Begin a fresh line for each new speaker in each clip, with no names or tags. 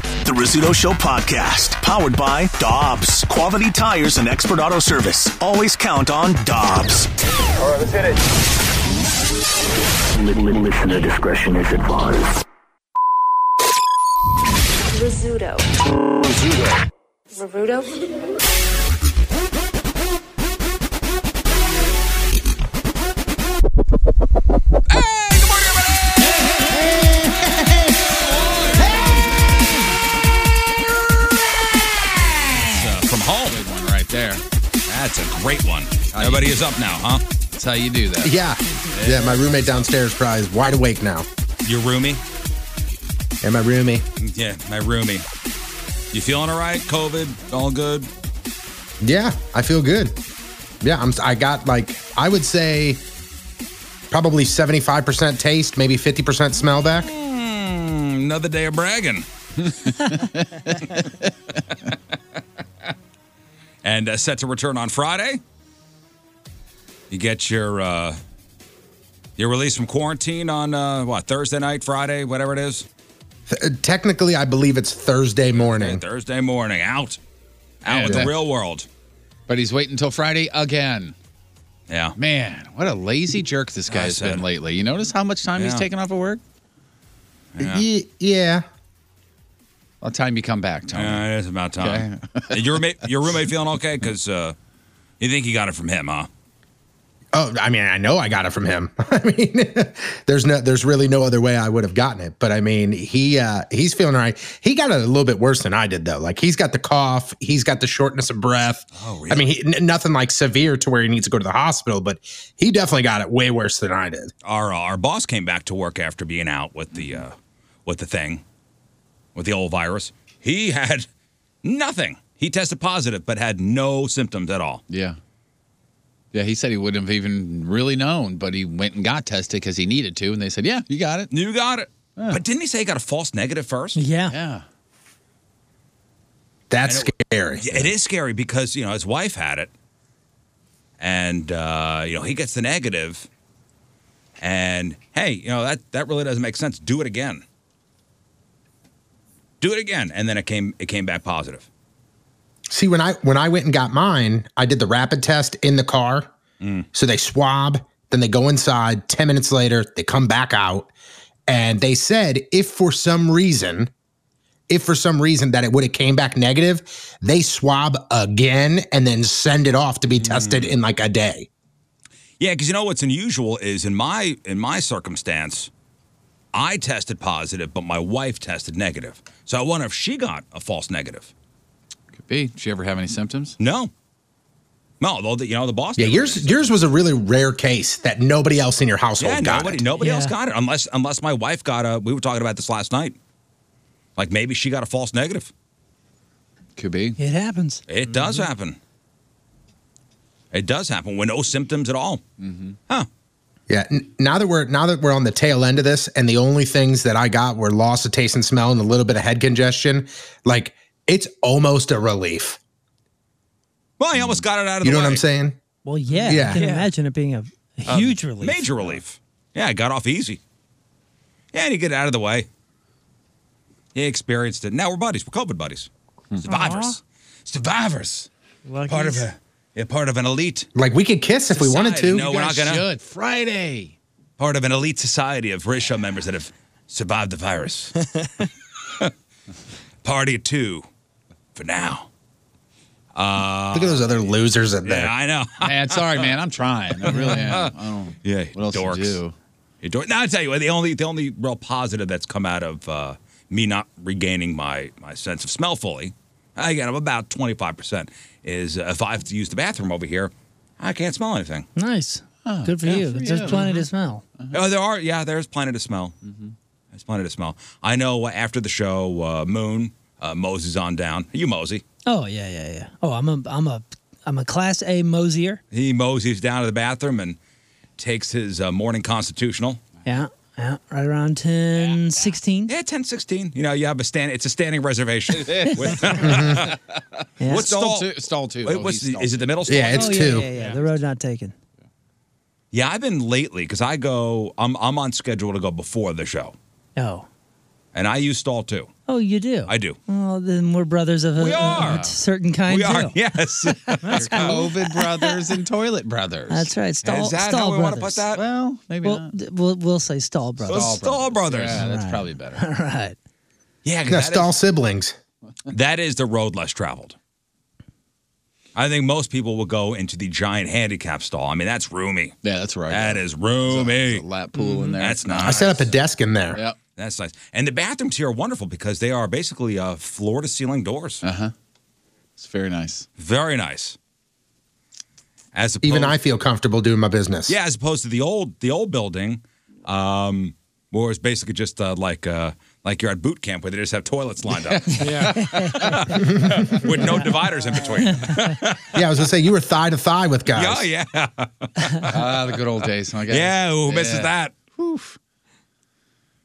Pizzuto Show podcast, powered by Dobbs. Quality tires and expert auto service. Always count on Dobbs.
All right, let's hit it.
Listener discretion is advised.
Rizzuto. Rizzuto.
uh, from Hall. Big one right there. That's a great one. Everybody is up now, huh? That's how you do that.
Yeah. Yeah, my roommate downstairs probably is wide awake now.
Your roomie?
And my roomie,
Yeah, my roomie. You feeling all right? COVID? All good?
yeah, I feel good. Yeah, I'm I got like I would say probably 75% taste, maybe 50% smell back.
Hmm, Another day of bragging. and uh, set to return on Friday. You get your uh, your release from quarantine on uh, what Thursday night, Friday, whatever it is.
Th- technically, I believe it's Thursday morning.
Thursday morning, out, out
Yeah.
with the real world.
But he's waiting until Friday again.
Yeah,
Man, what a lazy jerk this
I
guy's
said
been
it.
lately. You notice how much time he's
Yeah.
taken off of work?
Yeah.
Ye- yeah.
By the time you come back, Tony.
Yeah, it is about time. your roommate, your roommate feeling okay? Because uh, you think you got it from him, huh?
Oh, I mean, I know I got it from him. I mean, there's no, there's really no other way I would have gotten it. But I mean, he, uh, he's feeling all right. He got it a little bit worse than I did, though. Like he's got the cough, he's got the shortness of breath.
Oh,
I mean, he, n- nothing like severe to where he needs to go to the hospital, but he definitely got it way worse than I did.
Our uh, our boss came back to work after being out with the uh, with the thing, with the old virus. He had nothing. He tested positive, but had no symptoms at all.
Yeah. Yeah, he said he wouldn't have even really known, but he went and got tested because he needed to, and they said, "Yeah, you got it."
You got it. But didn't he say he got a false negative first?
Yeah.
Yeah,
That's
And
scary.
Yeah, It is scary because you know his wife had it, and uh, you know he gets the negative, and hey, you know that that really doesn't make sense. Do it again. Do it again, and then it came it came back positive.
See, when I when I went and got mine, I did the rapid test in the car.
Mm.
So they swab, then they go inside. Ten minutes later, they come back out, and they said if for some reason, if for some reason that it would have came back negative, they swab again and then send it off
Mm.
to be tested in like a day.
Yeah, because you know what's unusual is in my in my circumstance, I tested positive, but my wife tested negative. So I wonder if she got a false negative.
could be. Did she ever have any symptoms?
No, no, though the, you know the boss.
Yeah,
did.
yours yours was a really rare case that nobody else in your household
Yeah,
got
nobody,
it.
nobody else
Yeah.
got it unless unless my wife got a. We were talking about this last night. Like maybe she got a false negative.
Could be.
It happens.
It does happen. It does happen with no symptoms at all. Huh?
Yeah. n- Now that we're now that we're on the tail end of this, and the only things that I got were loss of taste and smell and a little bit of head congestion, like it's almost a relief.
Well, he almost got it out of
You
the
know what
way.
I'm saying?
Well, yeah.
Yeah.
I can
Yeah.
imagine it being a huge relief.
Um, Major relief. Yeah, it got off easy. Yeah, and he got it out of the way. He experienced it. Now we're buddies. We're COVID buddies.
Mm-hmm.
Survivors. Survivors.
Luckies.
Part of a yeah, part of an elite. Society.
Like we could kiss if we wanted to.
No, we're not
You
gonna.
guys Should Friday.
part of an elite society of race show members that have survived the virus. Party of two for now. Uh,
Look at those other losers in there.
Yeah, I know.
Man, sorry, man. I'm trying. I really am. I don't know
Yeah,
what else
dorks.
to do.
You dork- Now I tell you what, the only the only real positive that's come out of uh, me not regaining my my sense of smell fully, again, I'm about 25 percent. Is uh, if I have to use the bathroom over here, I can't smell anything.
Nice. good for
Oh, yeah,
you.
for
There's
you. Uh-huh.
plenty to smell.
Oh, there are. Yeah, there's plenty to smell. There's plenty to smell. I know. uh, After the show, uh, Moon uh, Mosey's on down. You Mosey.
Oh yeah, yeah, yeah. Oh, I'm a I'm a I'm a class A mosier.
He moseys down to the bathroom and takes his uh, morning constitutional.
Yeah. Yeah, right around 10, 16.
Yeah, ten sixteen. You know, you have a stand. It's a standing reservation. With-
Yeah.
What's
Stall
stall?
two. Stall two.
Wait,
Oh,
what's
he's
the,
stall
is it
two.
the middle stall?
Yeah, it's
oh, yeah,
two.
Yeah, yeah, The road not taken.
Yeah, I've been lately because I go. I'm I'm on schedule to go before the show,
Oh.
and I use stall too.
Oh, you do.
I do.
Well, then we're brothers of a,
We
a-
are.
a certain kind
we
too.
are yes.
That's COVID brothers and toilet brothers.
That's right. Stall,
Is that
stall
how we
brothers.
want to put that?
Well, maybe
Well,
not.
d- we'll, we'll say stall brothers.
Stall brothers.
Yeah, that's
Right.
probably better.
All right.
yeah, 'cause
No,
that is-
stall siblings.
that is the road less traveled. I think most people will go into the giant handicap stall. I mean, that's roomy.
Yeah, that's right.
That is roomy. Mm-hmm.
There's a lap pool in there.
That's
I
nice.
set up a desk in there.
Yep.
That's nice. And the bathrooms here are wonderful because they are basically uh, floor to ceiling doors.
Uh-huh. It's very nice.
Very nice. As opposed,
Even I feel comfortable doing my business.
yeah, as opposed to the old the old building, um, where it's basically just uh, like uh, like you're at boot camp where they just have toilets lined up with no dividers in between.
Yeah, I was gonna say you were thigh to thigh with guys.
Oh yeah, yeah.
Ah, the good old days. My God.
Who misses
Yeah.
that?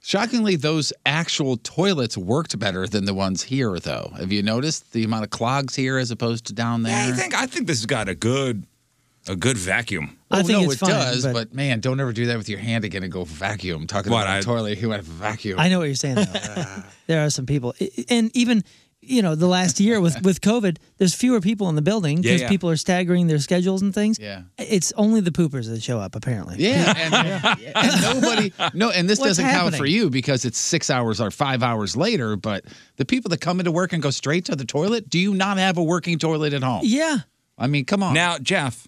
Shockingly, those actual toilets worked better than the ones here, though. Have you noticed the amount of clogs here as opposed to down there?
Yeah, I think I think this has got a good a good vacuum.
Oh,
I think
no,
it's
it
fine,
does, but...
but-
man, don't ever do that with your hand again and go vacuum. Talking
What,
about
I-
a toilet, he went vacuum.
I know what you're saying. Though. there are some people, I- I- and even you know the last year with with COVID, there's fewer people in the building
Yeah,
because
yeah.
people are staggering their schedules and things.
Yeah.
It's only the poopers that show up apparently.
Yeah, and, and nobody. No, and this
What's
doesn't count for
happening?
you because it's six hours or five hours later. But the people that come into work and go straight to the toilet, do you not have a working toilet at home?
Yeah.
I mean, come
Um,
on.
Now, Jeff,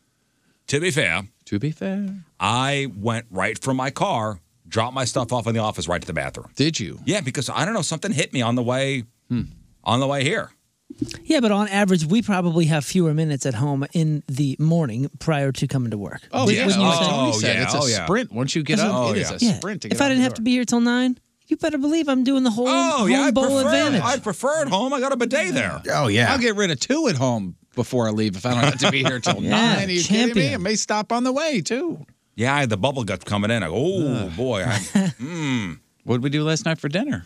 to be fair,
to be fair,
I went right from my car, dropped my stuff off in the office, right to the bathroom.
did you?
Yeah, because I don't know, something hit me on the way
Hmm.
on the way here.
Yeah, but on average, we probably have fewer minutes at home in the morning prior to coming to work.
Oh yeah,
Wouldn't you
oh,
say?
Oh,
said,
yeah,
it's a
oh, yeah.
sprint. Once you get up,
Oh,
it is
yeah.
a sprint. To get
if I
out
didn't
the
have to
door.
be here till nine, you better believe I'm doing the whole,
Oh, yeah,
whole
I
bowl
prefer,
advantage.
I prefer at home. I got a bidet there.
Oh yeah.
I'll get rid of two at home before I leave if I don't have to be here till
Yeah,
nine. Are you kidding me?
champion.
It may stop on the way too.
Yeah, I had the bubble guts coming in. I go, oh boy, I, hmm."
What did we do last night for dinner?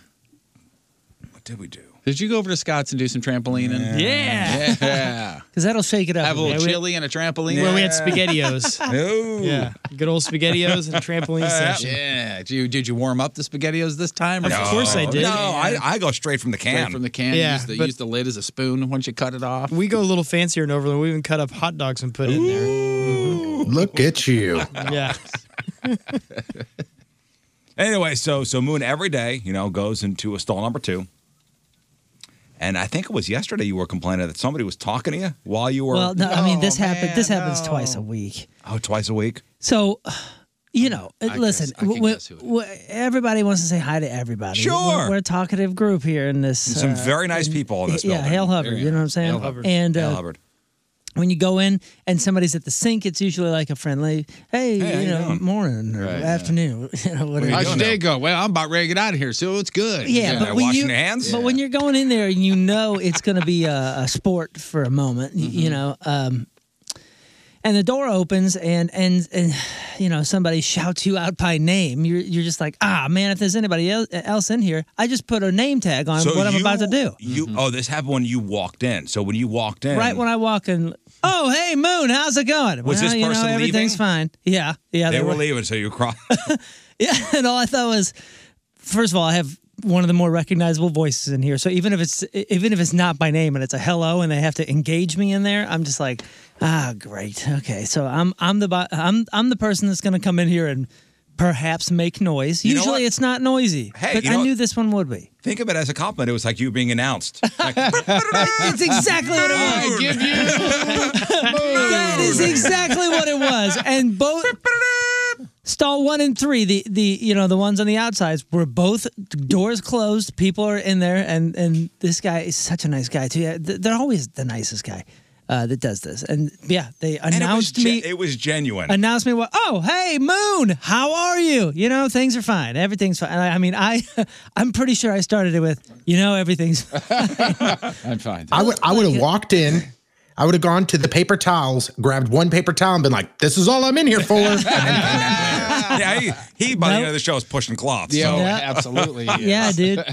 what did we do?
Did you go over to Scott's and do some trampolining?
yeah,
Yeah. yeah.
because that'll shake it up.
Have a little
we-
chili and a trampoline.
Where we had spaghettios.
No.
yeah. Good old spaghettios and a trampoline session.
Yeah. Did you, did you warm up the spaghettios this time? Or
Of course I did.
No, I, I go straight from the can.
Straight from the can.
Yeah,
use, the,
but-
use the lid as a spoon once you cut it off.
We go a little fancier in Overland. We even cut up hot dogs and put it in
Look at you.
there. Yeah.
Anyway, so so Moon every day, you know, goes into a stall number two. And I think it was yesterday you were complaining that somebody was talking to you while you were
well, no, I mean
Oh,
this
No,
happens. This
man,
happens
no.
twice a week.
oh twice a week.
So, you know,
I
listen,
guess- I can
w-
guess who it
w- everybody wants to say hi to everybody.
Sure.
We're, we're a talkative group here in this.
Some
uh,
very nice people in this
yeah,
building.
Hale Hubbard. You know what I'm saying?
Hale Hubbard.
And
Hale
uh,
Hubbard.
when you go in and somebody's at the sink, it's usually like a friendly, hey,
Hey, how
you
you
know,
doing?"
morning or
Right, yeah.
afternoon, you know, whatever.
How's
you
your
doing
day go? Well, I'm about ready to get out of here, so it's good.
Yeah,
Yeah,
but when
washing
you,
your hands?
But when you're going in there, and you know it's going to be a, a sport for a moment. y-
Mm-hmm.
You know, um, and the door opens, and and and you know somebody shouts you out by name. You're you're just like, ah, man, if there's anybody el- else in here, I just put a name tag on what I'm
you-
about to do.
You
Mm-hmm.
oh, this happened when you walked in. So when you walked in,
Right when I walk in, oh hey Moon, how's it going?
Was
well,
this
you know
person
everything's
leaving?
fine. Yeah, yeah,
they
they
were leaving, so you cried.
Yeah, and all I thought was, first of all, I have one of the more recognizable voices in here. So even if it's e, even if it's not by name and it's a hello and they have to engage me in there, I'm just like, ah, great, okay. So I'm I'm the bo- I'm I'm the person that's going to come in here and perhaps make noise.
You know what?
Usually it's not noisy,
Hey,
but
you know
I knew
what?
this one would be.
Think of it as a compliment. It was like you being announced. Like,
It's exactly what it was.
I give you
That is exactly what it was. And both stall one and three, the the you know the ones on the outsides were both doors closed. People are in there, and and this guy is such a nice guy too. Yeah, th- They're always the nicest guy uh, that does this. And yeah, they
and it was,
announced
gen-
me.
it was genuine.
Announced me what? Oh, hey, Moon, how are you? You know, things are fine. Everything's fine. I I mean, I, I'm pretty sure I started it with, you know, everything's.
I'm fine.
I would I would have walked in. I would have gone to the paper towels, grabbed one paper towel, and been like, "This is all I'm in here for." And then came back.
yeah, he, he by the end of the show is pushing cloths.
Yeah,
so.
oh, absolutely.
yeah, dude.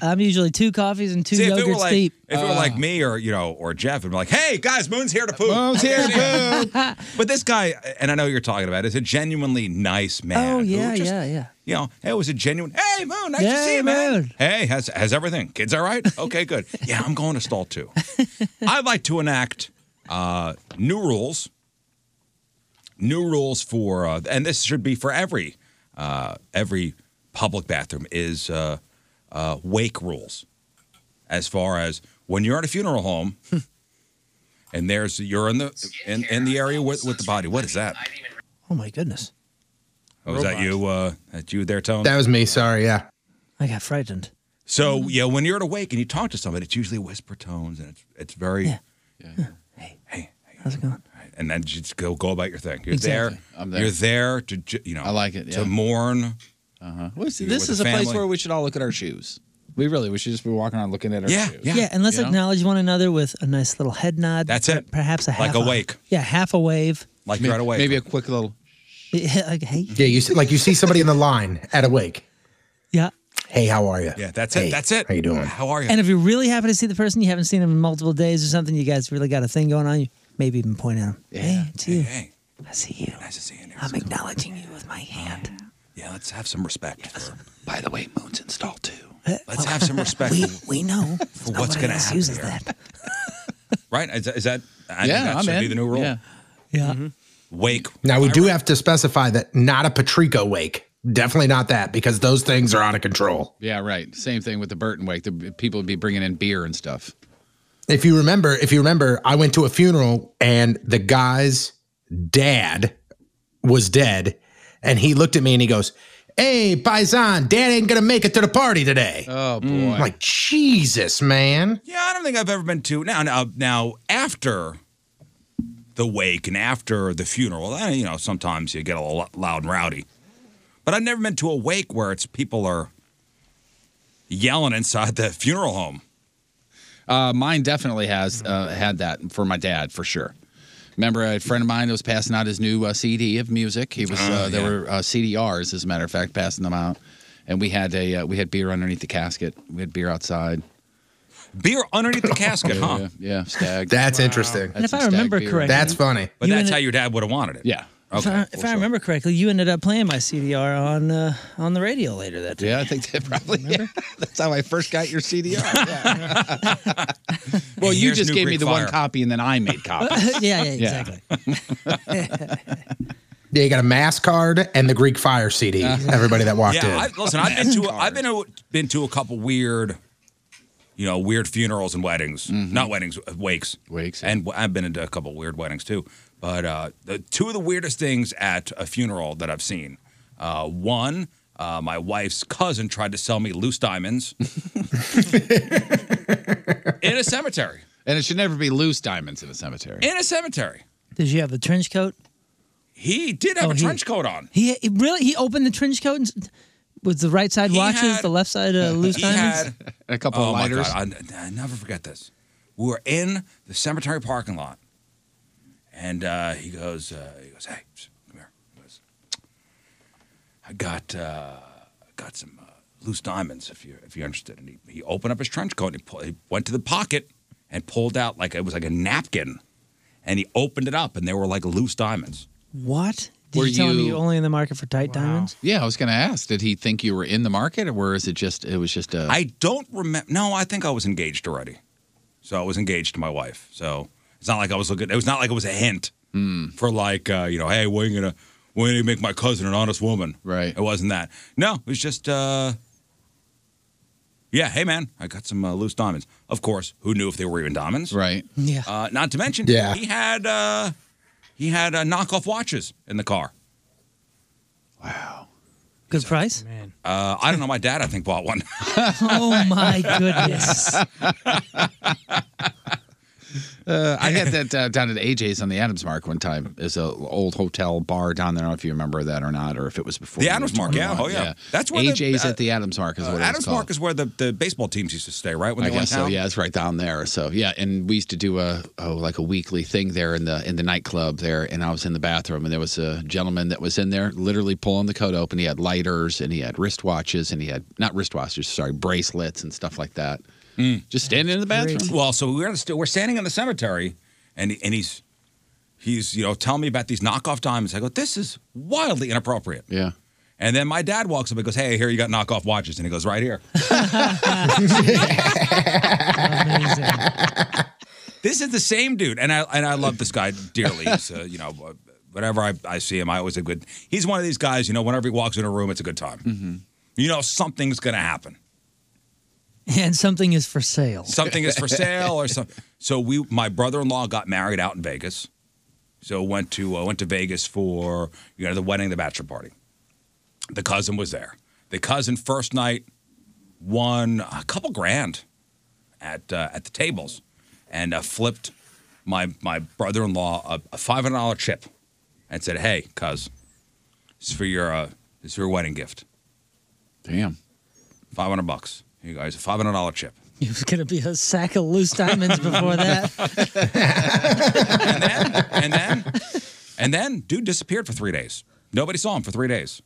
I'm usually two coffees and two
See, if it were
yogurts
like
deep.
if
Uh,
it were like me or you know or Jeff, it'd be like, "Hey guys, Moon's here to poop."
Moon's here to
poop. but this guy, and I know what you're talking about, is a genuinely nice man.
oh
who
yeah,
just,
yeah, yeah.
You know, it was a genuine. Hey Moon, nice to
Yeah,
see you, man.
Moon.
Hey, has has everything? Kids, all right? Okay, good. yeah, I'm going to stall two. I'd like to enact uh, new rules. New rules for, uh, and this should be for every uh, every public bathroom is uh, uh, wake rules as far as when you're at a funeral home and there's you're in the in, in the area with, with the body. What is that?
Oh my goodness,
Oh, was that you? Uh, that you there, Tone?
That was me. Sorry. Yeah.
I got frightened.
so
Mm-hmm.
yeah, when you're at a wake and you talk to somebody, it's usually whisper tones and it's it's very
Yeah. How's it going?
and then you just go go about your thing. You're
Exactly.
there.
I'm there.
You're there to ju- you know.
I like it, yeah.
To mourn.
This
You're
this
with
is
a
a place
family.
where we should all look at our shoes. We really, we should just be walking around looking at our
Yeah,
shoes.
yeah.
Yeah, and let's
you know?
acknowledge one another with a nice little head nod.
That's
per-
it.
Perhaps a half
Like a wake.
Yeah, half a wave.
Like
Maybe,
you're at a wake.
maybe a quick little.
Yeah, like, hey,
Yeah. You see, like you see somebody in the line at a wake.
yeah.
Hey, how are you?
yeah, that's
Hey,
it. That's it.
How you doing?
How are you?
And if you're really happy to see the person, you haven't seen them in multiple days or something, you guys really got a thing going on. You maybe even point at them. Hey, it's you.
hey,
I see you.
nice to see you.
I'm acknowledging you with my hand.
Yeah, let's have some respect. For,
By the way, Moon's installed too.
let's have some respect.
Uh, We
for-
we know
what's
Nobody
gonna
else
happen
uses
here.
that.
right? Is, that- is that? I
yeah,
think that
I'm
should
in.
be the new rule. Mm-hmm.
Yeah.
Yeah.
Wake.
Now we do have to specify that not a Patrico wake. Definitely not that because those things are out of control.
yeah, right. Same thing with the Burton Wake. The people would be bringing in beer and stuff.
If you remember, if you remember, I went to a funeral and the guy's dad was dead, and he looked at me and he goes, "Hey, Paisan, Dad ain't gonna make it to the party today."
Uh,
Oh boy.
I'm Mm. like, Jesus, man.
Yeah, I don't think I've ever been to now. Now, now after the wake and after the funeral, eh, you know, sometimes you get a little loud and rowdy. But I've never been to a wake where it's people are yelling inside the funeral home.
Uh, mine definitely has uh, had that for my dad for sure. Remember, a friend of mine was passing out his new uh, CD of music. He was uh, there
Oh, yeah.
were uh, CDRs, as a matter of fact, passing them out, and we had a uh, we had beer underneath the casket. We had beer outside.
Beer underneath the casket, huh?
Yeah, yeah, stag.
That's interesting.
And if
some
I
stag
remember
beer.
correctly,
That's funny.
But
You
that's
and
how
it-
your dad would have wanted it.
yeah,
if, I,
Okay.
if I remember correctly, you ended up playing my CDR on uh, on the radio later that day.
yeah. I think that probably. Yeah, that's how I first got your CDR. Yeah. well,
And
you
here's
just
New
gave me
Greek
the
Fire.
one copy, and then I made copies.
yeah, yeah, exactly.
Yeah, you got a mass card and the Greek Fire CD.
Uh-huh.
Everybody that walked
Yeah,
in.
I, listen, I've been to I've been to, been to a couple weird, you know, weird funerals and weddings.
Mm-hmm.
Not weddings, uh, wakes.
Wakes, yeah.
And w- I've been into a couple weird weddings too. But uh, the two of the weirdest things at a funeral that I've seen. Uh, one, uh, my wife's cousin tried to sell me loose diamonds in a cemetery.
and it should never be loose diamonds in a cemetery.
In a cemetery,
Did you have the trench coat?
he did have
Oh,
a
he-
trench coat on.
He, he really he opened the trench coat and s- was the right side
He
watches,
had-
the left side uh, loose
He
diamonds.
had
And a couple
oh
of lighters.
my god, I, I never forget this. We were in the cemetery parking lot, and uh, he goes, uh, he goes, hey, psst, come here. He goes, I got, uh, I got some uh, loose diamonds if you're if you're interested. And he, he opened up his trench coat and he, pull, he went to the pocket and pulled out like it was like a napkin, and he opened it up and there were like loose diamonds.
What? Did
Were
you tell him
you-
you only in the market for tight diamonds?
Yeah, I was going to ask. Did he think you were in the market, or is it just it was just a?
I don't remember. No, I think I was engaged already. So I was engaged to my wife. So it's not like I was looking. It was not like it was a hint
Hmm.
for like uh, you know, hey, we're gonna we're gonna make my cousin an honest woman.
Right.
It wasn't that. No, it was just. uh yeah, hey man, I got some uh, loose diamonds. Of course, who knew if they were even diamonds?
right.
Yeah.
Uh, not to mention,
Yeah.
he had uh, he had uh, knockoff watches in the car.
Wow.
Good price?
Uh, I don't know. My dad, I think, bought one.
Oh my goodness.
Uh, I got that uh, down at AJ's on the Adams Mark one time. It's an old hotel bar down there. I don't know if you remember that or not, or if it was before
The
you were
Adams Mark, yeah.
21.
Oh, yeah. That's where the-
AJ's
uh,
at the Adams Mark is what it was
Adams
called.
Park is where the, the baseball teams used to stay, right? When
I
they went
guess so.
down?
Yeah, it's right down there. So yeah, and we used to do a oh, like a weekly thing there in the in the nightclub there, and I was in the bathroom, and there was a gentleman that was in there, literally pulling the coat open. He had lighters, and he had wristwatches, and he had not wristwatches, sorry, bracelets and stuff like that. Just standing in the bathroom.
Mm. Well, so we're in the, we're standing in the cemetery, and and he's he's you know telling me about these knockoff diamonds. I go, this is wildly inappropriate.
Yeah.
And then my dad walks up and goes, hey, here you got knockoff watches, and he goes, right here.
Amazing.
This is the same dude, and I and I love this guy dearly. He's, uh, you know, whenever I, I see him, I always have good. He's one of these guys, you know. Whenever he walks in a room, it's a good time.
Mm-hmm.
You know, something's gonna happen.
and something is for sale.
Something is for sale or something. So we, my brother-in-law got married out in Vegas. So went to uh, went to Vegas for you know the wedding, the bachelor party. The cousin was there. The cousin first night won a couple grand at uh, at the tables, and uh, flipped my my brother-in-law a, a five hundred dollar chip, and said, "Hey, cuz, this is for your uh, this is for your wedding gift.
Damn.
Five hundred bucks. Here you guys, a five hundred dollar chip."
It was going to be a sack of loose diamonds before that.
and then and then dude disappeared for three days nobody saw him for three days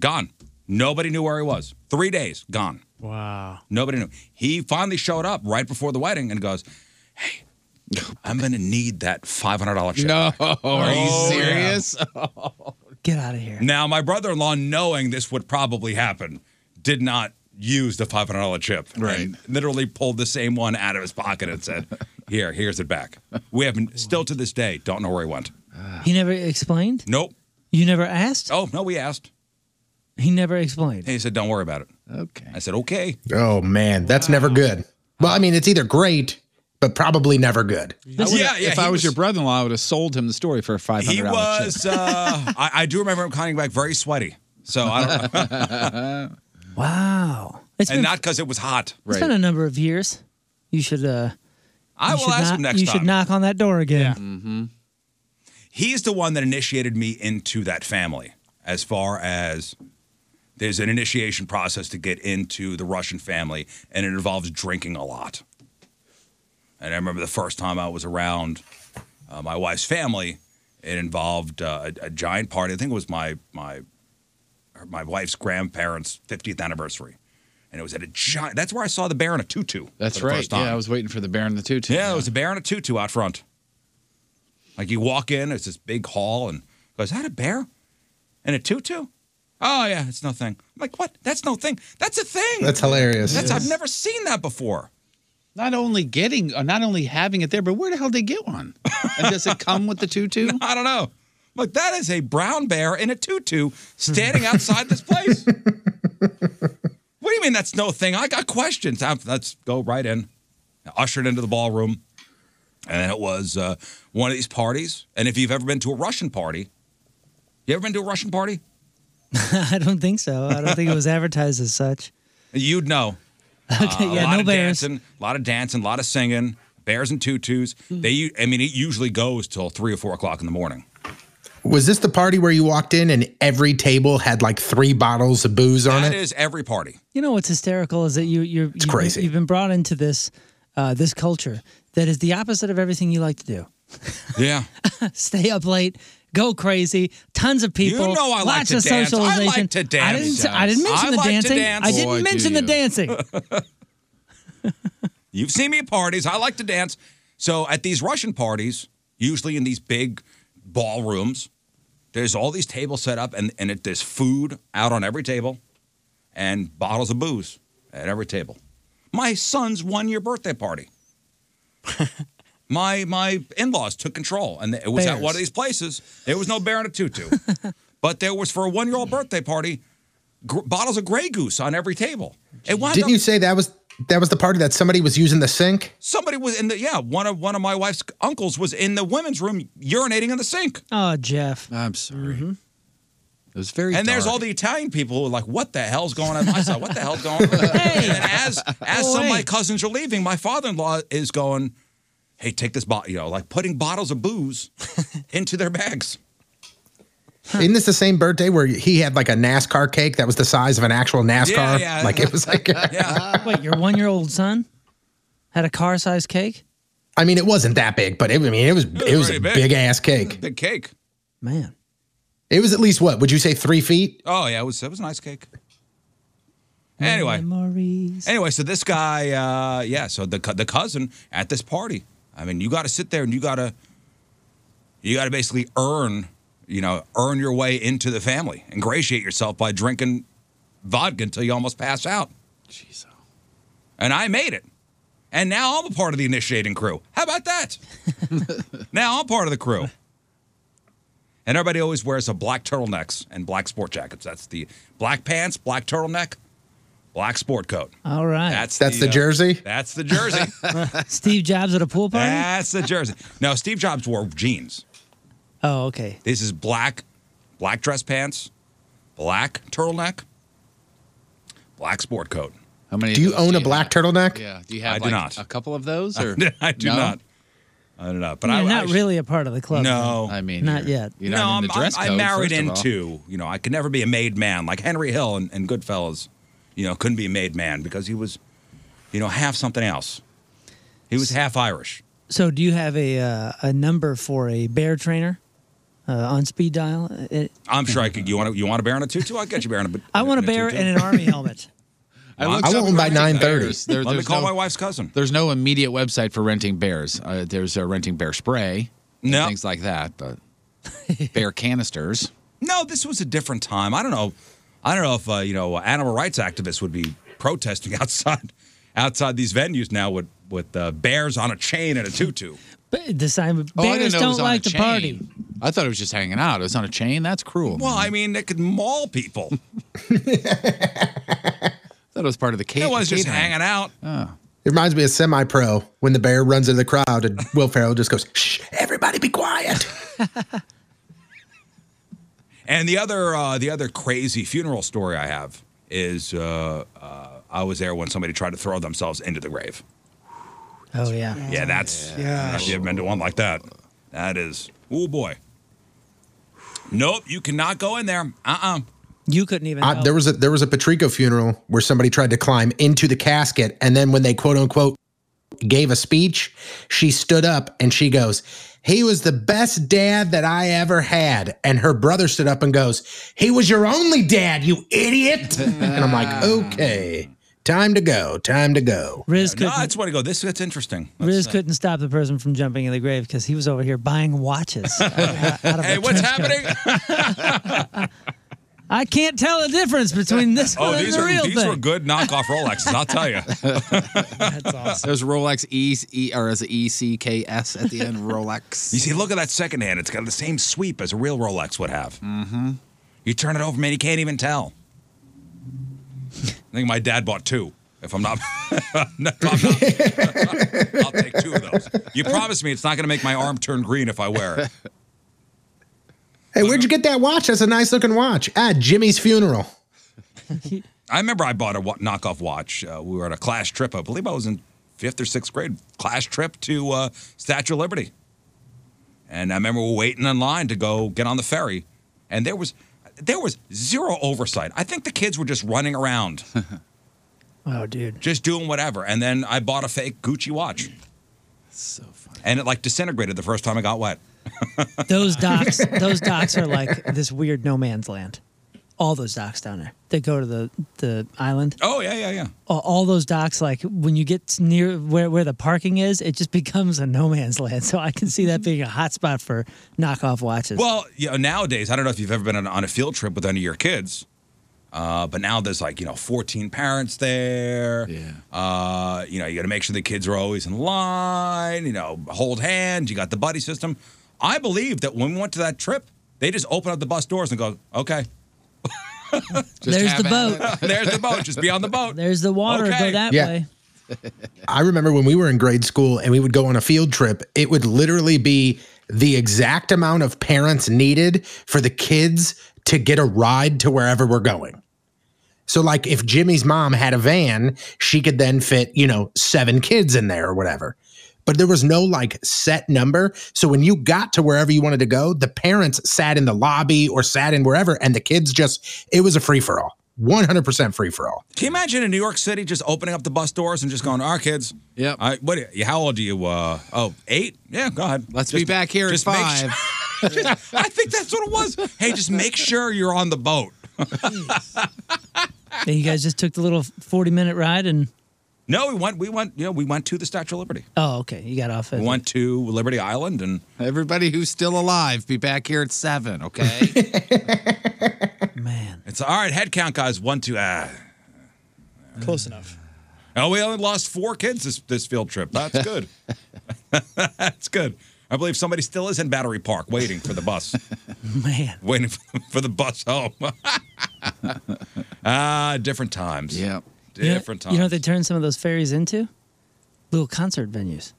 gone nobody knew where he was three days gone
Wow.
nobody knew he finally showed up right before the wedding and goes hey i'm gonna need that $500 check
No, are you
Oh, yeah.
serious?
Get out of here.
now my brother-in-law knowing this would probably happen did not use the $500 chip
Right.
and literally pulled the same one out of his pocket and said here here's it back we have still to this day don't know where he went
He never explained?
nope
You never asked?
oh no we asked
He never explained.
And he said, "Don't worry about it."
Okay.
I said, "Okay."
Oh man, that's never good. Well, I mean, it's either great, but probably never good.
yeah, yeah.
if
he
I was, your brother-in-law, I would have sold him the story for a five
he
hundred dollars.
was. Uh, I, I do remember him coming back very sweaty. So I don't know,
Wow. It's
and
been,
not because it was hot.
it's been a number of years. You should, uh,
I
you
will
should,
ask
knock,
him next
you
time.
should knock on that door again.
Mm-hmm.
He's the one that initiated me into that family. As far as there's an initiation process to get into the Russian family, and it involves drinking a lot. And I remember the first time I was around uh, my wife's family, it involved uh, a, a giant party. I think it was my my her- my wife's grandparents' 50th anniversary, and it was at a giant. That's where I saw the Baron of Tutu.
That's
for the
right.
first time.
Yeah, I was waiting for the Baron the Tutu.
Yeah, it was a Baron of Tutu out front. Like you walk in, it's this big hall, and goes, "Is that a bear? And a tutu? Oh yeah, it's no thing." I'm like, "What? That's no thing. That's a thing.
That's hilarious.
That's- I've never seen that before."
not only getting, uh, not only having it there, but where the hell did they get one? And does it come with the tutu?
I don't know. I'm like that is a brown bear in a tutu standing outside this place. what do you mean that's no thing? I got questions. I'm, let's go right in. Ushered into the ballroom, and it was uh, one of these parties. And if you've ever been to a Russian party, you ever been to a Russian party?
I don't think so. I don't think it was advertised as such.
You'd know. Uh,
Okay,
a
yeah,
lot
no
of
bears.
dancing, a lot of dancing, a lot of singing, bears and tutus.
Hmm.
They, u- I mean, it usually goes till three or four o'clock in the morning.
Was this the party where you walked in and every table had like three bottles of booze on
That
it?
is every party.
You know what's hysterical is that you you're it's
crazy.
You've been brought into this uh, this culture that is the opposite of everything you like to do.
Yeah.
Stay up late, go crazy, tons of people.
know I like
lots
to
of
dance. I like
socialization.
to
I
dance.
didn't, I didn't mention
I
the
like to
dancing.
dance.
I didn't
Boy, do
mention the
you.
dancing.
You've seen me at parties. I like to dance. So at these Russian parties, usually in these big ballrooms, there's all these tables set up, and, and it, there's food out on every table and bottles of booze at every table. My son's one year birthday party. my my in laws took control, and it was at
Bears.
one of these places. There was no bear in a tutu, but there was for a one year old birthday party, gr- bottles of Grey Goose on every table. It wound up
Didn't you say that was that was the party that somebody was using the sink?
Somebody was in the yeah. One of one of my wife's uncles was in the women's room urinating in the sink, Mm-hmm.
oh, Jeff.
I'm sorry. It was very.
and there's
dark.
all the Italian people who are like, "What the hell's going on?" I said, "What the hell's going on?" And as as some of my
Wait.
cousins are leaving, my father-in-law is going, hey, take this bottle, you know, like putting bottles of booze into their bags.
Isn't this the same birthday where he had like a NASCAR cake that was the size of an actual NASCAR?
yeah.
Like it was like,
Yeah.
Wait, your one year old son had a car sized cake?
I mean, it wasn't that big, but it, I mean, it was it was
pretty
a
big.
big. ass cake.
Big cake.
Man.
It was at least what would you say three feet?
Oh, yeah, it was, it was a nice cake. Anyway.
Memories.
Anyway, so this guy, uh, yeah, so the cou- the cousin at this party. I mean, you got to sit there and you got to you got to basically earn, you know, earn your way into the family, ingratiate yourself by drinking vodka until you almost pass out.
Jeez.
And I made it. And now I'm a part of the initiating crew. How about that? now I'm part of the crew. And everybody always wears a black turtlenecks and black sport jackets. That's the black pants, black turtleneck, black sport coat.
All right.
That's
That's the
uh,
jersey?
that's the jersey.
Steve Jobs at a pool party?
that's the jersey. No, Steve Jobs wore jeans.
oh, okay.
This is black, black dress pants, black turtleneck, black sport coat.
How many?
Do
of
you
those
own a
have?
black turtleneck?
Yeah. Do you
I
have
do
like,
not.
a couple of those? Or
I do
No?
not. I do not. But
You're
I
not
I-
really a part of the club.
No.
I mean,
Not
you're-
yet.
You're
no,
not
I'm,
in the dress
I'm,
code,
I'm married
first of all.
into. You know, I could never be a made man like Henry Hill and, and Goodfellas. You know, couldn't be a made man because he was, you know, half something else. He was half Irish.
So, do you have a uh, a number for a bear trainer uh, on speed dial? Uh, It,
I'm sure I could. You want to? You want a bear in a tutu? I get you a bear in a.
I want a
in
bear
tutu.
and an army helmet.
I,
Well,
looked
I
up
want one by
renting
9:30.
bears. There-
Let me
there's
call
no-
my wife's cousin.
There's no immediate website for renting bears. Uh, there's uh, renting bear spray, and
No.
things like that, but bear canisters.
No, this was a different time. I don't know. I don't know if uh, you know animal rights activists would be protesting outside outside these venues now with with uh, bears on a chain and a tutu.
But the sign, bears
Oh, I didn't know it
don't
was on a
like to
chain.
party.
I thought it was just hanging out. It was on a chain. That's cruel.
Well, I mean, they could maul people.
I thought it was part of the cake.
It was just hanging out.
It reminds me of semi-pro when the bear runs into the crowd and Will Ferrell just goes, "Shh, everybody, be quiet."
And the other uh, the other crazy funeral story I have is uh, uh, I was there when somebody tried to throw themselves into the grave.
Oh yeah.
Yeah, that's
Yeah.
Have you ever been to one like that? That is, oh boy. Nope, you cannot go in there. Uh-uh.
you couldn't even.
I,
help.
there was a there was a Patrico funeral where somebody tried to climb into the casket, and then when they quote unquote gave a speech, she stood up and she goes, "He was the best dad that I ever had." And her brother stood up and goes, "He was your only dad, you idiot!" and I'm like, "Okay, time to go, time to go."
Riz
No,
couldn't.
that's what I go. This that's interesting.
Riz couldn't stop the person from jumping in the grave because he was over here buying watches. out of- out of a
Hey, what's
trench coat.
happening?
I can't tell the difference between this one
oh,
and
these
the
are
real
these
thing.
were good knockoff Rolexes. I'll tell you.
That's awesome.
There's Rolex E E or is it E C K S at the end?
You
Rolex.
see, look at that second hand. It's got the same sweep as a real Rolex would have. Mm-hmm. You turn it over, man, you can't even tell. I think my dad bought two. If I'm not, no, I'm not. I'll take two of those. You promised me it's not going to make my arm turn green if I wear it.
Hey, where'd you get that watch? That's a nice looking watch at Jimmy's funeral.
I remember I bought a wa- knockoff watch. Uh, we were on a class trip. I believe I was in fifth or sixth grade. Class trip to uh, Statue of Liberty, and I remember we were waiting in line to go get on the ferry, and there was there was zero oversight. I think the kids were just running around,
Oh, dude.
just doing whatever. And then I bought a fake Gucci watch,
So funny.
and it like disintegrated the first time I got wet.
Those docks, those docks are like this weird no man's land. All those docks down there that go to the the island.
Oh yeah, yeah, yeah.
all, all those docks like when you get near where, where the parking is it just becomes a no man's land so i can see that being a hot spot for knockoff watches
Well, you know, nowadays, I don't know if you've ever been on, on a field trip with any of your kids, uh, but now there's like, you know, 14 parents there.
Yeah.
Uh, you know, you got to make sure the kids are always in line, you know, hold hands, you got the buddy system. I believe that when we went to that trip, they just open up the bus doors and go, okay,
Just
There's
have
the
at
boat.
it.
there's the boat, just be on the boat.
there's the water
Okay.
go that
Yeah.
way
I remember when we were in grade school and we would go on a field trip, it would literally be the exact amount of parents needed for the kids to get a ride to wherever we're going. So, like, if Jimmy's mom had a van, she could then fit, you know, seven kids in there or whatever. but there was no like set number. So when you got to wherever you wanted to go, the parents sat in the lobby or sat in wherever, and the kids just, it was a free for all, 100% free for all.
Can you imagine in New York City just opening up the bus doors and just going, "Our kids,
Yep.
all right, what? are you- How old are you? Uh, oh, eight? Yeah, go ahead.
Let's
Just-
be back here at
just make
five.
sure- I think that's what it was. Hey, just make sure you're on the boat.
Then you guys just took the little forty-minute ride and
No, we went. We went. You know, we went to the Statue of Liberty.
oh, okay, you got off. At,
We went to Liberty Island, and
Everybody who's still alive, be back here at seven, okay?
man,
it's all right. Head count, guys. One, two. Ah.
Close enough.
Oh, we only lost four kids this this field trip. That's good. that's good. I believe somebody still is in Battery Park waiting for the bus.
man.
waiting for for the bus home. Ah, different times.
yeah.
You know-
Different times.
You know what they turned some of those ferries into? Little concert venues.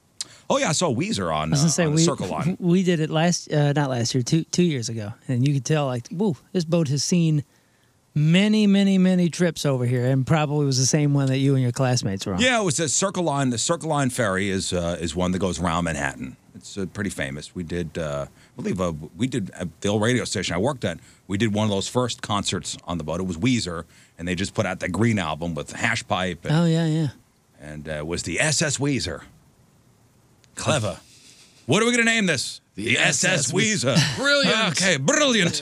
oh, yeah, I saw Weezer on,
I was
uh,
gonna say
on the
we
Circle Line.
we did it last uh, not last year two two years ago, and you could tell like whoa this boat has seen many many many trips over here, and probably was the same one that you and your classmates were on.
Yeah, it was the Circle Line. The Circle Line ferry is uh, is one that goes around Manhattan. It's uh, pretty famous. We did, uh, I believe, uh, we did at the old radio station I worked at. We did one of those first concerts on the boat. It was Weezer, and they just put out that Green album with Hash Pipe, and,
Oh yeah yeah.
and uh, it was the SS Weezer. Clever. What are we going to name this? The, SS, Weezer.
Brilliant.
Okay, brilliant.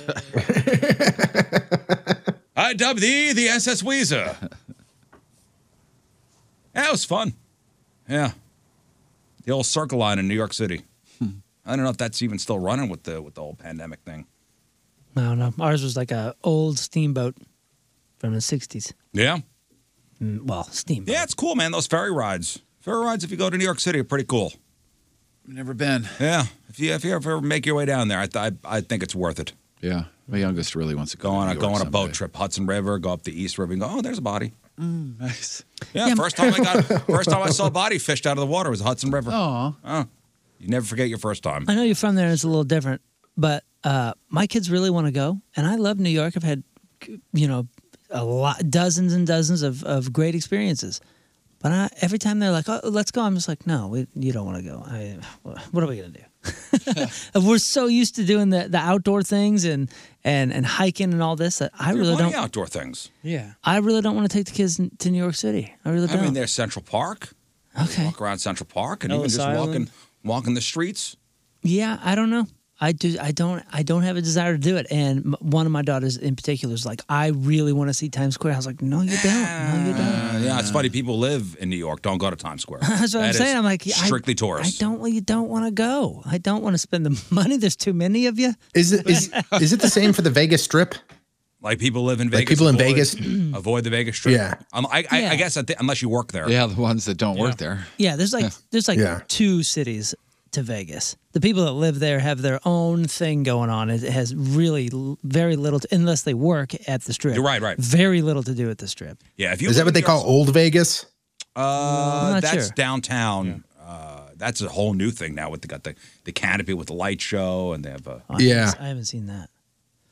I dub thee the SS Weezer. That was fun. Yeah. The old circle line in New York City. I don't know if that's even still running with the with the whole pandemic thing.
I don't know. Ours was like a old steamboat from the '60s.
Yeah.
Mm, Well, steamboat.
Yeah, it's cool, man. Those ferry rides. Ferry rides if you go to New York City are pretty cool.
Never been.
Yeah. If you if you ever make your way down there, I th- I, I think it's worth it.
Yeah. My youngest really wants to go,
Go
to
on a
New
go
York
on a boat
someday.
trip, Hudson River, go up the East River and go, Oh, there's a body.
Nice.
Yeah,
Yeah,
first time I got first time I saw a body fished out of the water was the Hudson River.
Aw.
You never forget your first time.
I know you're from there and it's a little different, but uh, my kids really want to go. And I love New York. I've had, you know, a lot, dozens and dozens of, of great experiences. But I, every time they're like, oh, let's go, I'm just like, no, we, you don't want to go. I, what are we going to do? And We're so used to doing the, the outdoor things and, and, and hiking and all this that I
There are
really
plenty
don't.
of outdoor things.
Yeah.
I really don't want to take the kids n- to New York City. I really
I
don't.
mean, there's Central Park.
okay.
Walk around Central Park and even
Ellis
just walking
Island.
walking the streets.
Yeah, I don't know. I do. I don't. I don't have a desire to do it. And m- one of my daughters in particular is like, I really want to see Times Square. I was like, No, you don't. No, you don't.
Uh, yeah, it's funny. People live in New York. Don't go to Times Square.
That's what
That
I'm
is
saying. I'm like, yeah, I-
strictly tourists.
I don't. want- You don't want to go. I don't want to spend the money. There's too many of you.
Is it, is, is it the same for the Vegas Strip?
like people live in Vegas.
Like people in
avoid-
Vegas-
avoid the Vegas Strip.
Yeah.
Um, I, I,
Yeah.
I guess I thi- unless you work there.
Yeah, the ones that don't work there.
Yeah, there's like there's like
Yeah.
two cities to Vegas. The people that live there have their own thing going on. It has really l- very little, to, unless they work at the Strip.
You're right, right.
Very little to do at the Strip.
Yeah, if you
Is that
live
what
in
they
New
call
York-
Old Vegas?
Uh,
not
that's
sure.
downtown. Uh, that's a whole new thing now. With the, got the the canopy with the light show, and they have a,
I haven't-
Yeah.
I haven't seen that.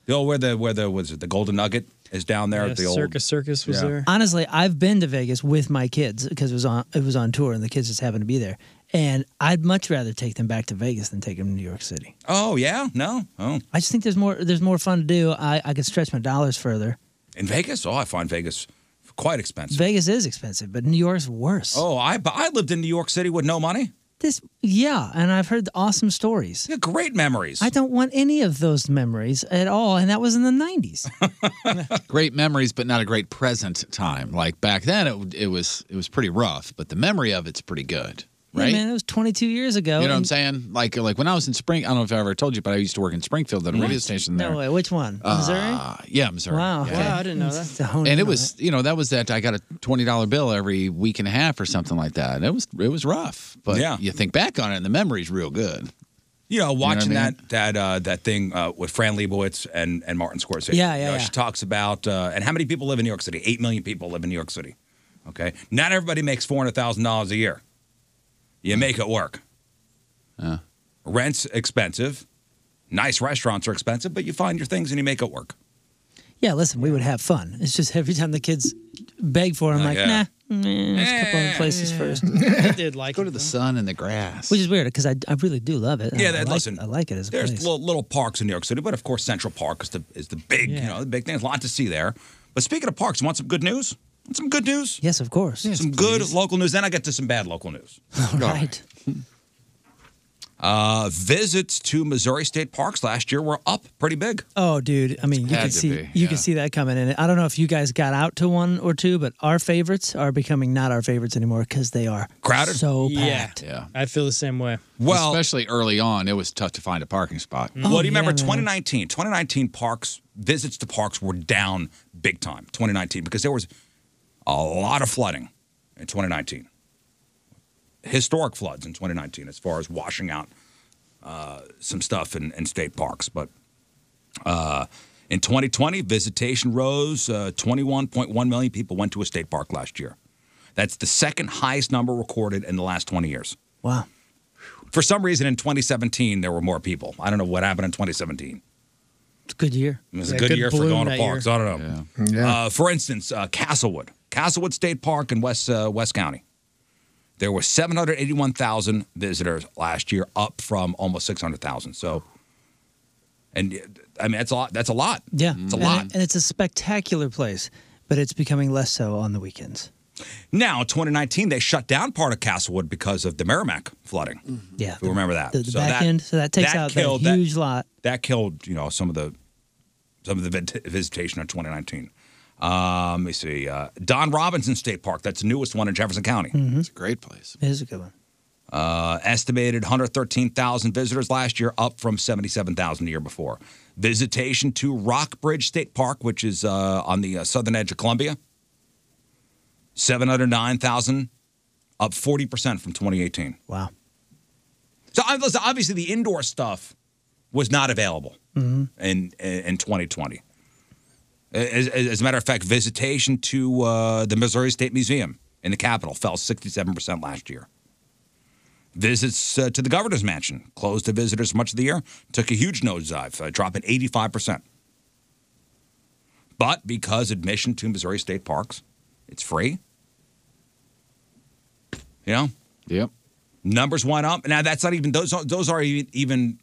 the old where the where the was it the Golden Nugget is down there.
Yeah,
the old
Circus Circus was
Yeah.
there.
honestly, I've been to Vegas with my kids because it was on it was on tour and the kids just happened to be there. And I'd much rather take them back to Vegas than take them to New York City.
Oh yeah, no, oh
I just think there's more there's more fun to do. I, I could stretch my dollars further.
in Vegas. Oh, I find Vegas quite expensive.
Vegas is expensive, but New York's worse.
oh, I but I lived in New York City with no money.
This yeah, and I've heard awesome stories.
Yeah, great memories.
I don't want any of those memories at all, and that was in the 90s.
Great memories, but not a great present time. Like back then, it, it was it was pretty rough, but the memory of it's pretty good,
Yeah,
right?
man, it was 22 years ago.
You know what I'm
and-
saying? Like like when I was in Spring, I don't know if I ever told you, but I used to work in Springfield at a radio station there.
No way. Which one? Missouri?
Uh, yeah, Missouri.
Wow.
Yeah.
okay.
Wow, I didn't know that.
It's a whole-
And
no,
it was, you know, that was that I got a twenty dollar bill every week and a half or something like that. And it was it was rough, but
Yeah.
you think back on it, and the memory's real good.
you know, watching
I mean?
that that uh, that thing uh, with Fran Lebowitz and and Martin Scorsese.
Yeah,
You
yeah,
know,
yeah.
She talks about uh, and how many people live in New York City? Eight million people live in New York City. Okay, not everybody makes four hundred thousand dollars a year. You make it work.
Yeah.
Rent's expensive. Nice restaurants are expensive, but you find your things and you make it work.
Yeah, listen, we would have fun. It's just every time the kids beg for it, I'm
Uh,
like,
yeah.
nah, There's a couple other places first,
I did like
Go
it,
to the
though.
sun and the grass.
which is weird because I, I really do love it. I-
Yeah,
I
that,
like,
listen.
I like it as a
there's
place.
little, little parks in New York City, but of course Central Park is the is the big you
Yeah.
know the big thing. There's a lot to see there. But speaking of parks, you want some good news? Want some good news?
yes, of course.
some good local news. Then I get to some bad local news.
All right.
Uh, visits to Missouri state parks last year were up pretty big.
Oh, dude! I mean, you
Had
can
to
see
be,
you
yeah.
can see that coming. And I don't know if you guys got out to one or two, but our favorites are becoming not our favorites anymore because they are
Crowded?
so
Yeah.
packed.
yeah.
I feel the same way.
Well,
Especially early on, it was tough to find a parking spot.
well, do you
yeah,
remember
man.
2019? 2019 parks visits to parks were down big time. 2019 because there was a lot of flooding in 2019. Historic floods in 2019 as far as washing out uh, some stuff in, in state parks, but. Uh, in 2020, visitation rose. Uh, 21.1 million people went to a state park last year. That's the second highest number recorded in the last 20 years.
Wow.
For some reason, in 2017, there were more people. I don't know what happened in 2017.
It's a good year.
It was a
Yeah,
good,
good
year for
bloom
going to
that
parks.
year.
I don't know. Uh, for instance, uh, Castlewood, Castlewood State Park in West uh, West County. There were 781,000 visitors last year, up from almost 600,000. So, and uh, I mean that's a lot. That's a lot.
Yeah.
it's a
And it-
lot.
And, it's a spectacular place, but it's becoming less so on the weekends.
Now, in 2019, they shut down part of Castlewood because of the Merrimack flooding.
Mm-hmm.
Yeah.
If you remember that.
The, the
So
back
that-
end. So that takes
that
out that
killed that-
huge lot.
that killed you know some of the some of the vit- visitation in 2019. Um, let me see, uh, Don Robinson State Park. That's the newest one in Jefferson County.
It's a great place.
Mm-hmm. It is a good one.
Uh, estimated 113,000 visitors last year, up from 77,000 the year before. Visitation to Rockbridge State Park, which is uh, on the uh, southern edge of Columbia, 709,000, up 40% from 2018.
Wow.
So ob- listen, obviously, the indoor stuff was not available
Mm-hmm.
in, in in 2020. As, as as a matter of fact, visitation to uh, the Missouri State Museum in the Capitol fell 67% last year. Visits uh, to the governor's mansion, closed to visitors much of the year, took a huge nosedive, uh, dropping 85%. But because admission to Missouri state parks, it's free. You know,
Yep.
numbers went up. Now that's not even those. aren't- Those are even, even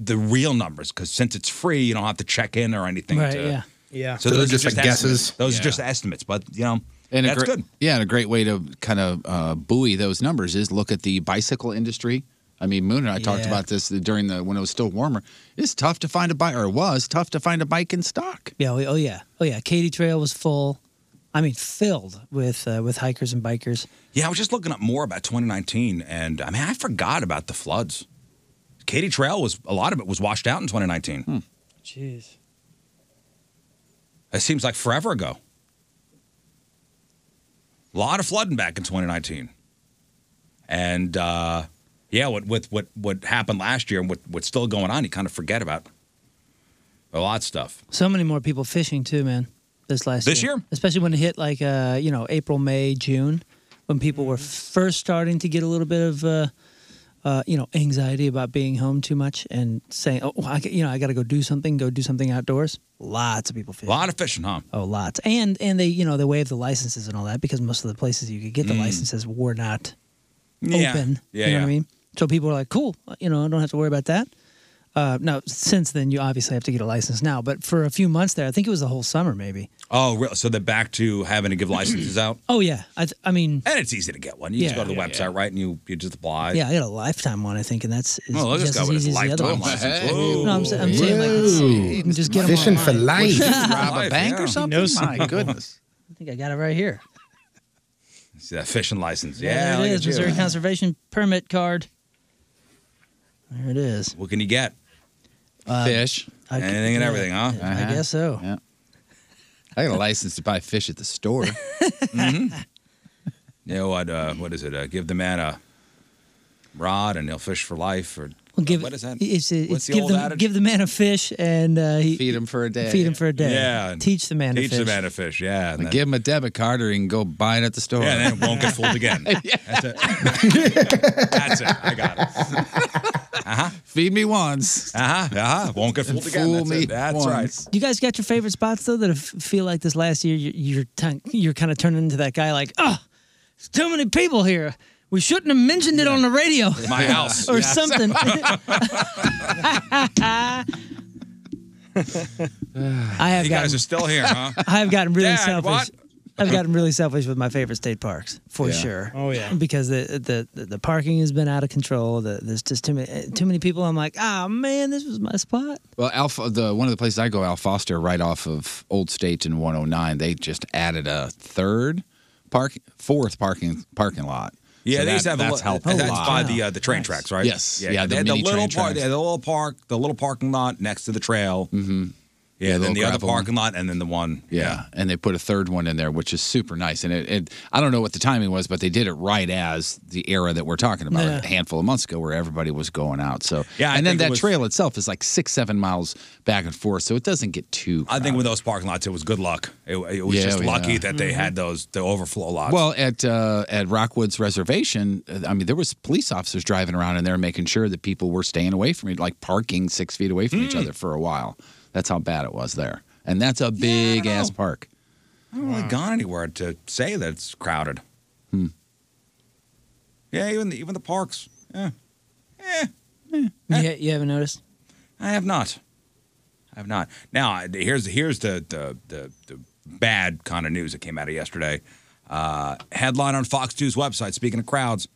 the real numbers because since it's free, you don't have to check in or anything.
Right.
to-
Yeah.
Yeah.
So
Those
those,
are just
are just
like
estimates.
guesses.
Those
Yeah.
are just estimates, but you know
And a
that's
great,
good.
Yeah, and a great way to kind of uh, buoy those numbers is look at the bicycle industry. I mean, Moon and I talked
Yeah.
about this during the when it was still warmer. It's tough to find a bike, or it was tough to find a bike in stock.
Yeah. We, oh yeah. Oh yeah. Katy Trail was full. I mean, filled with uh, with hikers and bikers.
Yeah, I was just looking up more about 2019, and I mean, I forgot about the floods. Katy Trail was a lot of it was washed out in 2019.
Hmm.
Jeez.
It seems like forever ago. A lot of flooding back in 2019. And uh, yeah, what, with what, what happened last year and what, what's still going on, you kind of forget about a lot of stuff.
So many more people fishing too, man. This last
This year?
especially when it hit like uh, you know April, May, June, when people were first starting to get a little bit of uh, uh, you know anxiety about being home too much and saying, oh, I, ca- you know, I got to go do something, go do something outdoors. Lots of people
A
fishing.
lot of fishing, huh?
Oh, lots. And and they you know they waived the licenses and all that because most of the places you could get the licenses were not
Mm. Yeah.
open.
Yeah,
you know
yeah.
what I mean? So people were like, cool, you know, I don't have to worry about that. Uh, now, since then, you obviously have to get a license now, but for a few months there, I think it was the whole summer, maybe.
Oh, real, so they're back to having to give licenses out.
Oh, yeah. I, th- I mean,
And it's easy to get one. You just
Yeah.
go to the
Yeah,
website,
yeah.
right? And you, you just apply.
yeah, I got a lifetime one, I think, and that's as,
Oh, look at this
just
guy
as
with
easy
his
as the other
lifetime
ones.
license.
Hey.
Whoa.
No, I'm, s- I'm saying, like, it's- you can just get 'em
Fishing for
online.
life.
Rob
Life,
a bank
yeah.
or something?
knows some
My goodness.
I think I got it right here.
See that fishing license.
Yeah,
Yeah,
there it
look
is.
at you.
Missouri Conservation Permit Card. There it is. Uh,
What can you get?
fish.
I c-
Anything and
yeah,
everything, huh?
I guess so.
Yeah. I got a license to buy fish at the store. Mm-hmm.
You know what? Uh, what is it? Uh, give the man a rod and he'll fish for life. Or
Well, give,
what is that?
It's, it's
What's the
give,
old
the,
adage?
give the man a fish and uh, he,
Feed him for a day.
Feed him for a day.
Yeah.
Teach the man
Teach
to fish.
the man to fish. Yeah. and
Like,
then-
give him a debit card or he can go buy it at the store.
yeah, then it won't get fooled again. That's it. Uh-huh. That's it. I got it.
Feed me once.
Uh huh. Uh huh. Won't get fooled again.
Fool
That's
me
it. That's
once.
You guys got your favorite spots though that have, feel like this last year you're you're, ton- you're kind of turning into that guy like oh, there's too many people here. We shouldn't have mentioned it on the radio
right. My house.
or something. I have
You guys are
gotten,
still here, huh?
I have gotten really
Dad,
selfish.
what?
I've gotten really selfish with my favorite state parks for
Yeah.
sure.
Oh, yeah.
because the, the the parking has been out of control. The, there's just too many too many people. I'm like, ah man, this was my spot.
Well, Alpha, the one of the places I go, Al Foster, right off of Old State and 109, they just added a third park, fourth parking parking lot.
Yeah,
So
they
that-
used to have
that's
a,
helped
that's
a lot.
by the uh, the train tracks, right?
Yes.
Yeah,
Yeah,
they
the
had the
mini
little
train
park, they
tracks.
had the little park, the little parking lot next to the trail. Mm-hmm. Yeah, then
little
the other
gravel.
parking lot, and then the one.
Yeah. and they put a third one in there, which is super nice. And it, it, I don't know what the timing was, but they did it right as the era that we're talking about,
Yeah.
a handful of months ago, where everybody was going out. So
Yeah, I
and then
think it
that
was-
trail itself is like six, seven miles back and forth, so it doesn't get too.
I think
crowded.
with those parking lots, it was good luck. It, it was
Yeah,
just
yeah.
lucky that they had those the overflow lots.
Well, at uh, at Rockwood's Reservation, uh, I mean, there was police officers driving around in there making sure that people were staying away from it, like parking six feet away from each
Hmm.
other for a while. That's how bad it was there, and that's a big ass park.
I
Oh,
haven't really gone anywhere to say that it's crowded.
Hmm.
Yeah, even the, even the parks. Yeah,
You, you haven't noticed?
I have not. I have not. Now I- here's here's the the the, the bad kind of news that came out of yesterday. Uh, headline on Fox News website. Speaking of crowds,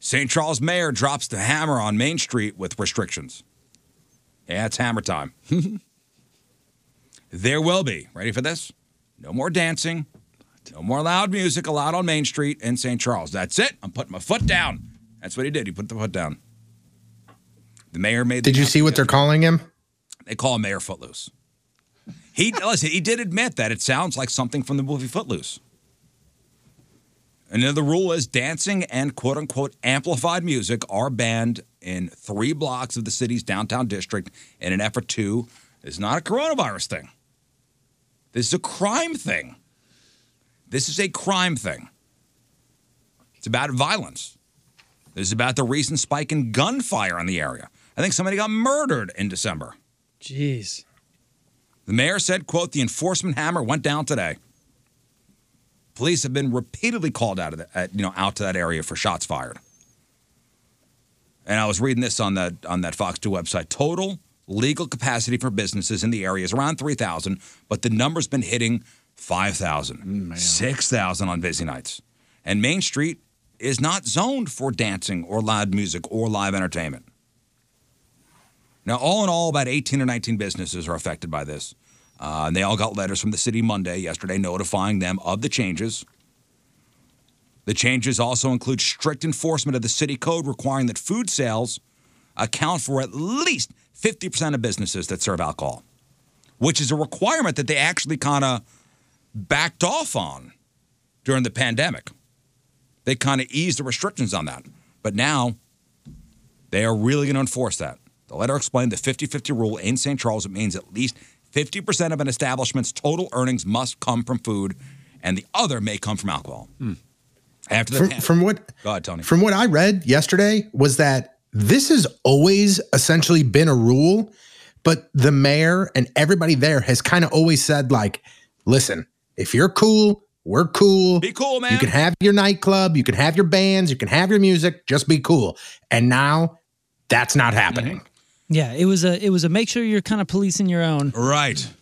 St. Charles mayor drops the hammer on Main Street with restrictions. Yeah, it's hammer time. there will be ready for this. No more dancing. No more loud music allowed on Main Street in St. Charles. That's it. I'm putting my foot down. That's what he did. He put the foot down. The mayor made. the
Did you see what they're calling him?
they call him Mayor Footloose. He listen, he did admit that it sounds like something from the movie Footloose. Another rule is dancing and quote unquote amplified music are banned in three blocks of the city's downtown district in an effort to this is not a coronavirus thing. This is a crime thing. This is a crime thing. It's about violence. This is about the recent spike in gunfire in the area. I think somebody got murdered in December.
Jeez.
The mayor said, quote, the enforcement hammer went down today. Police have been repeatedly called out of the, uh, you know, out to that area for shots fired. And I was reading this on that on that Fox 2 website. Total legal capacity for businesses in the area is around 3,000, but the number's been hitting 5,000, 6,000 on busy nights. And Main Street is not zoned for dancing or loud music or live entertainment. Now, all in all, about 18 or 19 businesses are affected by this. Uh, and they all got letters from the city Monday, yesterday, notifying them of the changes. The changes also include strict enforcement of the city code requiring that food sales account for at least 50% of businesses that serve alcohol, which is a requirement that they actually kind of backed off on during the pandemic. They kind of eased the restrictions on that. But now they are really going to enforce that. The letter explained the 50 50 rule in St. Charles. It means at least 50% of an establishment's total earnings must come from food, and the other may come from alcohol. After the
Hmm. From,
pan-
from what
Go ahead, Tony.
From what I read yesterday was that this has always essentially been a rule, but the mayor and everybody there has kind of always said like, "Listen, if you're cool, we're cool.
Be cool, man.
You can have your nightclub, you can have your bands, you can have your music. Just be cool." And now, that's not happening.
Yeah, it was a it was a make sure you're kind of policing your own. Uh,
right.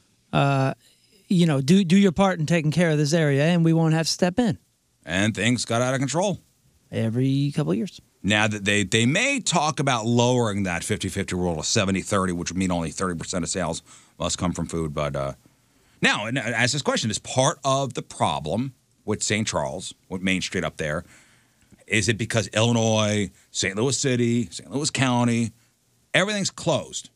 You know, do do your part in taking care of this area, and we won't have to step in
And things got out of control.
every couple of years.
Now that they, they may talk about lowering that 50 50 rule to 70 30, which would mean only 30% of sales must come from food. But uh, now, and I ask this question is part of the problem with St. Charles, with Main Street up there, is it because Illinois, St. Louis City, St. Louis County, everything's closed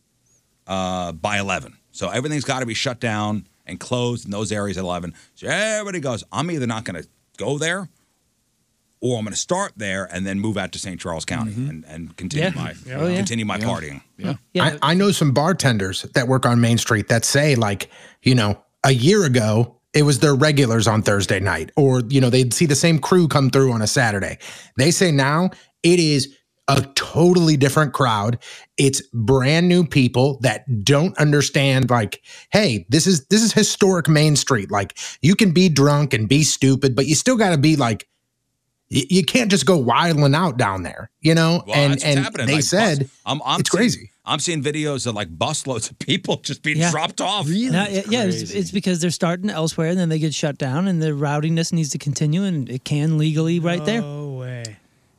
uh, by 11. So everything's got to be shut down and closed in those areas at 11. So everybody goes, I'm either not going to go there or I'm going to start there and then move out to St. Charles County and, and continue
Mm-hmm. Yeah.
my
Yeah. Oh, yeah.
continue my partying.
Yeah.
Yeah,
I, I know some bartenders that work on Main Street that say, like, you know, a year ago, it was their regulars on Thursday night, or, you know, they'd see the same crew come through on a Saturday. They say now it is a totally different crowd. It's brand new people that don't understand like, hey, this is this is historic Main Street. Like you can be drunk and be stupid, but you still got to be like y- you can't just go wilding out down there, you know?
Well,
and
that's what's
and
happening.
they
Like, bus-
said
I'm, I'm
it's
seeing-
crazy.
I'm seeing videos of like busloads of people just being
Yeah.
dropped off.
No, yeah, yeah, it's, it's because they're starting elsewhere and then they get shut down and the rowdiness needs to continue and it can legally right there.
No way.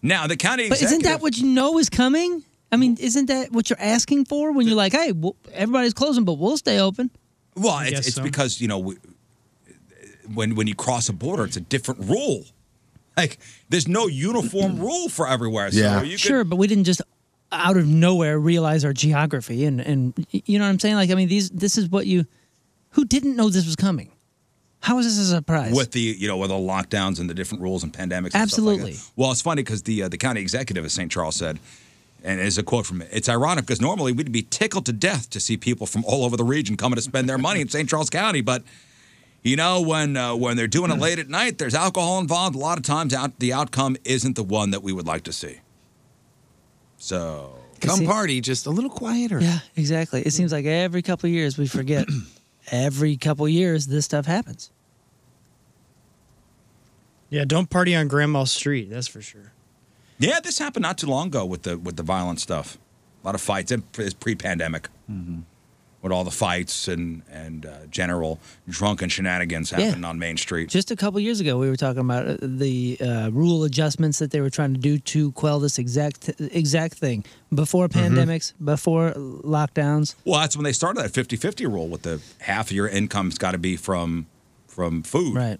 Now the county.
But isn't that
executive-
what you know is coming? I mean, isn't that what you're asking for when you're like, hey, well, everybody's closing, but we'll stay open?
Well, it's,
guess
it's
so.
because you know we, when when you cross a border, it's a different rule. Like there's no uniform rule for everywhere. So
Yeah.
you could-
Sure, but we didn't just out of nowhere realize our geography and and you know what I'm saying? Like, I mean, these this is what you who didn't know this was coming. How is this a surprise?
with the you know with the lockdowns and the different rules and pandemics. and stuff like
Absolutely.
that. well, it's funny because the uh, the county executive of St. Charles said, and it's a quote from it. It's ironic because normally we'd be tickled to death to see people from all over the region coming to spend their money in St. Charles County, but. You know when uh, when they're doing it late at night, there's alcohol involved. A lot of times, out the outcome isn't the one that we would like to see. So
See-
Come party, just a little quieter.
Yeah, exactly. It seems like every couple of years we forget. every couple of years this stuff happens.
Yeah, don't party on Grandma's Street. That's for sure.
Yeah, this happened not too long ago with the with the violent stuff. A lot of fights. and It's pre-pandemic.
Mm-hmm.
With all the fights and and uh, general drunken shenanigans happening on Main Street.
Just a couple of years ago, we were talking about uh, the uh, rule adjustments that they were trying to do to quell this exact exact thing before
Mm-hmm.
pandemics, before lockdowns.
well, that's when they started that 50-50 rule with the half of your income's got to be from from food.
Right.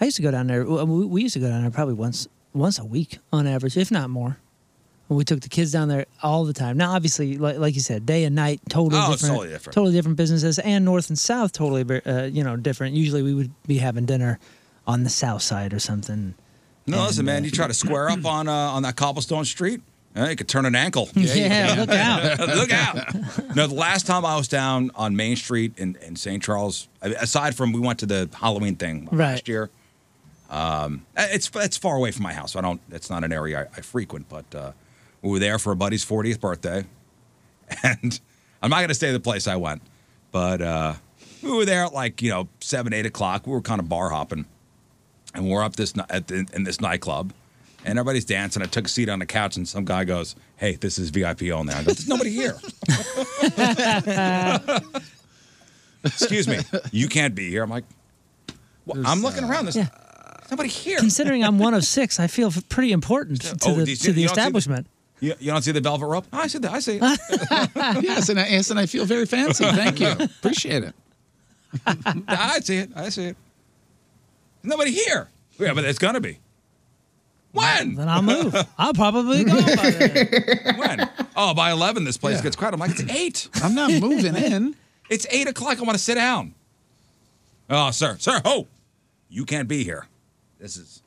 I used to go down there. w- We we used to go down there probably once once a week on average, if not more. And we took the kids down there all the time. Now, obviously, like, like you said, day and night, totally
Oh, it's totally
different,
different.
different businesses, and north and south, totally ver- uh, you know different. Usually, we would be having dinner on the south side or something.
No, listen, man, you try to square up on uh, on that cobblestone street, eh, you could turn an ankle.
yeah look out.
Look out. No, the last time I was down on Main Street in, in St. Charles, I- aside from we went to the Halloween thing
Right.
last year. Um, it's it's far away from my house. I don't. It's not an area I, I frequent. But uh, we were there for a buddy's 40th birthday, and I'm not going to say the place I went, but uh, we were there at like you know seven eight o'clock. We were kind of bar hopping, and we're up this ni- at the, in this nightclub, and everybody's dancing. I took a seat on the couch, and some guy goes, "Hey, this is VIP only." I go, "There's nobody here." Excuse me, you can't be here. I'm like, well, I'm looking
uh,
around. There's,
Yeah.
there's nobody here.
Considering I'm one of six, I feel f- pretty important to
Oh, do
the
you see-
to the
you don't see the-
establishment.
You, you don't see the velvet rope? I see that. I see it.
yes, and Ah, I, yes, and I feel very fancy. Thank you. Appreciate it.
I see it. I see it. Nobody here. Yeah, but it's gonna be. When?
Then I'll move. I'll probably go. By then.
When? Oh, by eleven, this place gets crowded. I'm like, it's eight.
I'm not moving in.
It's eight o'clock. I want to sit down. Oh, sir, sir. Oh, you can't be here. This is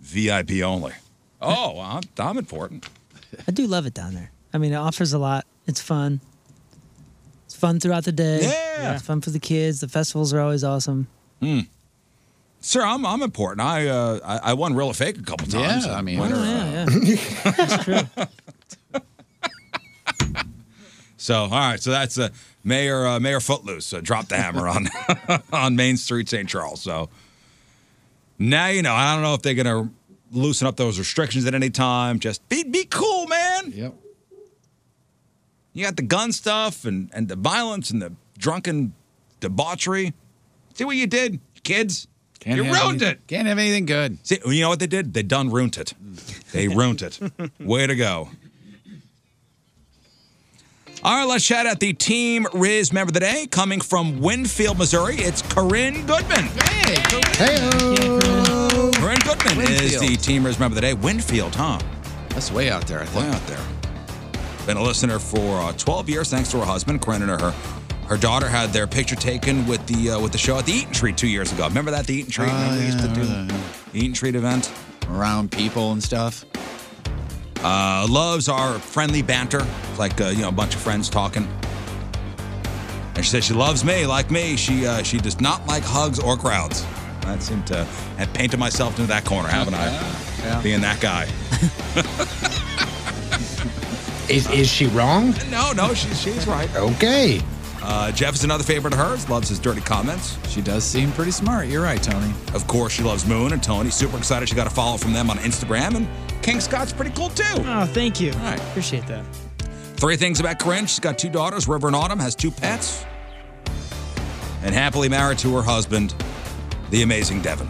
VIP only. Oh, I'm, I'm important.
I do love it down there. I mean, it offers a lot. It's fun. It's fun throughout the day.
Yeah.
It's fun for the kids. The festivals are always awesome.
Hmm. Sir, I'm I'm important. I uh I, I won real or fake a couple times.
Yeah, I mean,
Winner.
Oh,
Yeah, yeah. That's true.
So, all right. So that's uh, Mayor uh, Mayor Footloose uh, dropped the hammer on on Main Street, St. Charles. So now you know. I don't know if they're gonna loosen up those restrictions at any time. Just be be cool, man.
Yep.
You got the gun stuff and and the violence and the drunken debauchery. See what you did, kids.
Can't
you
have
ruined
any-
it.
Can't have anything good.
See, you know what they did? They done ruined it. They ruined it. Way to go. All right, let's shout out the Team Riz member of the day coming from Winfield, Missouri. It's Corinne Goodman.
Hey,
Corinne Goodman is the
Winfield.
Team Riz member of the day. Winfield, huh?
That's way out there. I think.
Way out there. Been a listener for uh, 12 years, thanks to her husband, Corinne and her. Her daughter had their picture taken with the uh, with the show at the Eat and Treat two years ago. Remember that the Eat and Treat?
Oh,
Remember we used to
yeah, I
do
remember
the Eat and Treat event.
Around people and stuff.
Uh, loves our friendly banter, It's like uh, you know, a bunch of friends talking. And she said she loves me, like me. She uh, she does not like hugs or crowds. I seem to have painted myself into that corner, haven't I?
Yeah.
Being that guy.
Is is she wrong?
No, no, she's she's right.
Okay.
Uh, Jeff is another favorite of hers. Loves his dirty comments.
She does seem pretty smart. You're right, Tony.
Of course, she loves Moon and Tony. Super excited she got a follow from them on Instagram. And King Scott's pretty cool too.
Oh, thank you.
right.
Appreciate that.
Three things about Corinne. She's got two daughters, River and Autumn, has two pets, and happily married to her husband, the amazing Devin.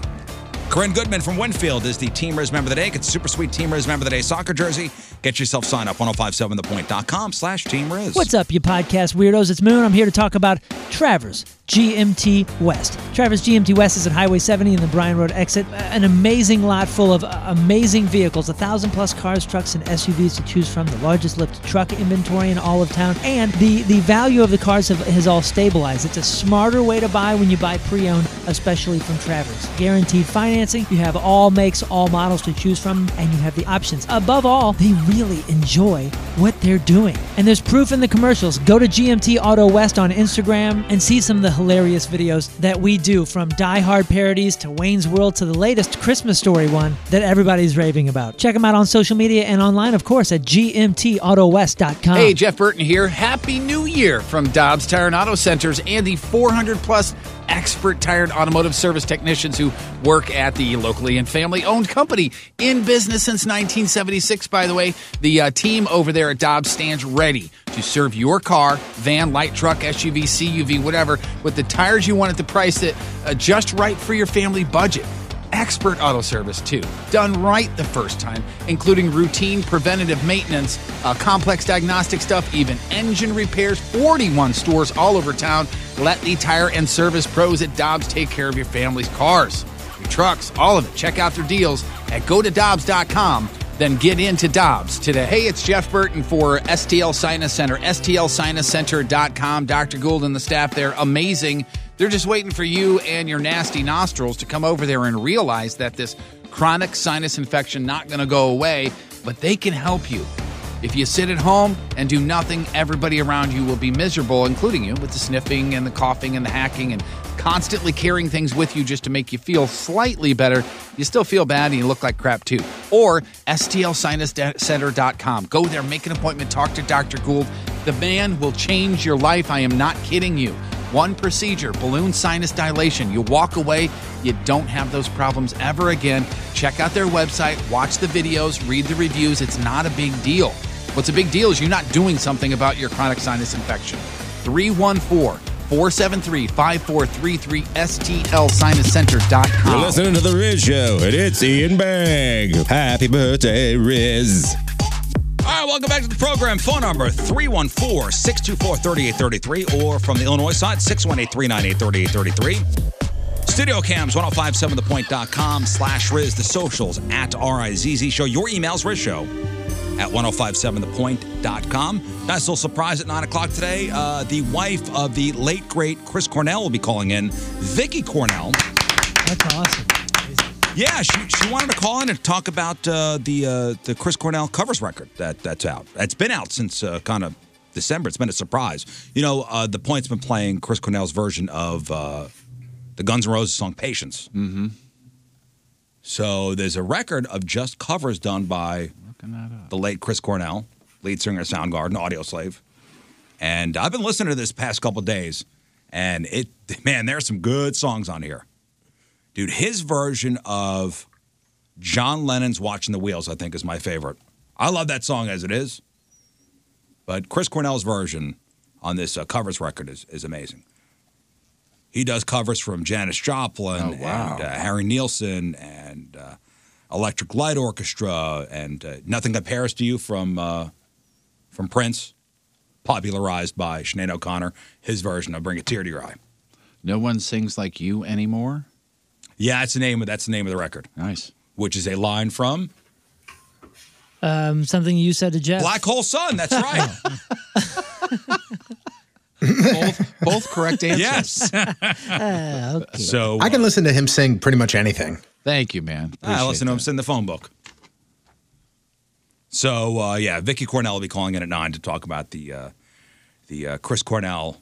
Corinne Goodman from Winfield is the Teamers Member of the Day. Get the super sweet Teamers Member of the Day soccer jersey. Get yourself signed up, 1057thepoint.com slash Team Riz.
What's up, you podcast weirdos? It's Moon. I'm here to talk about Travers GMT West. Travers GMT West is at Highway 70 and the Bryan Road exit. An amazing lot full of uh, amazing vehicles, a thousand plus cars, trucks, and SUVs to choose from. The largest lift truck inventory in all of town, and the the value of the cars have, has all stabilized. It's a smarter way to buy when you buy pre-owned, especially from Travers. Guaranteed financing. You have all makes, all models to choose from, and you have the options. Above all, they really enjoy what they're doing. And there's proof in the commercials. Go to GMT Auto West on Instagram and see some of the hilarious videos that we do from Die Hard parodies to Wayne's World to the latest Christmas story one that everybody's raving about. Check them out on social media and online, of course, at gmtautowest.com.
Hey, Jeff Burton here. Happy New Year from Dobbs Tire and Auto Centers and the 400 plus expert tire and automotive service technicians who work at the locally and family owned company in business since 1976. By the way, the uh, team over there at Dobbs stands ready to serve your car, van, light truck, SUV, CUV, whatever, with the tires you want at the price that uh, just right for your family budget expert auto service too, done right the first time, including routine preventative maintenance, uh, complex diagnostic stuff, even engine repairs. 41 stores all over town. Let the tire and service pros at Dobbs take care of your family's cars, your trucks, all of it. Check out their deals at gotodobbs.com. Then get into Dobbs today. Hey, it's Jeff Burton for STL Sinus Center, stlsinuscenter.com. Dr. Gould and the staff there, amazing. They're just waiting for you and your nasty nostrils to come over there and realize that this chronic sinus infection not going to go away, but they can help you. If you sit at home and do nothing, everybody around you will be miserable, including you, with the sniffing and the coughing and the hacking and constantly carrying things with you just to make you feel slightly better. You still feel bad and you look like crap too. Or stlsinuscenter.com. Go there, make an appointment, talk to Dr. Gould. The man will change your life. I am not kidding you. One procedure, balloon sinus dilation. You walk away, you don't have those problems ever again. Check out their website, watch the videos, read the reviews. It's not a big deal. What's a big deal is you're not doing something about your chronic sinus infection. 314 473 5433 STLSinusCenter.com.
You're listening to The Riz Show, and it's Ian Bang. Happy birthday, Riz.
All right, welcome back to the program. Phone number 314 624 3833 or from the Illinois side 618 398 3833. Studio cams 1057thepoint.com slash Riz. The socials at RIZZ Show. Your emails, Riz Show at 1057thepoint.com. Nice little surprise at 9 o'clock today. Uh, the wife of the late, great Chris Cornell will be calling in, Vicky Cornell.
That's awesome.
Yeah, she, she wanted to call in and talk about uh, the uh, the Chris Cornell covers record that that's out. That's been out since uh, kind of December. It's been a surprise. You know, uh, the point's been playing Chris Cornell's version of uh, the Guns N' Roses song "Patience." Mm-hmm. So there's a record of just covers done by the late Chris Cornell, lead singer of Soundgarden, Audio Slave. And I've been listening to this past couple days, and it man, there's some good songs on here dude his version of john lennon's watching the wheels i think is my favorite i love that song as it is but chris cornell's version on this uh, covers record is, is amazing he does covers from janis joplin and uh, harry Nilsson and uh, electric light orchestra and uh, nothing compares to you from uh, from prince popularized by Sinead o'connor his version of bring a tear to your eye
No one sings like you anymore.
yeah that's the name of that's the name of the record
Nice.
which is a line from
Um, something you said to Jeff.
Black Hole Sun. That's right.
Both, both correct answers.
yes. So
I can listen to him sing pretty much anything.
Thank you,
I
man. Appreciate
Ah, listen to him send the phone book. So uh, yeah, Vicky Cornell will be calling in at nine to talk about the uh, the uh, Chris Cornell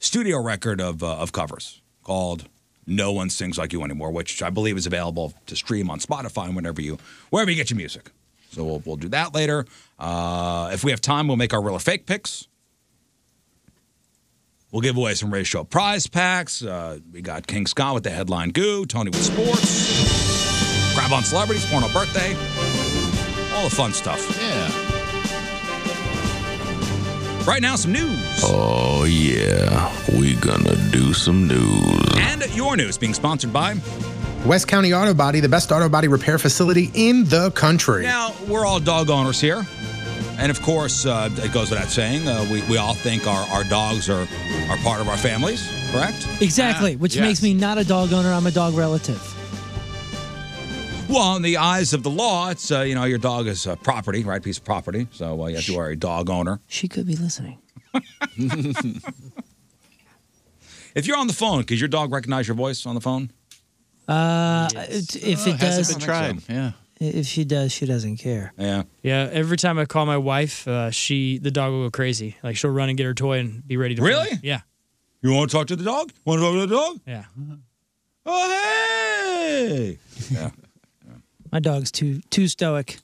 studio record of uh, of covers called "No One Sings Like You Anymore," which I believe is available to stream on Spotify and whenever you wherever you get your music. So we'll, we'll do that later. Uh, if we have time, we'll make our real or fake picks. We'll give away some race show prize packs. Uh, we got King Scott with the headline goo, Tony with sports, crab on celebrities, porno birthday, all the fun stuff.
Yeah.
Right now, some news.
Oh, yeah. We gonna do some news.
And your news being sponsored by.
West County Auto Body, the best auto body repair facility in the country.
Now, we're all dog owners here. And of course, uh, it goes without saying, uh, we, we all think our, our dogs are, are part of our families, correct?
Exactly,
Ah,
which
yes.
makes me not a dog owner. I'm a dog relative.
Well, in the eyes of the law, it's, uh, you know, your dog is uh, property, right? Piece of property. So uh, you have to are a dog owner.
She could be listening.
If you're on the phone, could your dog recognize your voice on the phone?
Uh, It- If it
Hasn't
does,
been tried. Yeah.
if she does, she doesn't care.
Yeah.
Yeah, every time I call my wife, uh, she the dog will go crazy. Like she'll run and get her toy and be ready to play.
Really?
Yeah,
You want to talk to the dog? Want to talk to the dog?
yeah.
Oh, hey! Yeah.
My dog's too too stoic.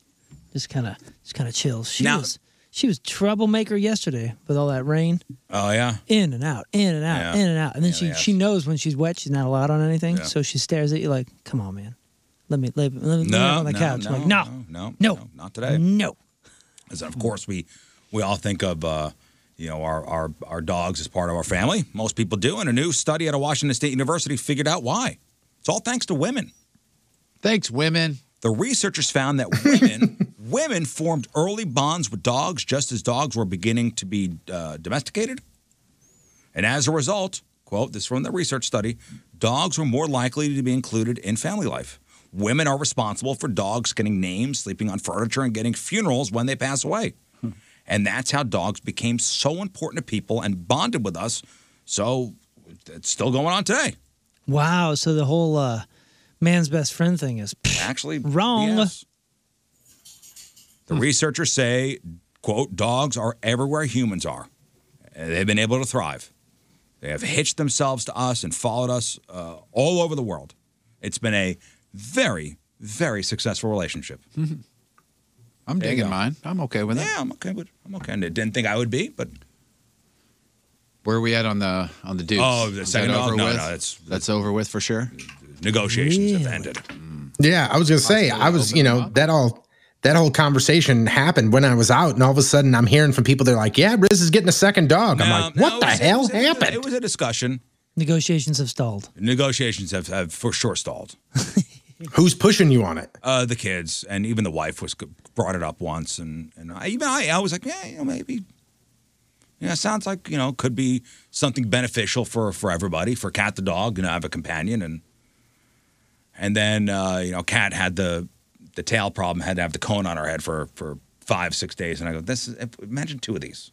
Just kind of just kind of chills. She
Now-
was she was troublemaker yesterday with all that rain.
Oh, yeah?
in and out, in and out,
Yeah.
in and out. And then
Yeah, they
she
ask.
she knows when she's wet, she's not allowed on anything.
Yeah.
So she stares at you like, "Come on, man, let me let me, let me, let me
No,
on the
no,
couch."
No,
I'm like, no,
no,
no,
not today.
no.
As of course, we we all think of uh, you know our, our our dogs as part of our family. Most people do, and a new study at a Washington State University figured out why. It's all thanks to women.
Thanks, women.
The researchers found that women women formed early bonds with dogs just as dogs were beginning to be uh, domesticated, and as a result, quote this is from the research study, dogs were more likely to be included in family life. Women are responsible for dogs getting names, sleeping on furniture, and getting funerals when they pass away. And that's how dogs became so important to people and bonded with us. So it's still going on today.
Wow. So the whole uh, man's best friend thing is
Actually,
Wrong.
BS. The researchers say, quote, dogs are everywhere humans are. And They've been able to thrive. They have hitched themselves to us and followed us uh, all over the world. It's been a very, very successful relationship.
I'm
There you
digging
go.
mine. I'm okay with
Yeah,
it.
I'm okay with I'm okay. And I didn't think I would be, but
Where are we at on the on the dudes?
Oh, the
Is
second
that
dog?
over
No,
with?
no, it's-
that's over with for sure.
negotiations have
Really?
ended.
Yeah, I was gonna say, I was, you know, that all that whole conversation happened when I was out, and all of a sudden I'm hearing from people they're like, Yeah, Riz is getting a second dog. I'm
No,
like,
um, no,
What
it
the
was- it
hell
was a-
happened?
It was a discussion.
negotiations have stalled.
Negotiations have, have for sure stalled.
Who's pushing you on it?
Uh, the kids and even the wife was brought it up once, and and I, even I, I was like, yeah, you know, maybe. Yeah, it sounds like you know could be something beneficial for for everybody. For Cat the dog, you know, have a companion, and and then uh, you know, Cat had the the tail problem, had to have the cone on her head for for five six days, and I go, this is imagine two of these.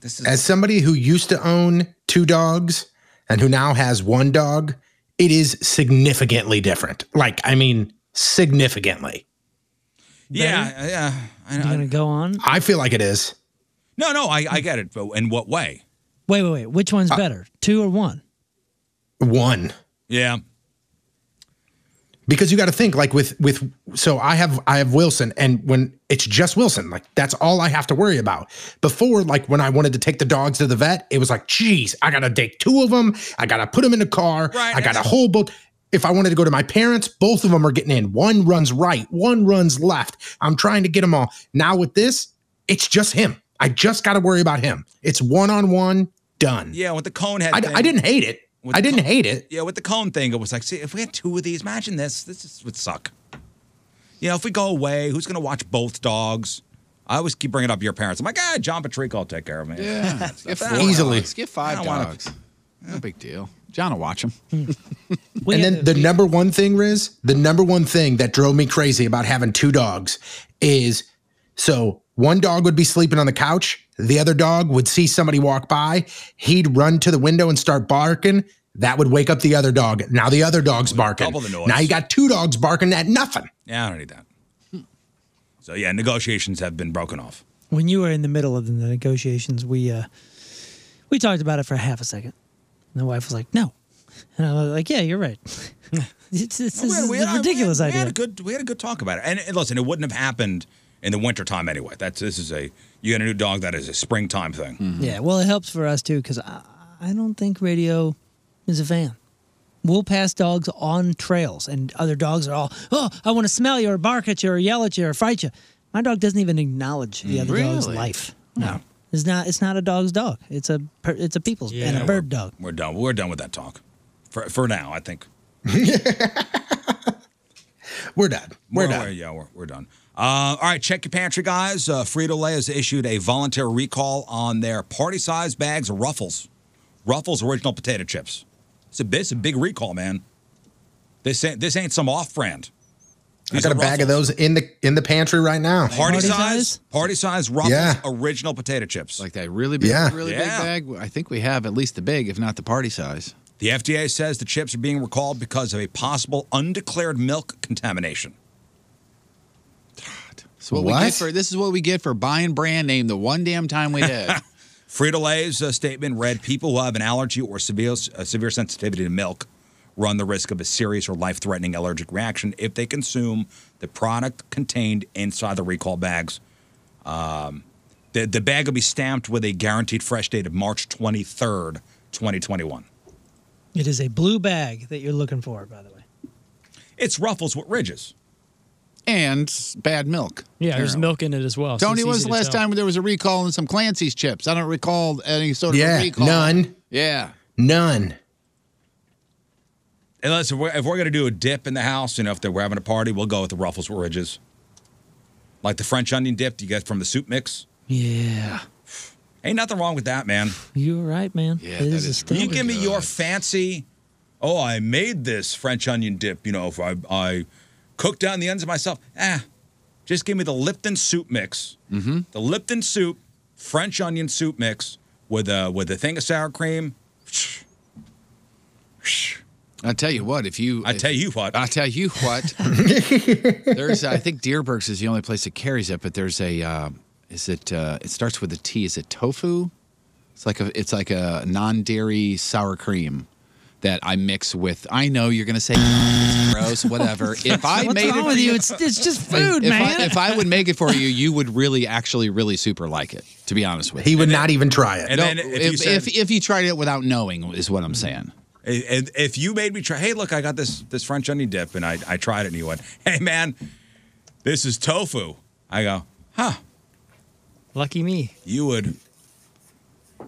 This is
As somebody who used to own two dogs and who now has one dog, it is significantly different. Like, I mean, significantly.
yeah yeah. I,
You
I,
gonna go on?
I feel like it is.
no no, I, I get it, but in what way?
Wait, wait, wait. Which one's better, two or one?
One.
Yeah,
because you got to think like with with so i have i have wilson and when it's just wilson like that's all i have to worry about before like when i wanted to take the dogs to the vet it was like geez i gotta take two of them i gotta put them in the car
Right,
i got a
and-
whole book if i wanted to go to my parents both of them are getting in one runs right one runs left i'm trying to get them all now with this it's just him i just gotta worry about him it's one-on-one done
yeah. With the cone head,
I,
thing.
I didn't hate it
With
i
the
didn't
co-
hate it
Yeah, with the cone thing, it was like, see, if we had two of these, imagine this. This is, would suck. You know, if we go away, who's going to watch both dogs? I always keep bringing up your parents. I'm like, ah, John Patrico will take care of me.
Yeah, get four
Easily.
dogs. Get five
I don't wanna-
dogs. No big deal. John will watch them.
We
and
have
then the
to-
number one thing, Riz, the number one thing that drove me crazy about having two dogs is so one dog would be sleeping on the couch, the other dog would see somebody walk by, he'd run to the window and start barking. That would wake up the other dog. Now the other dog's barking.
double the noise.
Now you got two dogs barking at nothing.
Yeah, I don't need that.
Hmm.
So, yeah, negotiations have been broken off.
when you were in the middle of the negotiations, we uh, we talked about it for half a second, and the wife was like, "No, And I was like, yeah, you're right. it's, it's, this is
We had-
a
we had-
ridiculous
we had,
idea.
a good we had a good talk about it. And, and listen, it wouldn't have happened in the wintertime anyway. That's this is a you get a new dog that is a springtime thing.
Mm-hmm.
Yeah, well, it helps for us too because I, I don't think radio is a fan. We'll pass dogs on trails, and other dogs are all, oh, I want to smell you or bark at you or yell at you or fight you. My dog doesn't even acknowledge the other dog's
Really?
life. No, it's not. It's not a dog's dog. It's a per, it's a people's and a bird dog.
We're done. We're done with that talk for for now. I think.
We're done. We're done.
yeah, we're, we're done. Uh, all right, check your pantry, guys. Uh, Frito Lay has issued a voluntary recall on their party size bags of Ruffles, Ruffles original potato chips. It's a bit, it's a big recall, man. This ain't this ain't some off brand.
I got a bag of those in the in the pantry right now.
Party,
Party
size,
size?
party size Ruffles
Yeah.
original potato chips.
Like that really big,
Yeah.
really
Yeah.
big bag. I think we have at least the big, if not the party size.
The FDA says the chips are being recalled because of a possible undeclared milk contamination.
So what,
What?
we get for this is what we get for buying brand name the one damn time we did.
Frito Lay's uh, statement read People who have an allergy or severe, uh, severe sensitivity to milk run the risk of a serious or life threatening allergic reaction if they consume the product contained inside the recall bags. Um, the, the bag will be stamped with a guaranteed fresh date of March 23rd, 2021.
It is a blue bag that you're looking for, by the way.
It's Ruffles with Ridges.
and bad milk.
Yeah, there's
apparently.
milk in it as well. so
Tony,
it's
when was
easy
the
to
last
tell.
time there was a recall on some Clancy's chips? I don't recall any sort of
Yeah,
recall.
none.
Yeah.
None.
Unless if we're, if we're going to do a dip in the house, you know, if they- we're having a party, we'll go with the Ruffles with Ridges. Like the French onion dip you get from the soup mix.
Yeah,
Ain't nothing wrong with that, man.
you're right, man.
Yeah,
it
that
is a
is
staple.
you give me your fancy. Oh, I made this French onion dip. You know, if I I cooked down the ends of myself. Ah, just give me the Lipton soup mix. Mm-hmm. The Lipton soup, French onion soup mix with a with a thing of sour cream.
I tell you what, if you
I tell you what,
I tell you what. there's I think Deerberg's is the only place that carries it, but there's a uh, is it uh, it starts with a T, is it tofu? It's like a it's like a non-dairy sour cream that I mix with I know you're gonna say it's gross, whatever. If I
What's
made
wrong
it
with
for
you? It's it's just food,
if
man.
I, if I would make it for you, you would really, actually, really super like it. To be honest with you,
He would not even try it.
and
No,
then if, you
if,
said,
if, if you tried it without knowing, is
Mm-hmm.
what I'm saying.
and if you made me try, hey, look, I got this this French onion dip, and I I tried it, and you went, hey, man, this is tofu. I go, huh?
Lucky me.
You would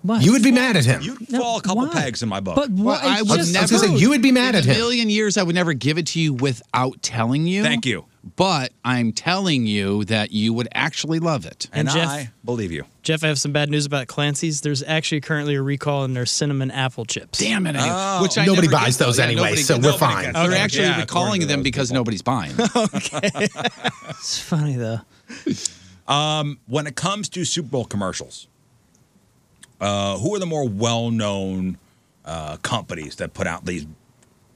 What?
You would be mad at him.
you'd
No,
fall a couple
why?
pegs in my book.
But what?
I
it's
would
just
I was gonna say
food.
you would be mad at
a
him.
million years, I would never give it to you without telling you.
Thank you.
But I'm telling you that you would actually love it.
and
And Jeff-
I believe you.
Jeff, I have some bad news about Clancy's. There's actually currently a recall on their cinnamon apple chips.
Damn it! I- which I
Nobody
never get
buys
though.
those
Yeah,
anyway,
nobody
so
gets
we're
Oh. those.
fine.
They're
Okay.
actually
Yeah, according
recalling
to
them
those
because
people.
nobody's buying.
It's funny though.
Um, when it comes to Super Bowl commercials, uh, who are the more well-known uh, companies that put out these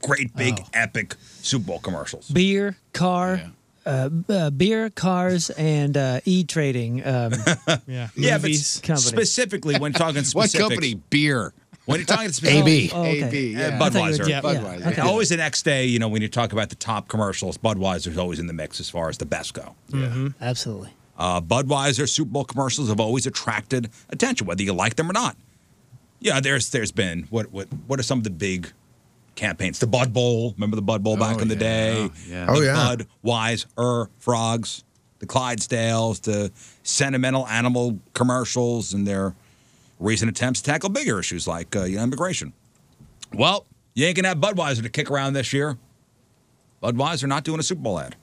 great, big,
Oh.
epic Super Bowl commercials?
beer, car, uh, uh, beer, cars, and uh, e trading. Um,
Yeah.
yeah, but
Movies.
s-
company.
specifically when talking
What
specifics,
company? Beer.
When you're talking specifics,
AB.
oh, okay.
AB.
Uh,
Yeah.
I thought you
Budweiser.
would- yeah,
Budweiser.
yeah, okay.
Always the next day, you know, when you talk about the top commercials, Budweiser's always in the mix as far as the best go.
Mm-hmm. Absolutely.
Uh, Budweiser Super Bowl commercials have always attracted attention, whether you like them or not. Yeah, there's there's been what what what are some of the big campaigns? The Bud Bowl, remember the Bud Bowl back
Oh,
in the
yeah.
day?
Yeah.
Oh,
the
yeah.
Budweiser frogs, the Clydesdales, the sentimental animal commercials, and their recent attempts to tackle bigger issues like uh, you know, immigration. Well, you ain't gonna have Budweiser to kick around this year. Budweiser not doing a Super Bowl ad.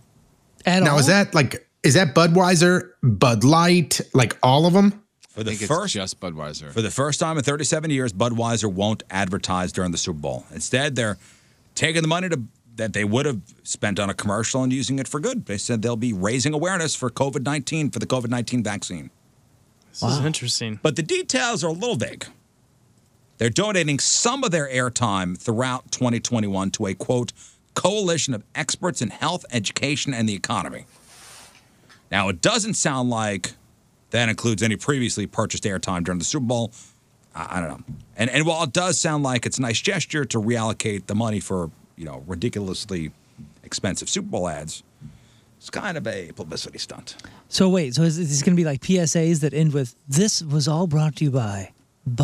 At
Now
all?
is that like is that Budweiser, Bud Light, like all of them?
For
I
the
think
first
it's just Budweiser.
For the first time in 37 years, Budweiser won't advertise during the Super Bowl. Instead, they're taking the money to, that they would have spent on a commercial and using it for good. They said they'll be raising awareness for COVID 19 for the COVID 19 vaccine.
This is interesting.
But the details are a little vague. They're donating some of their airtime throughout 2021 to a quote coalition of experts in health, education, and the economy. Now, it doesn't sound like that includes any previously purchased airtime during the Super Bowl, I, I don't know. And and while it does sound like it's a nice gesture to reallocate the money for you know ridiculously expensive Super Bowl ads, it's kind of a publicity stunt.
So wait, so is is this going to be like PSAs that end with "This was all brought to you by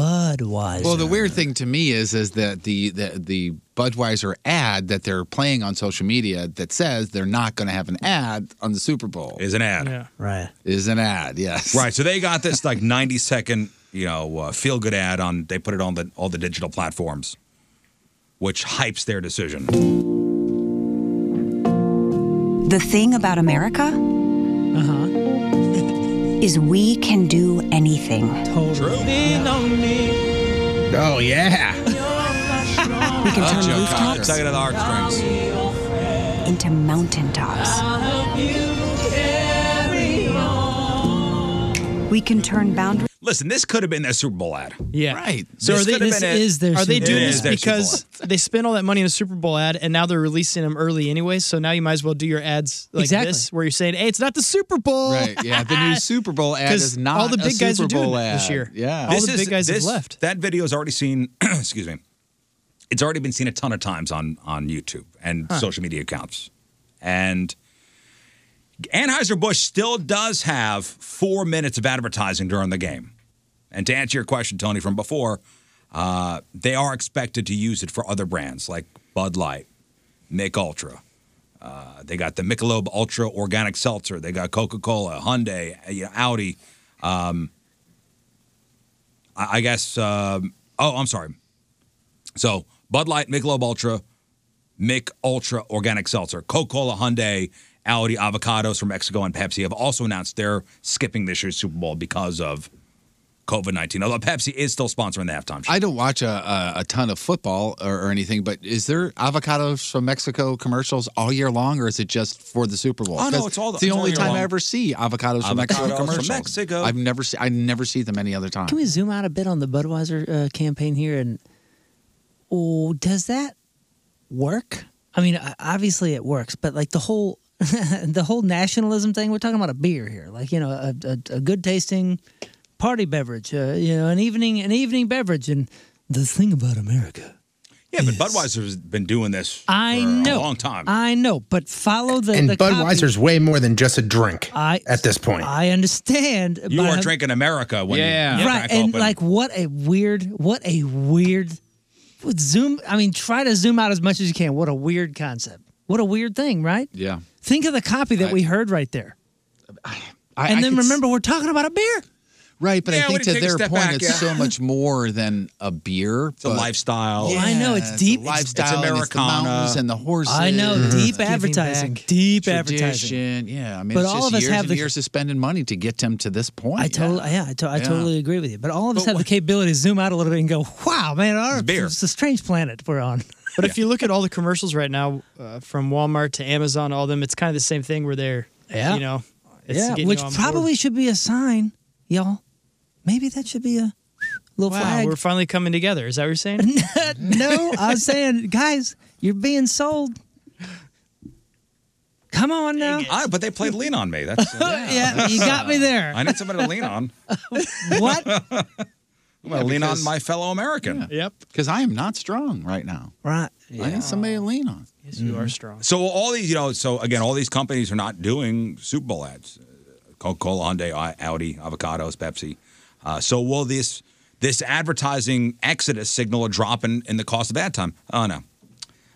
Budweiser"?
Well, the weird thing to me is is that the the, the Budweiser ad that they're playing on social media that says they're not going to have an ad on the Super Bowl
Is an ad.
right.
is an ad. Yes,
Right. So they got this like 90 second, you know, uh, feel good ad on. They put it on the all the digital platforms, which hypes their decision.
The thing about America is we can do anything.
Oh yeah.
We
Oh,
can turn
Joe Cocker,
rooftops
second of the heart strings.
into mountaintops. We can turn boundaries.
Listen, this could have been their Super Bowl ad.
Yeah.
Right.
So
This
are they?
could've
This
been it.
is their. Are they
Super
doing
Bowl.
this
It is their Super
because they spent all that money in a Super Bowl ad, and now they're releasing them early anyway? So now you might as well do your ads like
Exactly.
this, where you're saying, "Hey, it's not the Super Bowl."
Right. Yeah. The new Super Bowl ad
'Cause
is not
all the
a
big guys
Super
are doing
Bowl
it this
ad.
year.
Yeah.
All the big guys have left.
That video's already seen. excuse me. It's already been seen a ton of times on on YouTube and social media accounts, and Anheuser Busch still does have four minutes of advertising during the game. And to answer your question, Tony, from before, uh, they are expected to use it for other brands like Bud Light, Mick Ultra. Uh, they got the Michelob Ultra Organic Seltzer. They got Coca Cola, Hyundai, uh, you know, Audi. Um, I, I guess. Um, oh, I'm sorry. So Bud Light, Michelob Ultra, Mick Ultra Organic Seltzer, Coca-Cola, Hyundai, Audi, avocados from Mexico, and Pepsi have also announced they're skipping this year's Super Bowl because of COVID nineteen. Although Pepsi is still sponsoring the halftime show.
I don't watch a, a, a ton of football or, or anything, but is there avocados from Mexico commercials all year long, or is it just for the Super Bowl?
Oh, no,
'Cause
it's all the-
it's the
it's all
only
year
time
long.
I ever see avocados,
Avocados
from Mexico
from
commercials.
Mexico.
I've never see, I never see them any other time.
Can we zoom out a bit on the Budweiser uh, campaign here? And oh, does that work? I mean, o- obviously it works, but like the whole the whole nationalism thing. We're talking about a beer here, like you know, a, a, a good tasting party beverage, uh, you know, an evening an evening beverage. And the thing about America,
yeah, but Budweiser's been doing this
I
for
know,
a long time.
I know, but follow the
And
the copy.
Budweiser's way more than just a drink
I-
at this point.
I understand.
you
but
are
I'm-
drinking America when
uh, Yeah.
you
right
crack
and
open.
like what a weird what a weird with zoom i mean try to zoom out as much as you can what a weird concept what a weird thing right
Yeah.
think of the copy that we heard right there
I,
and
I
then
could s-
remember we're talking about a beer
right? But
Yeah,
I
when
think
you
to
take a
their
step
point,
back,
it's
yeah.
so much more than a beer.
it's a lifestyle.
I know, it's deep,
The
it's- it's
lifestyle, and it's the
Americana.
mountains and the horses. Mm-hmm.
i know deep
Giving
advertising
back.
deep advertising
tradition. Yeah, I mean,
But
it's
all
just
of us
years
have
and
the-
years of spending money to get them to this point.
I totally, yeah, I, to- I
Yeah.
totally agree with you. But all of us have the capability to zoom out a little bit and go, "Wow, man, our,
It's beer.
it's a strange planet we're on."
But if you look at all the commercials right now, uh, from Walmart to Amazon, all of them, it's kind of the same thing where they're,
Yeah.
you know, it's
yeah,
getting
which
you on board.
probably should be a sign, y'all. Maybe that should be a little
Wow,
flag.
we're finally coming together. Is that what you're saying?
no, I was saying, guys, you're being sold. Come on now.
I, but they played Lean on Me. That's yeah.
Yeah, you got me there.
I need somebody to lean on.
What?
I'm gonna lean on my fellow American.
yep.
because I am not strong right now.
Right.
I need somebody to lean on.
Yes, you
Mm-hmm.
are strong.
So all these, you know, so again, all these companies are not doing Super Bowl ads. Coca-Cola, Hyundai, I- Audi, avocados, Pepsi. Uh, so will this this advertising exodus signal a drop in, in the cost of ad time? Oh no,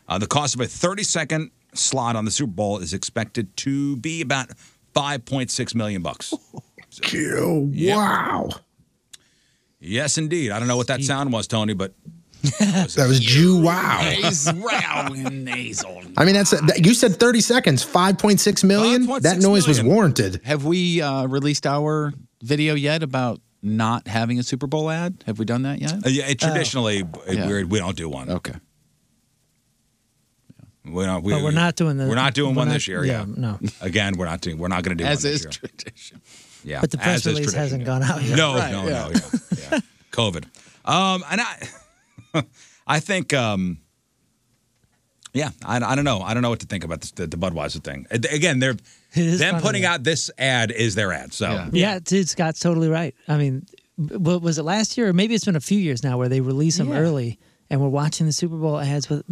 uh, the cost of a 30 second slot on the Super Bowl is expected to be about 5.6 million bucks.
Oh, wow.
yes, indeed. I don't know what that sound was, Tony, but
That was Jew wow. I mean, that's that, you said 30 seconds, 5.6 million.
5.6
that noise was
million.
warranted.
Have we uh, released our video yet about not having a Super Bowl ad? Have we done that yet?
uh, yeah, it, traditionally it-
Oh. Yeah.
we're, we don't do one.
Okay.
We don't, we,
But we're not doing the.
We're not doing
we're
one
not-
this year. Yeah.
No.
Again, we're not doing. We're not going to do
As
one this
is
year.
tradition.
Yeah,
But the press
as is
release
tradition,
hasn't
yeah.
gone out yet.
No, no, no, yeah, yeah. COVID. Um, and I, I think, um, yeah, I, I don't know, I don't know what to think about this, the, the Budweiser thing. A- Again, they're
It is
them
funny,
putting
though.
out this ad is their ad. So
Yeah.
Yeah, dude, Scott's totally right. I mean, what was it last year or maybe it's been a few years now where they release them
Yeah.
early and we're watching the Super Bowl ads with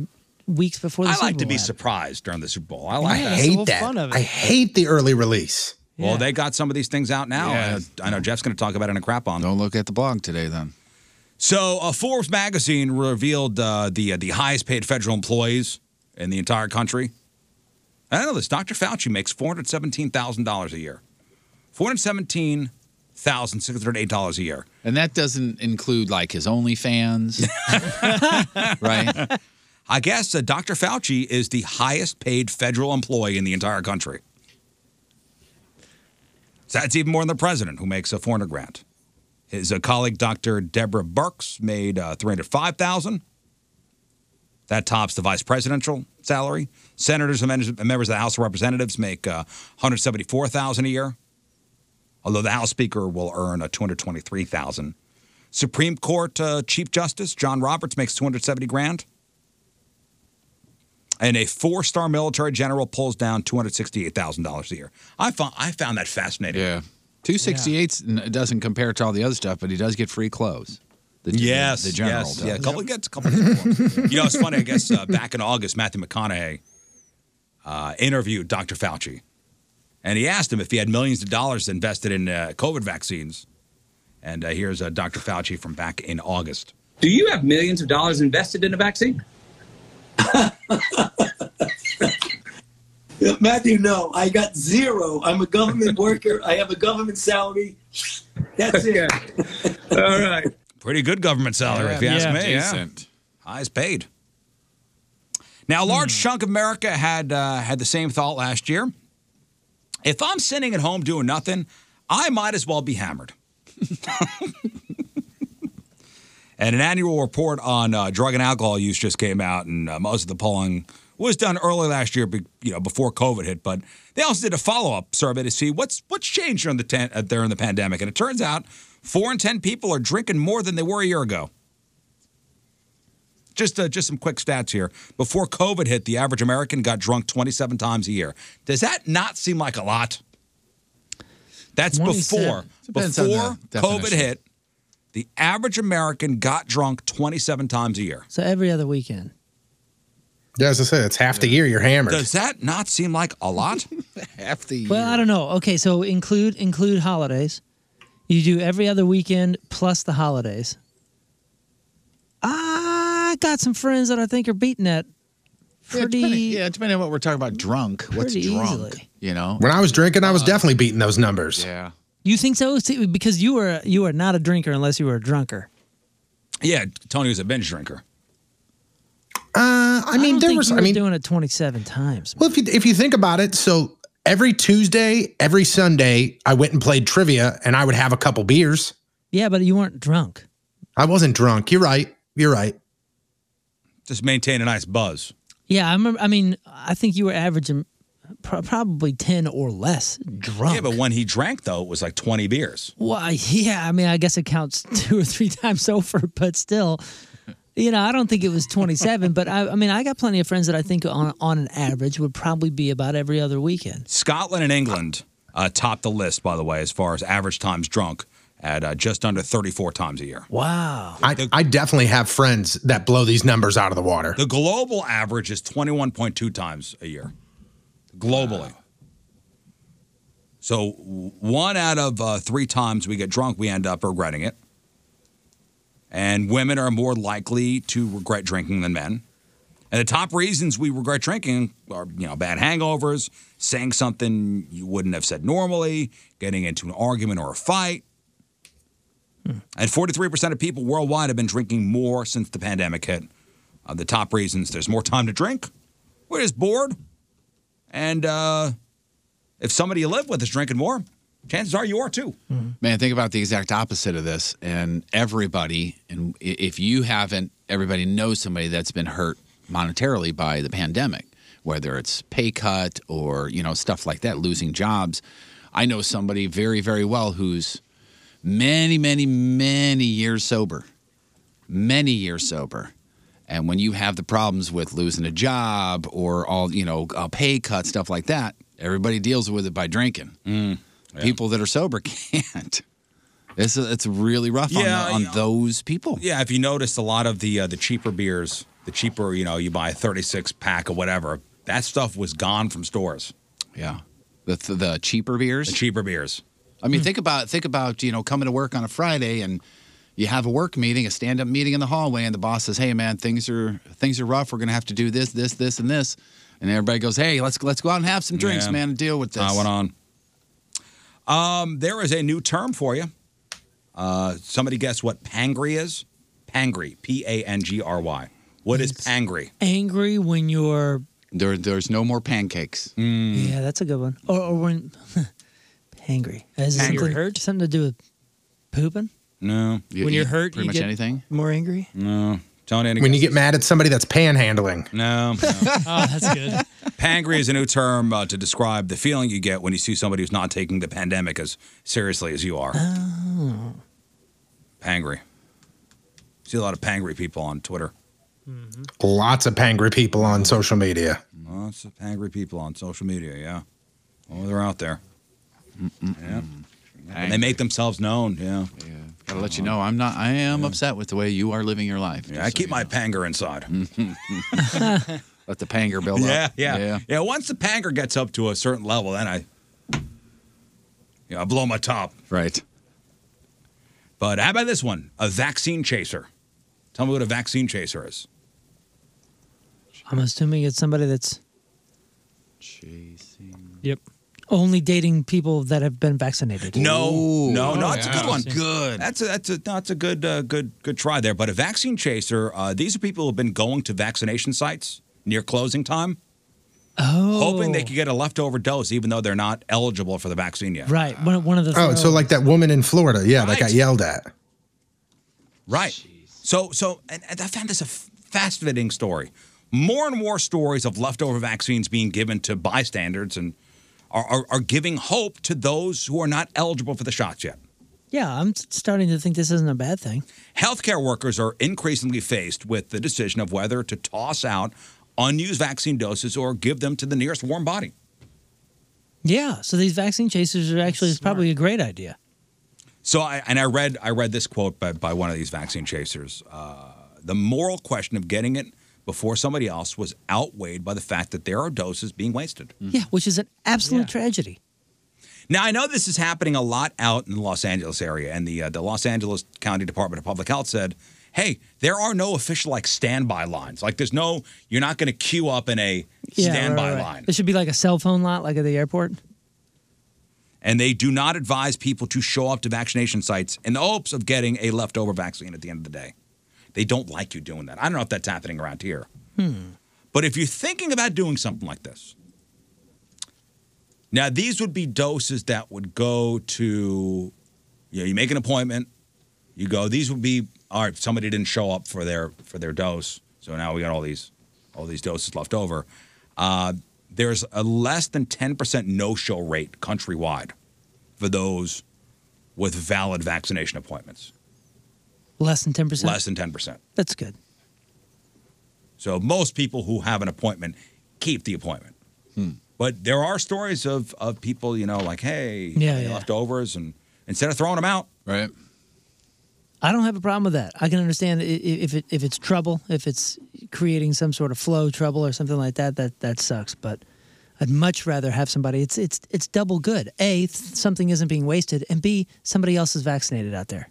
weeks before the
I
Super
like to
Bowl
be
ad.
surprised during the Super Bowl. I
Yeah,
like
that's
that.
the whole fun of it.
I hate the early release.
Well, they got some of these things out now.
Uh, Yeah.
I, know, I know Jeff's going to talk about it in a crap on.
Don't look at the blog today, then.
So, uh, Forbes magazine revealed uh, the uh, the highest paid federal employees in the entire country. I know this. Dr. Fauci makes four hundred seventeen thousand dollars a year. Four hundred seventeen thousand six hundred eight dollars a year.
And that doesn't include like his OnlyFans, right?
I guess uh, Dr. Fauci is the highest paid federal employee in the entire country. So that's even more than the president, who makes a 400 grand. His uh, colleague, Dr. Deborah Burks, made uh, 305,000. That tops the vice presidential salary. Senators and men- and members of the House of Representatives make uh, 174,000 a year. Although the House Speaker will earn uh, a 223,000. Supreme Court uh, Chief Justice John Roberts makes 270 grand and a four-star military general pulls down two hundred sixty-eight thousand dollars a year. I found I found that fascinating.
Yeah, two sixty-eight doesn't compare to all the other stuff, but he does get free clothes. The,
yes,
the general
yes,
does.
yeah. A couple gets a couple. you know, it's funny. I guess uh, back in August, Matthew McConaughey uh, interviewed Dr. Fauci, and he asked him if he had millions of dollars invested in uh, COVID vaccines. And uh, here's uh, Dr. Fauci from back in August.
Do you have millions of dollars invested in a vaccine?
Matthew, no, I got zero. I'm a government worker. I have a government salary. That's it.
All right. Pretty good government salary,
Yeah,
if you ask
yeah,
me.
decent.
Yeah. Highest paid. Now, a large chunk of America had uh, had the same thought last year. If I'm sitting at home doing nothing, I might as well be hammered. and an annual report on uh, drug and alcohol use just came out, and uh, most of the polling was done early last year, be, you know, before COVID hit. But they also did a follow up survey to see what's what's changed during the ten, uh, during the pandemic, and it turns out four in ten people are drinking more than they were a year ago. Just uh, just some quick stats here. Before COVID hit, the average American got drunk 27 times a year. Does that not seem like a lot? That's
27.
before
Depends on the
before COVID
definition.
hit. The average American got drunk 27 times a year.
So every other weekend.
Yeah, as I said, it's half the year you're hammered.
Does that not seem like a lot? Half the
Well, I don't know. Okay, so include include holidays. You do every other weekend plus the holidays. I got some friends that I think are beating that pretty
Yeah, depending, yeah, depending on what we're talking about, drunk. What's
Pretty
drunk?
easily.
You know, Uh,
When I was drinking, I was definitely beating those numbers.
Yeah.
You think so? See, Because you were you are not a drinker unless you were a drunker.
Yeah, Tony was a binge drinker.
Uh, I mean,
don't
there
think
was. I
you were
mean,
doing it twenty seven times.
well, if you if you think about it, so every Tuesday, every Sunday, I went and played trivia, and I would have a couple beers.
Yeah, but you weren't drunk.
I wasn't drunk. You're right. You're right.
Just maintain a nice buzz.
Yeah, I remember. I mean, I think you were averaging pro- probably ten or less drunk.
Yeah, but when he drank though, it was like 20 beers.
Why? Yeah, I mean, I guess it counts two or three times over, but still, you know, I don't think it was 27. but I, I mean, I got plenty of friends that I think on on an average would probably be about every other weekend.
Scotland and England uh, top the list, by the way, as far as average times drunk at uh, just under 34 times a year.
Wow.
I, I definitely have friends that blow these numbers out of the water.
The global average is 21.2 times a year, globally. So w- one out of uh, three times we get drunk, we end up regretting it. And women are more likely to regret drinking than men. And the top reasons we regret drinking are, you know, bad hangovers, saying something you wouldn't have said normally, getting into an argument or a fight. And 43% of people worldwide have been drinking more since the pandemic hit. Uh, the top reasons there's more time to drink, we're just bored. And uh, if somebody you live with is drinking more, chances are you are too.
Man, think about the exact opposite of this. And everybody, and i- if you haven't, everybody knows somebody that's been hurt monetarily by the pandemic, whether it's pay cut or, you know, stuff like that, losing jobs. I know somebody very, very well who's many, many, many years sober, many years sober. And when you have the problems with losing a job or all, you know, a pay cut, stuff like
Mm.
that, everybody deals with it by drinking. People that are sober can't. It's it's really rough on
Yeah,
the- on,
yeah.
those people.
Yeah, if you notice, a lot of the uh, the cheaper beers, the cheaper you know, you buy a 36 pack or whatever, that stuff was gone from stores.
Yeah, the the cheaper beers.
The cheaper beers.
I mean, think about think about you know coming to work on a Friday and you have a work meeting, a stand up meeting in the hallway, and the boss says, "Hey, man, things are things are rough. We're gonna have to do this, this, this, and this." And everybody goes, "Hey, let's let's go out and have some drinks,
Yeah.
man, and deal with this."
I went on. Um, there is a new term for you. Uh, somebody guess what pangry is? Pangry, P A N G R Y. What is pangry?
Angry when you're.
There, there's no more pancakes.
Mm.
Yeah, that's a good one. Or, or when angry. Is it
Angry.
something, something to do with pooping?
No.
When you're hurt, you get More angry.
No. Tony, any
When you
guess?
get mad at somebody that's panhandling.
No.
oh, that's good.
Pangry is a new term uh, to describe the feeling you get when you see somebody who's not taking the pandemic as seriously as you are.
Oh.
Pangry. See a lot of pangry people on Twitter.
Mm-hmm. Lots of pangry people on social media.
Lots of angry people on social media, yeah. Oh, they're out there. Yeah. And they make themselves known, yeah.
Yeah. Gotta let you know, I'm not. I am upset with the way you are living your life.
Yeah, I keep my panger inside.
Mm-hmm. let the panger build
yeah,
up.
Yeah, yeah. once the panger gets up to a certain level, then I yeah, I blow my top.
Right.
But how about this one? A vaccine chaser. Tell me what a vaccine chaser is.
I'm assuming it's somebody that's. Yep. Only dating people that have been vaccinated.
No, no, Oh,
Oh,
no. That's a good one. Good. That's a that's a that's a good uh, good good try there. But a vaccine chaser. Uh, these are people who have been going to vaccination sites near closing time,
Oh.
hoping they could get a leftover dose, even though they're not eligible for the vaccine yet.
Right. One, one of the.
Oh, so like that woman in Florida, yeah, that
Right.
got yelled at.
Right. So, so, and, and I found this a f- fascinating story. More and more stories of leftover vaccines being given to bystanders and are, are, are giving hope to those who are not eligible for the shots yet.
Yeah, I'm s- starting to think this isn't a bad thing.
Healthcare workers are increasingly faced with the decision of whether to toss out unused vaccine doses or give them to the nearest warm body.
Yeah. So these vaccine chasers are actually it's probably a great idea.
So, I, and I read I read this quote by, by one of these vaccine chasers. Uh, the moral question of getting it before somebody else was outweighed by the fact that there are doses being wasted.
Yeah, which is an absolute tragedy.
Now I know this is happening a lot out in the Los Angeles area, and the uh, the Los Angeles County Department of Public Health said, "Hey, there are no official like standby lines. Like there's no you're not going to queue up in a
Yeah,
standby
right, right, right.
line."
It should be like a cell phone lot, like at the airport.
And they do not advise people to show up to vaccination sites in the hopes of getting a leftover vaccine at the end of the day. They don't like you doing that. I don't know if that's happening around here.
Hmm.
But if you're thinking about doing something like this, now these would be doses that would go to, you know, you make an appointment, you go. These would be all right. Somebody didn't show up for their for their dose, so now we got all these all these doses left over. Uh, there's a less than ten percent no-show rate countrywide for those with valid vaccination appointments.
Less than ten percent.
Less than ten percent.
That's good.
So most people who have an appointment keep the appointment.
Hmm.
But there are stories of of people, you know, like hey,
Yeah,
any
yeah.
leftovers, and instead of throwing them out,
right?
I don't have a problem with that. I can understand i- i- if it, if it's trouble, if it's creating some sort of flow trouble or something like that. That that sucks. But I'd much rather have somebody. It's it's it's double good. A th- something isn't being wasted, and B somebody else is vaccinated out there.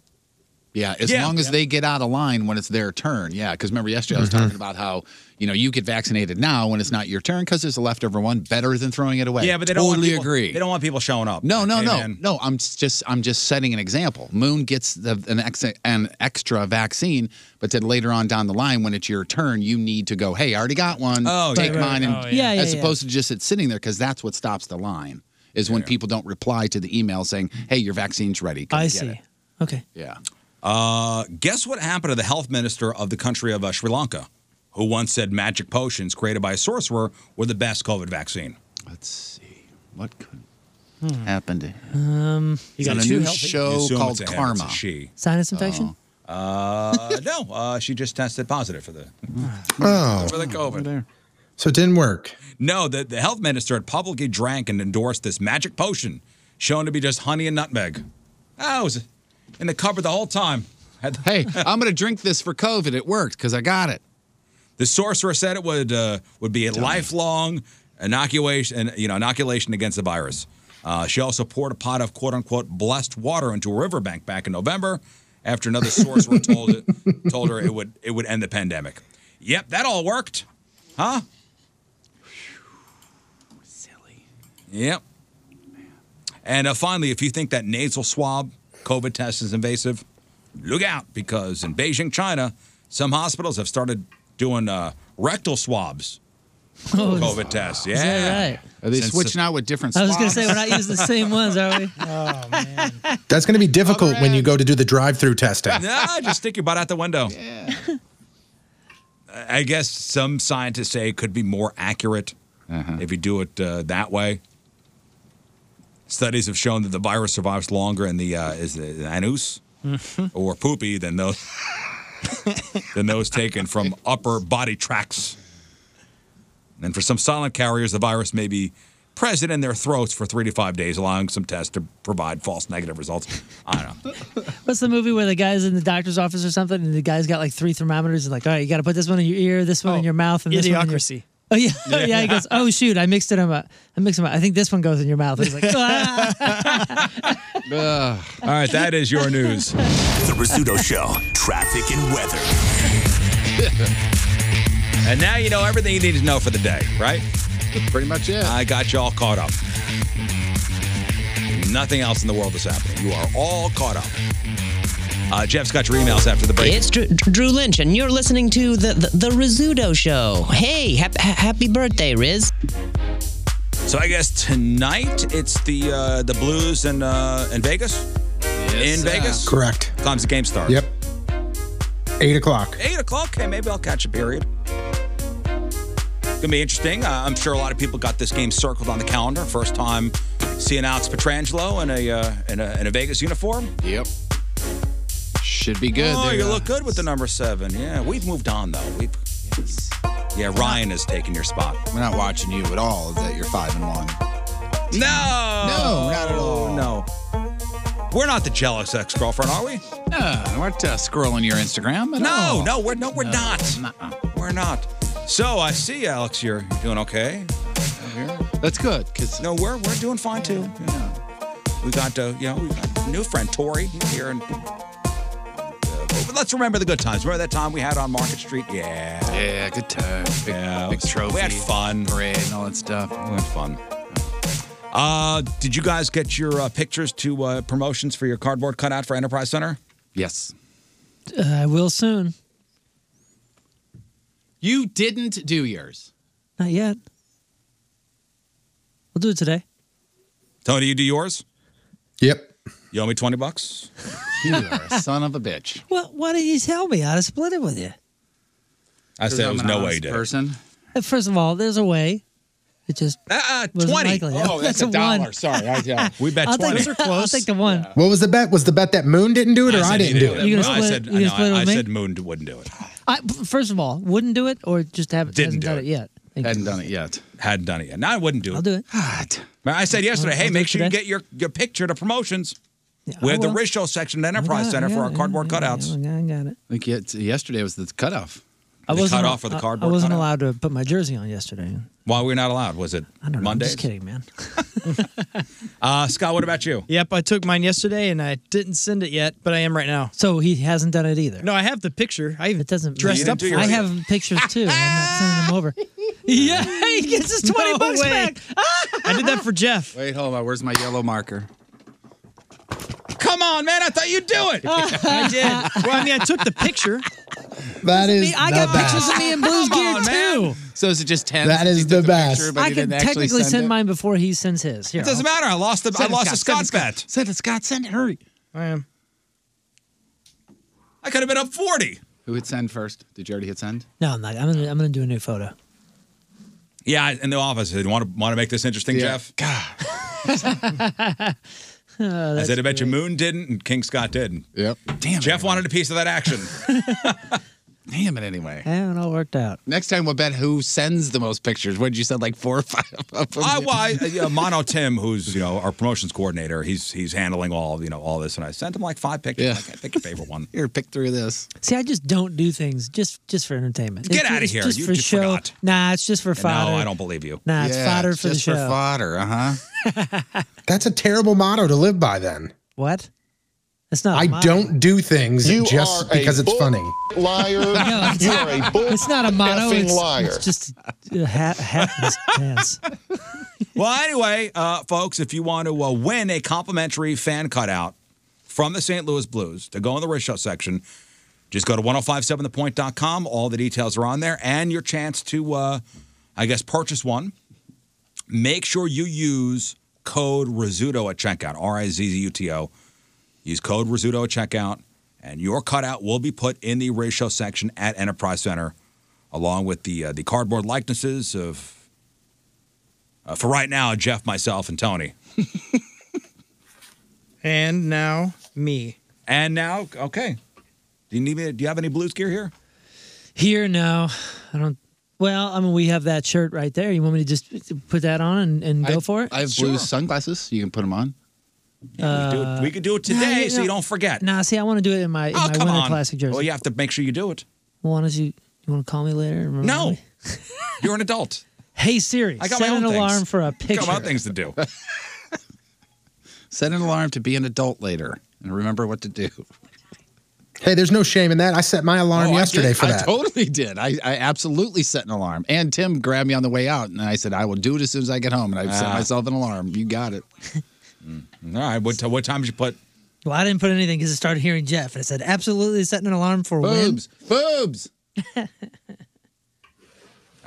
Yeah, as
Yeah.
long as they get out of line when it's their turn. Yeah, because remember yesterday I was
Mm-hmm.
talking about how you know you get vaccinated now when it's not your turn because there's a leftover one better than throwing it away.
yeah, but they don't
totally
want people,
agree.
They don't want people showing up.
No, no,
Hey,
no,
man,
no. I'm s- just I'm just setting an example. Moon gets the, an ex, an extra vaccine, but then later on down the line, when it's your turn, you need to go. Hey, I already got one.
Oh,
take
yeah.
mine. And,
Oh, yeah. Yeah,
as
yeah,
opposed to just it sitting there because that's what stops the line is when people don't reply to the email saying, "Hey, your vaccine's ready." Come
I
get
see.
it."
Okay.
Yeah.
Uh, guess what happened to the health minister of the country of uh, Sri Lanka, who once said magic potions created by a sorcerer were the best COVID vaccine?
Let's see. What could
Hmm.
happen to him?
Um,
He's on a new show
You assume
called
it's a him,
Karma. Oh.
it's a she.
Sinus infection?
Uh, no, uh, she just tested positive for the
Oh.
for the COVID.
So it didn't work.
No, the, the health minister had publicly drank and endorsed this magic potion shown to be just honey and nutmeg. Oh, it was, in the cupboard the whole time.
hey, I'm going to drink this for COVID. It worked because I got it.
The sorcerer said it would uh, would be a lifelong inoculation, and you know, inoculation against the virus. Uh, she also poured a pot of quote unquote blessed water into a riverbank back in November, after another sorcerer told it, told her it would it would end the pandemic. Yep, that all worked, huh? Silly. Yep. And uh, finally, if you think that nasal swab COVID test is invasive, look out because in Beijing, China, some hospitals have started doing uh, rectal swabs. for
Oh, is-
COVID tests, yeah.
is that right?
Are they switching out with different?
I was going to say, we're not using the same ones, are we? Um,
That's going to be difficult when you go to do the drive-through testing.
nah, just stick your butt out the window. Yeah. I guess some scientists say it could be more accurate
Uh-huh.
if you do it uh, that way. Studies have shown that the virus survives longer in the uh, is the anus or poopy than those than those taken from upper body tracts. And for some silent carriers, the virus may be present in their throats for three to five days, allowing some tests to provide false negative results. I don't know.
What's the movie where the guy's in the doctor's office or something, and the guy's got like three thermometers, and like, all right, you got to put this one in your ear, this one in your mouth, and this one. In your...
Idiocracy.
Oh yeah, Oh, yeah. He
Yeah.
goes, oh shoot, I mixed it up. I mixed them up. I think this one goes in your mouth. He's like, "Ah."
All right, that is your news.
The Rizzuto Show, traffic and weather.
and now you know everything you need to know for the day, right?
Pretty much it.
I got you all caught up. Nothing else in the world is happening. You are all caught up. Uh, Jeff's got your emails after the break.
It's Drew, Drew Lynch, and you're listening to the the, the Rizzuto Show. Hey, hap- ha- happy birthday, Riz!
So I guess tonight it's the uh, the Blues and uh, in Vegas. in Vegas,
Correct.
Times the game starts.
Yep. Eight o'clock.
Eight o'clock. Okay, maybe I'll catch a period. Gonna be interesting. Uh, I'm sure a lot of people got this game circled on the calendar. First time seeing Alex Petrangelo in a uh, in a in a Vegas uniform.
Yep. Should be good.
Oh,
There,
you
uh,
look good with the number seven. Yeah, we've moved on though. We've. Yeah, Ryan has taken your spot.
We're not watching you at all. That you're five and one.
No. No, not at all. No. We're not the jealous ex-girlfriend, are we?
No, we're not uh, scrolling your Instagram at
no,
all.
no, we're no, we're
No,
not. We're not. So I see, Alex, you're doing okay.
That's good. Cause
no, we're we're doing fine too. Yeah. We got uh, you know we got a new friend Tori here, and uh, but let's remember the good times. Remember that time we had on Market Street? Yeah.
Yeah, good time. Big,
yeah,
big trophy.
We had fun,
parade, and all that stuff.
We had fun. Uh, did you guys get your uh, pictures to uh, promotions for your cardboard cutout for Enterprise Center?
Yes.
Uh, I will soon.
You didn't do yours.
Not yet. We'll do it today.
Tony, you do yours?
Yep.
You owe me 20 bucks?
you are a son of a bitch.
Well, why didn't you tell me? I'd have split it with you.
I said there was no way you did.
Person.
Uh, First of all, there's a way. It just
uh,
wasn't
20.
likely.
Oh, that's a dollar. Sorry, I- yeah. We bet
I'll take-
20. Those are
I'll
close.
take the one.
What was the bet? Was the bet that Moon didn't do it or I, didn't do it?
You gonna
I
split-
said,
you gonna
no,
split it
I, I
with me?
said Moon wouldn't do it.
I, first of all, wouldn't do it or just haven't
Didn't
hasn't
do
done
it.
it, yet.
Hadn't done it yet.
Hadn't done it yet. Now I wouldn't do it.
I'll do it.
Ah, Man, I said yesterday,
I'll-
hey,
I'll do
make
it
sure you
today.
get your, your picture to promotions.
I
we have the
will.
Rich Show section at Enterprise
I
Center
got
for our
it.
cardboard cutouts.
Yeah, I got it.
Like yet, yesterday was the cutoff.
I
The
wasn't
cutoff for the
I-
cardboard
I wasn't
cutout?
allowed to put my jersey on yesterday.
Why were we not allowed? Was it
I don't know. I'm
Monday?
just kidding, man.
Uh, Scott, what about you?
Yep, I took mine yesterday and I didn't send it yet, but I am right now.
So Oh, he hasn't done it either.
No, I have the picture. I even it
doesn't
dressed up.
I have pictures too. I'm not sending them over. yeah, he gets his twenty
No
bucks
way.
back.
I did that for Jeff.
Wait, hold on. Where's my yellow marker?
Come on, man. I thought you'd do it.
I did. Well, I mean, I took the picture.
That is
I
the
got
best.
pictures of me in blues gear too.
So is it just 10?
That is the best.
picture, but
I
he
can
didn't actually
technically
send
send,
it?
mine before he sends his. Here,
It doesn't
I'll-
matter. I lost the I
Send it,
lost the
Scott,
Scott
send it,
bet.
Send it, Scott. Send it. Hurry.
I am.
I could have been up forty.
Who hit send first? Did you already hit send?
No, I'm not. I'm gonna, I'm gonna do a new photo.
Yeah, I- in the office. I said, want to want to make this interesting, Jeff?
Oh, Uh,
I said, I bet you Moon didn't and King Scott did.
Yep.
Damn. Jeff wanted a piece of that action.
Damn it, anyway.
And it all worked out.
Next time we'll bet who sends the most pictures. What did you send? Like four or five of them?
I, well, I, yeah, Mono Tim, who's you know our promotions coordinator, he's he's handling all you know all this, and I sent him like five pictures.
Yeah.
Like, pick your favorite one.
Here, pick three of this.
See, I just don't do things just just for entertainment.
Get
It's-
outta
it's
here.
Just
You
for
just
show.
forgot.
Nah, it's just for fodder.
No, I don't believe you.
Nah, it's fodder for the show.
fodder, uh huh.
uh-huh. That's a terrible motto to live by. Then
what? That's not. a
I
motto.
don't do things
You
just
are a
because it's
bull-
funny.
liar. No, it's
You
not-
are a bull
It's not a motto.
effing
It's,
liar.
it's just uh, a hat, hat pants.
well, anyway, uh, folks, if you want to uh, win a complimentary fan cutout from the St. Louis Blues to go in the wrist shot section, just go to 1057thepoint.com. All the details are on there and your chance to, uh, I guess, purchase one. Make sure you use code Rizzuto at checkout R I Z Z U T O. Use code Rizzuto at checkout, and your cutout will be put in the ratio section at Enterprise Center, along with the uh, the cardboard likenesses of uh, for right now, Jeff, myself, and Tony.
And now me.
And now, okay. Do you need me? Do you have any blues gear here?
Here, no, I don't. Well, I mean, we have that shirt right there. You want me to just put that on and, and go for it?
I have blue sunglasses. You can put them on.
we, do it, we could do
Uh,
it today, so you don't forget.
Nah, see, I want to do it in my, in
oh,
my
come
winter
on.
classic jersey.
Well, you have to make sure you do it.
Well, why don't you? You want to call me later? and remind
No.
me?
You're an adult.
Hey Siri,
I got
set
my
an
own things.
alarm for a picture.
Got my own things to do.
Set an alarm to be an adult later and remember what to do.
Hey, there's no shame in that. I set my alarm
Oh, I
yesterday
did.
for
I
that.
totally did. I, I absolutely set an alarm. And Tim grabbed me on the way out, and I said, I will do it as soon as I get home. And I set
Ah.
myself an alarm. You got it.
All right. What, t- what time did you put?
Well, I didn't put anything because I started hearing Jeff, and I said, "Absolutely, setting an alarm for
boobs, boobs."
Uh,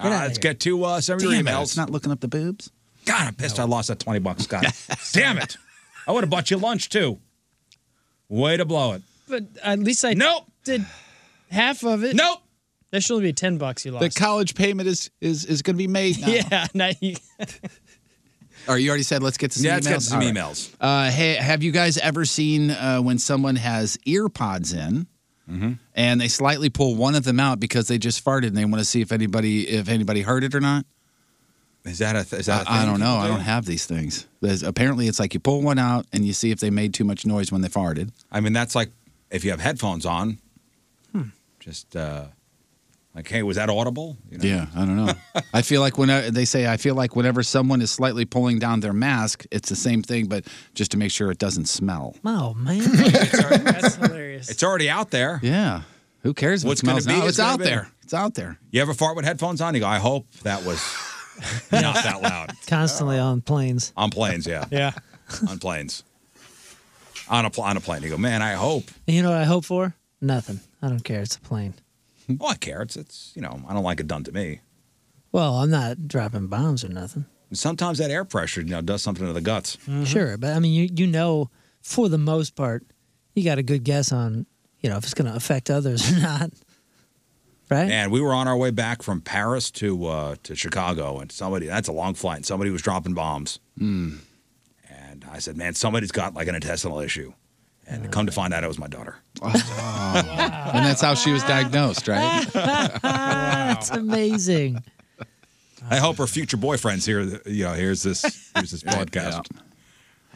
let's get to uh, some of your
Damn it,
emails.
it's not looking up the boobs.
God, I'm pissed I lost that 20 bucks, Scott. Damn it. I would have bought you lunch, too. Way to blow it.
But at least I
nope.
did half of it.
Nope.
That should only be 10 bucks you
The
lost.
college payment is is is going to be made now.
yeah. Now you,
Or you already said, let's get to some
Yeah,
emails.
let's get to some
All right.
emails.
Uh, hey, have you guys ever seen uh, when someone has ear pods in
Mm-hmm.
and they slightly pull one of them out because they just farted and they want to see if anybody if anybody heard it or not?
Is that a, is that a
I, I
thing
don't know.
people
I
do?
don't have these things. There's, apparently, it's like you pull one out and you see if they made too much noise when they farted.
I mean, that's like if you have headphones on, just uh, like, hey, was that audible? You know?
Yeah, I don't know. I feel like whenever they say, I feel like whenever someone is slightly pulling down their mask, it's the same thing, but just to make sure it doesn't smell.
Oh man,
that's hilarious.
It's already out there.
Yeah. Who cares if
What's
it
going
smells
to be?
now? It's,
gonna
out
be-
there. It's out there.
You ever fart with headphones on? You go, I hope that was not that loud.
constantly on planes.
On planes, yeah.
Yeah.
On planes. On a, pl- on a plane. You go, man, I hope.
And you know what I hope for? Nothing. I don't care. It's a plane.
Oh, I care. It's, it's, you know, I don't like it done to me.
Well, I'm not dropping bombs or nothing.
Sometimes that air pressure, you know, does something to the guts.
Sure, but I mean, you you know, for the most part, you got a good guess on you know if it's going to affect others or not. Right?
And we were on our way back from Paris to uh, to Chicago, and somebody that's a long flight, and somebody was dropping bombs.
Hmm.
And I said, Man, somebody's got like an intestinal issue. And come to find out it was my daughter.
And that's how she was diagnosed, right?
That's amazing.
I hope her future boyfriend's here. th- You know, here's this here's this podcast.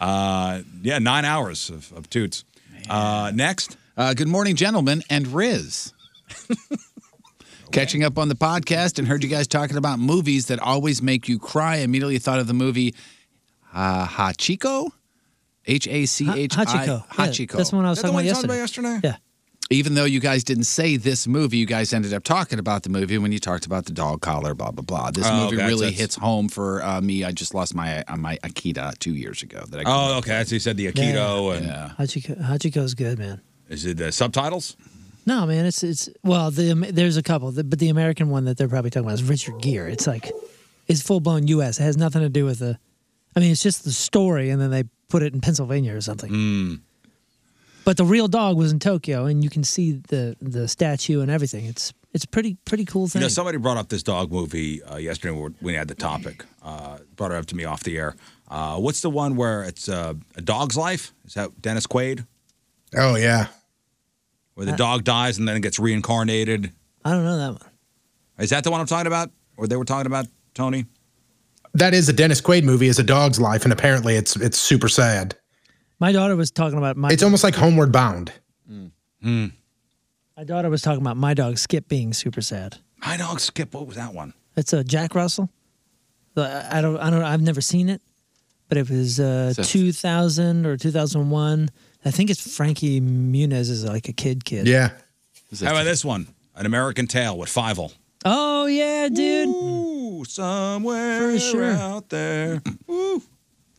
Uh, yeah, nine hours of, of toots. Uh, next,
uh, good morning, gentlemen, and Riz. Catching up on the podcast and heard you guys talking about movies that always make you cry. Immediately thought of the movie uh, Hachiko, H A C H I
Hachiko. Yeah,
Hachiko.
that's the one I was
Is that the
talking
one
about
you talked about
yesterday.
yesterday?
Yeah.
even though you guys didn't say this movie, you guys ended up talking about the movie when you talked about the dog collar, blah blah blah. This
Oh,
movie
gotcha.
really
It's-
hits home for uh, me. I just lost my uh, my Akita two years ago. That I
oh, okay. So you said the Aikido, and
Hachiko, Hachiko's good, man.
is it the subtitles?
No, man, it's it's well, the Am- there's a couple, the, but the American one that they're probably talking about is Richard Gere. It's like it's full blown U.S. It has nothing to do with the. I mean, it's just the story, and then they put it in Pennsylvania or something. But the real dog was in Tokyo, and you can see the the statue and everything. It's it's pretty pretty cool
You
thing.
know, somebody brought up this dog movie uh, yesterday when we had the topic. Uh, brought it up to me off the air. Uh, what's the one where it's uh, a dog's life? Is that Dennis Quaid?
Oh yeah.
Where the dog dies and then it gets reincarnated.
Uh, I don't know that one.
Is that the one I'm talking about? Or they were talking about Tony?
That is a Dennis Quaid movie, is a dog's life, and apparently it's it's super sad.
My daughter was talking about my.
It's almost like Homeward Bound.
Hmm.
My daughter was talking about my dog Skip being super sad.
My dog Skip. What was that one?
It's a Jack Russell. The- I don't. I don't. I've never seen it, but it was uh,
So-
2000 or 2001. I think it's Frankie Muniz is like a kid kid.
How about this one? An American Tale with Fievel.
Oh yeah, dude.
Ooh, somewhere out there.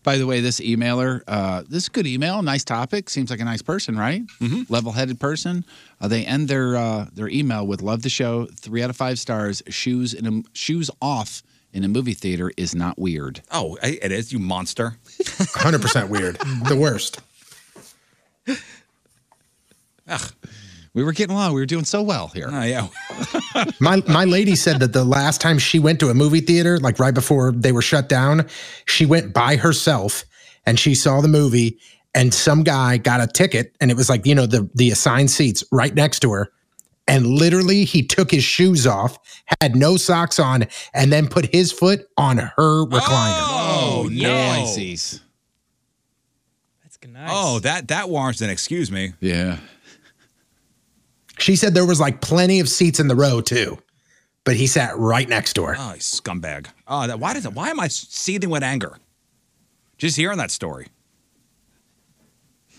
By the way, this emailer, uh, this is a good email. Nice topic. Seems like a nice person, right?
Mm-hmm.
Level-headed person. Uh, they end their uh, their email with "Love the show. Three out of five stars. Shoes in a, shoes off in a movie theater is not weird."
Oh, I- it is. You monster.
Hundred percent weird. The worst.
We were getting along. We were doing so well here.
Oh yeah.
my my lady said that the last time she went to a movie theater, like right before they were shut down, she went by herself and she saw the movie and some guy got a ticket and it was like, you know, the the assigned seats right next to her. And literally he took his shoes off, had no socks on, and then put his foot on her recliner.
Oh, no.
Pisces.
Oh, that that warrants an excuse me.
Yeah.
She said there was like plenty of seats in the row too. But he sat right next to her. Uh,
Oh, you scumbag. Oh, that, why does it, why am I seething with anger? Just hearing that story.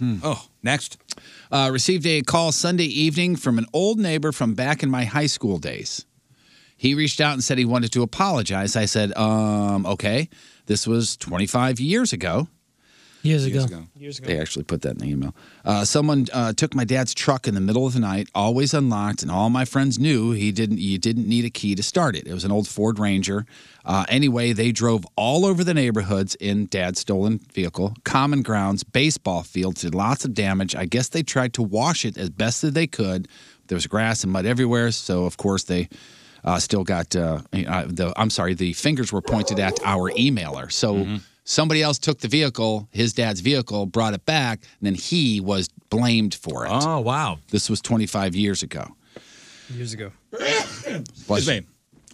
Oh, next.
Hmm. Uh, received a call Sunday evening from an old neighbor from back in my high school days. He reached out and said he wanted to apologize. I said, um, okay. This was 25 years ago.
Years,
Years
ago.
ago. They actually put that in the email. Uh, someone uh, took my dad's truck in the middle of the night, always unlocked, and all my friends knew he didn't. You didn't need a key to start it. It was an old Ford Ranger. Uh, anyway, they drove all over the neighborhoods in dad's stolen vehicle, common grounds, baseball fields, did lots of damage. I guess they tried to wash it as best as they could. There was grass and mud everywhere, so of course they uh, still got uh, uh, the I'm sorry, the fingers were pointed at our emailer. So somebody else took the vehicle, his dad's vehicle, brought it back, and then he was blamed for it. Oh
wow!
This was 25 years ago.
Years ago.
Bless you.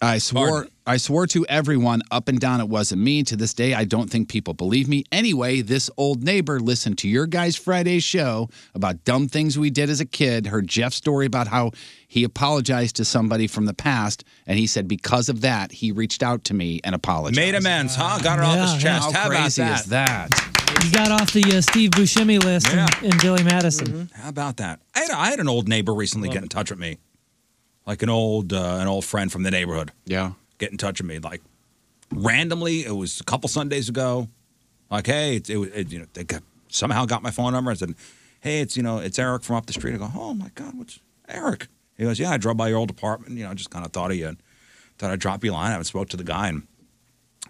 I swore I swore to everyone up and down it wasn't me. To this day, I don't think people believe me. Anyway, this old neighbor listened to your guys' Friday show about dumb things we did as a kid, heard Jeff's story about how he apologized to somebody from the past, and he said because of that, he reached out to me and apologized.
Made amends, huh? Got her off
Yeah,
his chest.
How
How about
crazy
that?
is that?
You got off the uh, Steve Buscemi list and, and Billy Madison.
How about that? I had, I had an old neighbor recently get in touch with me, like an old uh, an old friend from the neighborhood.
Yeah,
get in touch with me like randomly. It was a couple Sundays ago. Like, hey, it, it, was- it you know they got, somehow got my phone number and said, hey, it's you know it's Eric from up the street. I go, oh my god, what's Eric? He goes, yeah, I drove by your old apartment. You know, I just kind of thought of you and thought I'd drop you a line. I haven't spoke to the guy and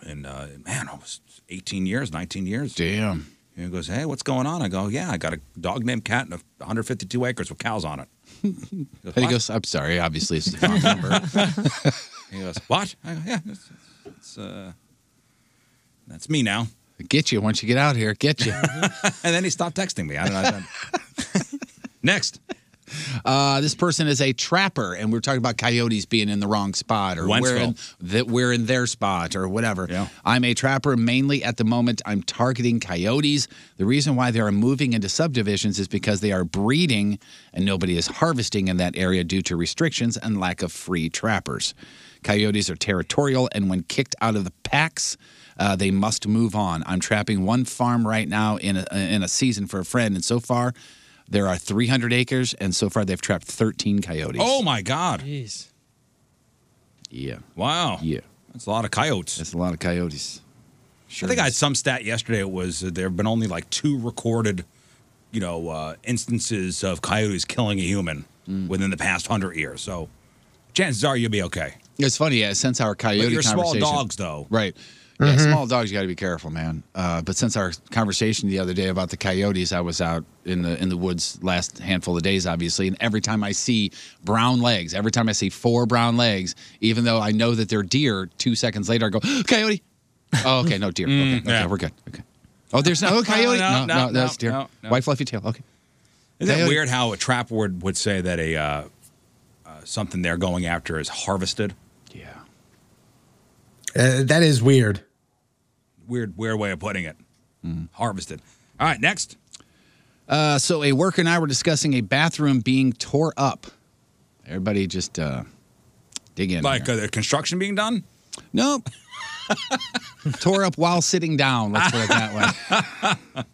and uh, man, I was 18 years, 19 years.
Damn.
And he goes, hey, what's going on? I go, yeah, I got a dog named Cat and a 152 acres with cows on it.
And he goes, I'm sorry, obviously it's the wrong number.
He goes, what? I go, yeah, it's, it's uh, that's me now.
Get you once you get out here, get you.
and then he stopped texting me. I don't know. I don't- Next.
Uh, this person is a trapper, and we're talking about coyotes being in the wrong spot or we're in,
Wentzville.
that we're in their spot or whatever. I'm a trapper mainly at the moment. I'm targeting coyotes. The reason why they are moving into subdivisions is because they are breeding and nobody is harvesting in that area due to restrictions and lack of free trappers. Coyotes are territorial, and when kicked out of the packs, uh, they must move on. I'm trapping one farm right now in a, in a season for a friend, and so far, there are 300 acres, and so far they've trapped 13 coyotes.
Oh my God.
Jeez.
Yeah.
Wow.
Yeah.
That's a lot of coyotes.
That's a lot of coyotes.
I think I had some stat yesterday. It was uh, there have been only like two recorded, you know, uh, instances of coyotes killing a human
Hmm.
within the past hundred years. So chances are you'll be okay.
It's funny, yeah. Since our coyote
But your small
conversation,
dogs, though.
right? Yeah, small dogs, you got to be careful, man. Uh, but since our conversation the other day about the coyotes, I was out in the in the woods last handful of days, obviously, and every time I see brown legs, every time I see four brown legs, even though I know that they're deer, two seconds later I go coyote. Oh, okay, no deer. okay, okay, we're good. Okay. Oh, there's no oh, coyote.
Mm, No, no, no,
that's deer.
no, no.
White fluffy tail. Okay.
Isn't that
Coyote.
weird how a trap word would say that a uh, uh, something they're going after is harvested.
Uh, that is weird.
Weird, weird way of putting it. Harvested. All right, next.
Uh, so a worker and I were discussing a bathroom being tore up. Everybody just uh, dig in.
Like uh, the construction being done?
Nope. tore up while sitting down. Let's put it that way.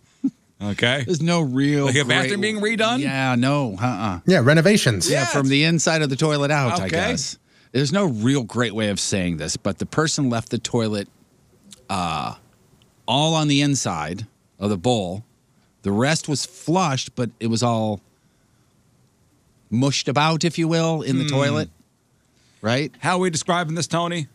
Okay.
There's no real.
Like a
great-
bathroom being redone?
Yeah, no, uh uh
Yeah, renovations.
Yeah, from the inside of the toilet out, I
Okay.
guess. There's no real great way of saying this, but the person left the toilet uh, all on the inside of the bowl. The rest was flushed, but it was all mushed about, if you will, in the
Hmm.
toilet. Right?
How are we describing this, Tony?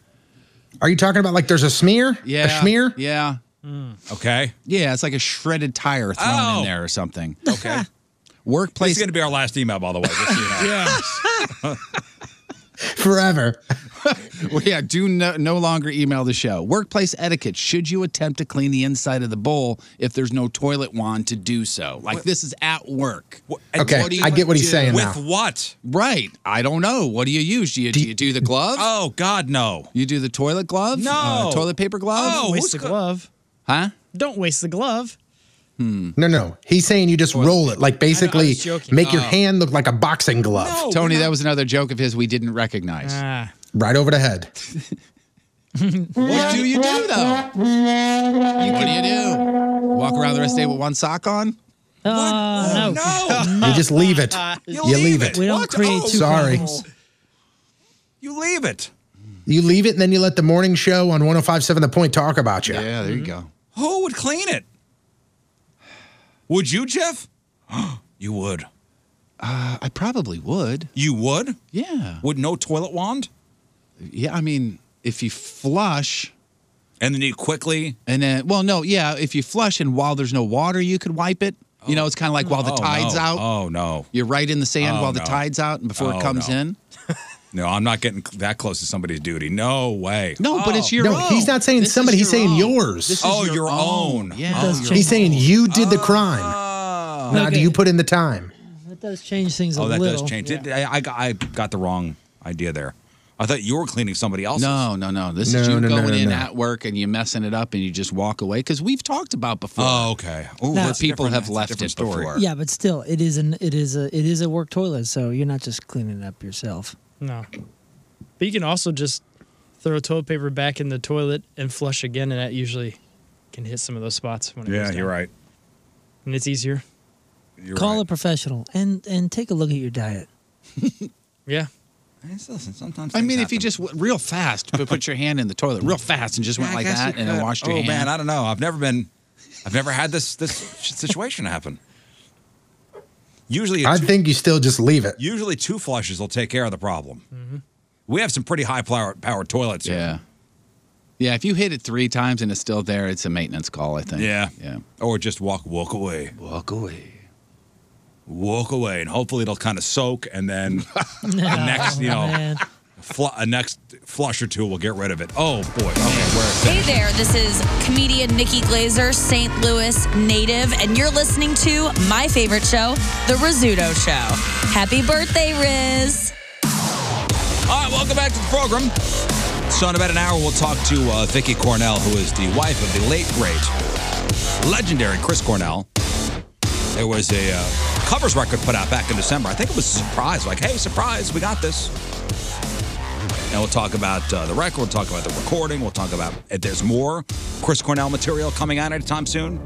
Are you talking about like there's a smear?
Yeah.
A schmear?
Yeah.
Hmm.
Okay.
Yeah, it's like a shredded tire thrown
Oh.
in there or something.
Okay.
Workplace.
This is going to be our last email, by the way. just so you know. yeah.
Forever.
well, yeah, do no, no longer email the show. Workplace etiquette. Should you attempt to clean the inside of the bowl if there's no toilet wand to do so? Like, this is at work.
Okay,
do you
I get what he's
do?
saying now.
What?
Right. I don't know. What do you use? Do you do, you do the glove?
Oh, God, no.
You do the toilet glove?
No. Oh,
Uh, toilet paper glove?
Don't waste the glove.
Huh?
Don't waste the glove.
Hmm.
No, no. He's saying you just roll it. Like basically
joking.
make your
Oh.
hand look like a boxing glove.
Tony, that was another joke of his we didn't recognize.
Right over the head.
What do you do, though? what do you do? Walk around the rest of the day with one sock on?
Uh,
Oh,
no.
You just leave it. you leave, it.
We don't create
Oh,
two
Sorry.
problems.
You leave it.
You leave it and then you let the morning show on 1057 The Point talk about you.
Yeah, there you go.
Who would clean it? Would you, Jeff? you would.
Uh, I probably would.
You would?
Yeah.
Would no toilet wand?
Yeah, I mean, if you flush
And then you quickly.
and then, well, no, yeah, if you flush and while there's no water, you could wipe it. You know, it's kind of like while the
Oh,
tide's
no.
out,
Oh, no.
you're right in the sand
Oh,
while the
no.
tide's out and before
Oh,
it comes
no.
in.
No, I'm not getting that close to somebody's duty. No way.
No, but it's your
No,
own.
Oh. he's not saying
This is
somebody. He's
your
saying
own.
yours.
This is Oh.
Oh, your own. Oh,
Yeah.
does
your
change-
he's saying you did the crime.
Oh.
Now, do
Okay.
you put in the time?
That does change things
Oh,
a
that
little.
does change. Did- I, I, got- I got the wrong idea there. I thought you were cleaning somebody else's.
No, no, no. This is
No,
you
no, no,
going
no,
in
no.
at work and you messing it up and you just walk away because we've talked about before
Oh, okay. Oh,
where
that's
people
different.
have
That's a
left
different
it
story.
before.
Yeah, but still, it is an it is a it is a work toilet, so you're not just cleaning it up yourself.
No. But you can also just throw toilet paper back in the toilet and flush again, and that usually can hit some of those spots when it goes
Yeah,
down.
you're right.
And it's easier.
You're
Call
right.
a professional and and take a look at your diet.
Yeah.
It's- listen, Sometimes
I
things
mean, if you
happen.
just w- real fast put put your hand in the toilet real fast and just went
Yeah, I
like
guess
that
you
and then
could.
washed your
oh,
hand.
man, I don't know. I've never been. I've never had this this situation happen. Usually, a
I
two,
think you still just leave it.
usually two flushes will take care of the problem.
Mm-hmm.
We have some pretty high power, power toilets. here.
Yeah. Yeah, if you hit it three times and it's still there, it's a maintenance call, I think.
yeah,
Yeah.
Or just walk walk away,
Walk away.
walk away, and hopefully it'll kind of soak, and then the next you know
Oh, Man.
fl- a next flush or two will get rid of it. Oh boy. Okay. Where
Hey there, this is comedian Nikki Glazer, St. Louis native, and you're listening to my favorite show, The Rizzuto Show. Happy birthday, Riz.
All right, welcome back to the program. So, in about an hour, we'll talk to uh, Vicki Cornell, who is the wife of the late, great, legendary Chris Cornell. There was a uh, covers record put out back in December. I think it was a surprise. Like, hey, surprise, we got this. And we'll talk about uh, the record. We'll talk about the recording. We'll talk about if there's more Chris Cornell material coming out anytime soon.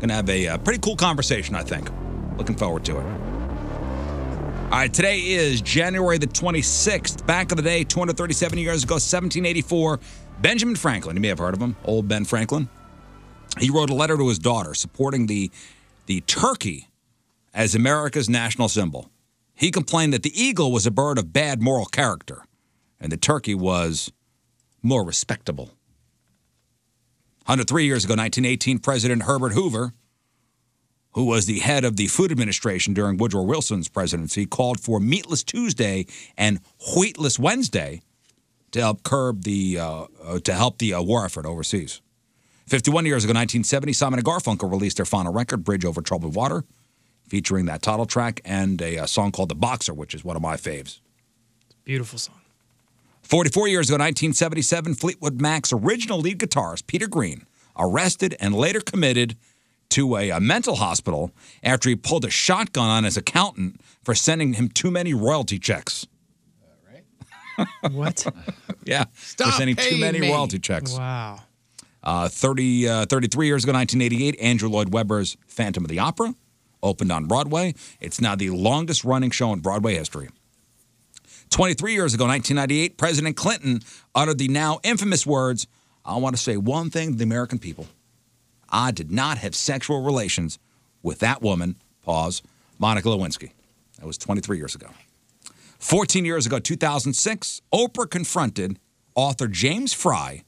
Gonna have a uh, pretty cool conversation, I think. Looking forward to it. All right, today is January the 26th. Back of the day, 237 years ago, 1784, Benjamin Franklin, you may have heard of him, old Ben Franklin. He wrote a letter to his daughter supporting the, the turkey as America's national symbol. He complained that the eagle was a bird of bad moral character and the turkey was more respectable. 103 years ago, 1918, President Herbert Hoover who was the head of the Food Administration during Woodrow Wilson's presidency, called for Meatless Tuesday and Wheatless Wednesday to help curb the uh, uh, to help the uh, war effort overseas. 51 years ago, 1970, Simon and Garfunkel released their final record, Bridge Over Troubled Water, featuring that title track and a, uh song called The Boxer, which is one of my faves.
Beautiful song.
44 years ago, 1977, Fleetwood Mac's original lead guitarist, Peter Green, arrested and later committed to a, a mental hospital after he pulled a shotgun on his accountant for sending him too many royalty checks.
What?
Yeah,
Stop
for sending too
paying
many
me.
royalty checks.
Wow.
Uh, 30, uh, 33 years ago, 1988, Andrew Lloyd Webber's Phantom of the Opera opened on Broadway. It's now the longest running show in Broadway history. 23 years ago, 1998, President Clinton uttered the now infamous words I want to say one thing to the American people. I did not have sexual relations with that woman, pause, Monica Lewinsky. That was 23 years ago. 14 years ago, 2006, Oprah confronted author James Fry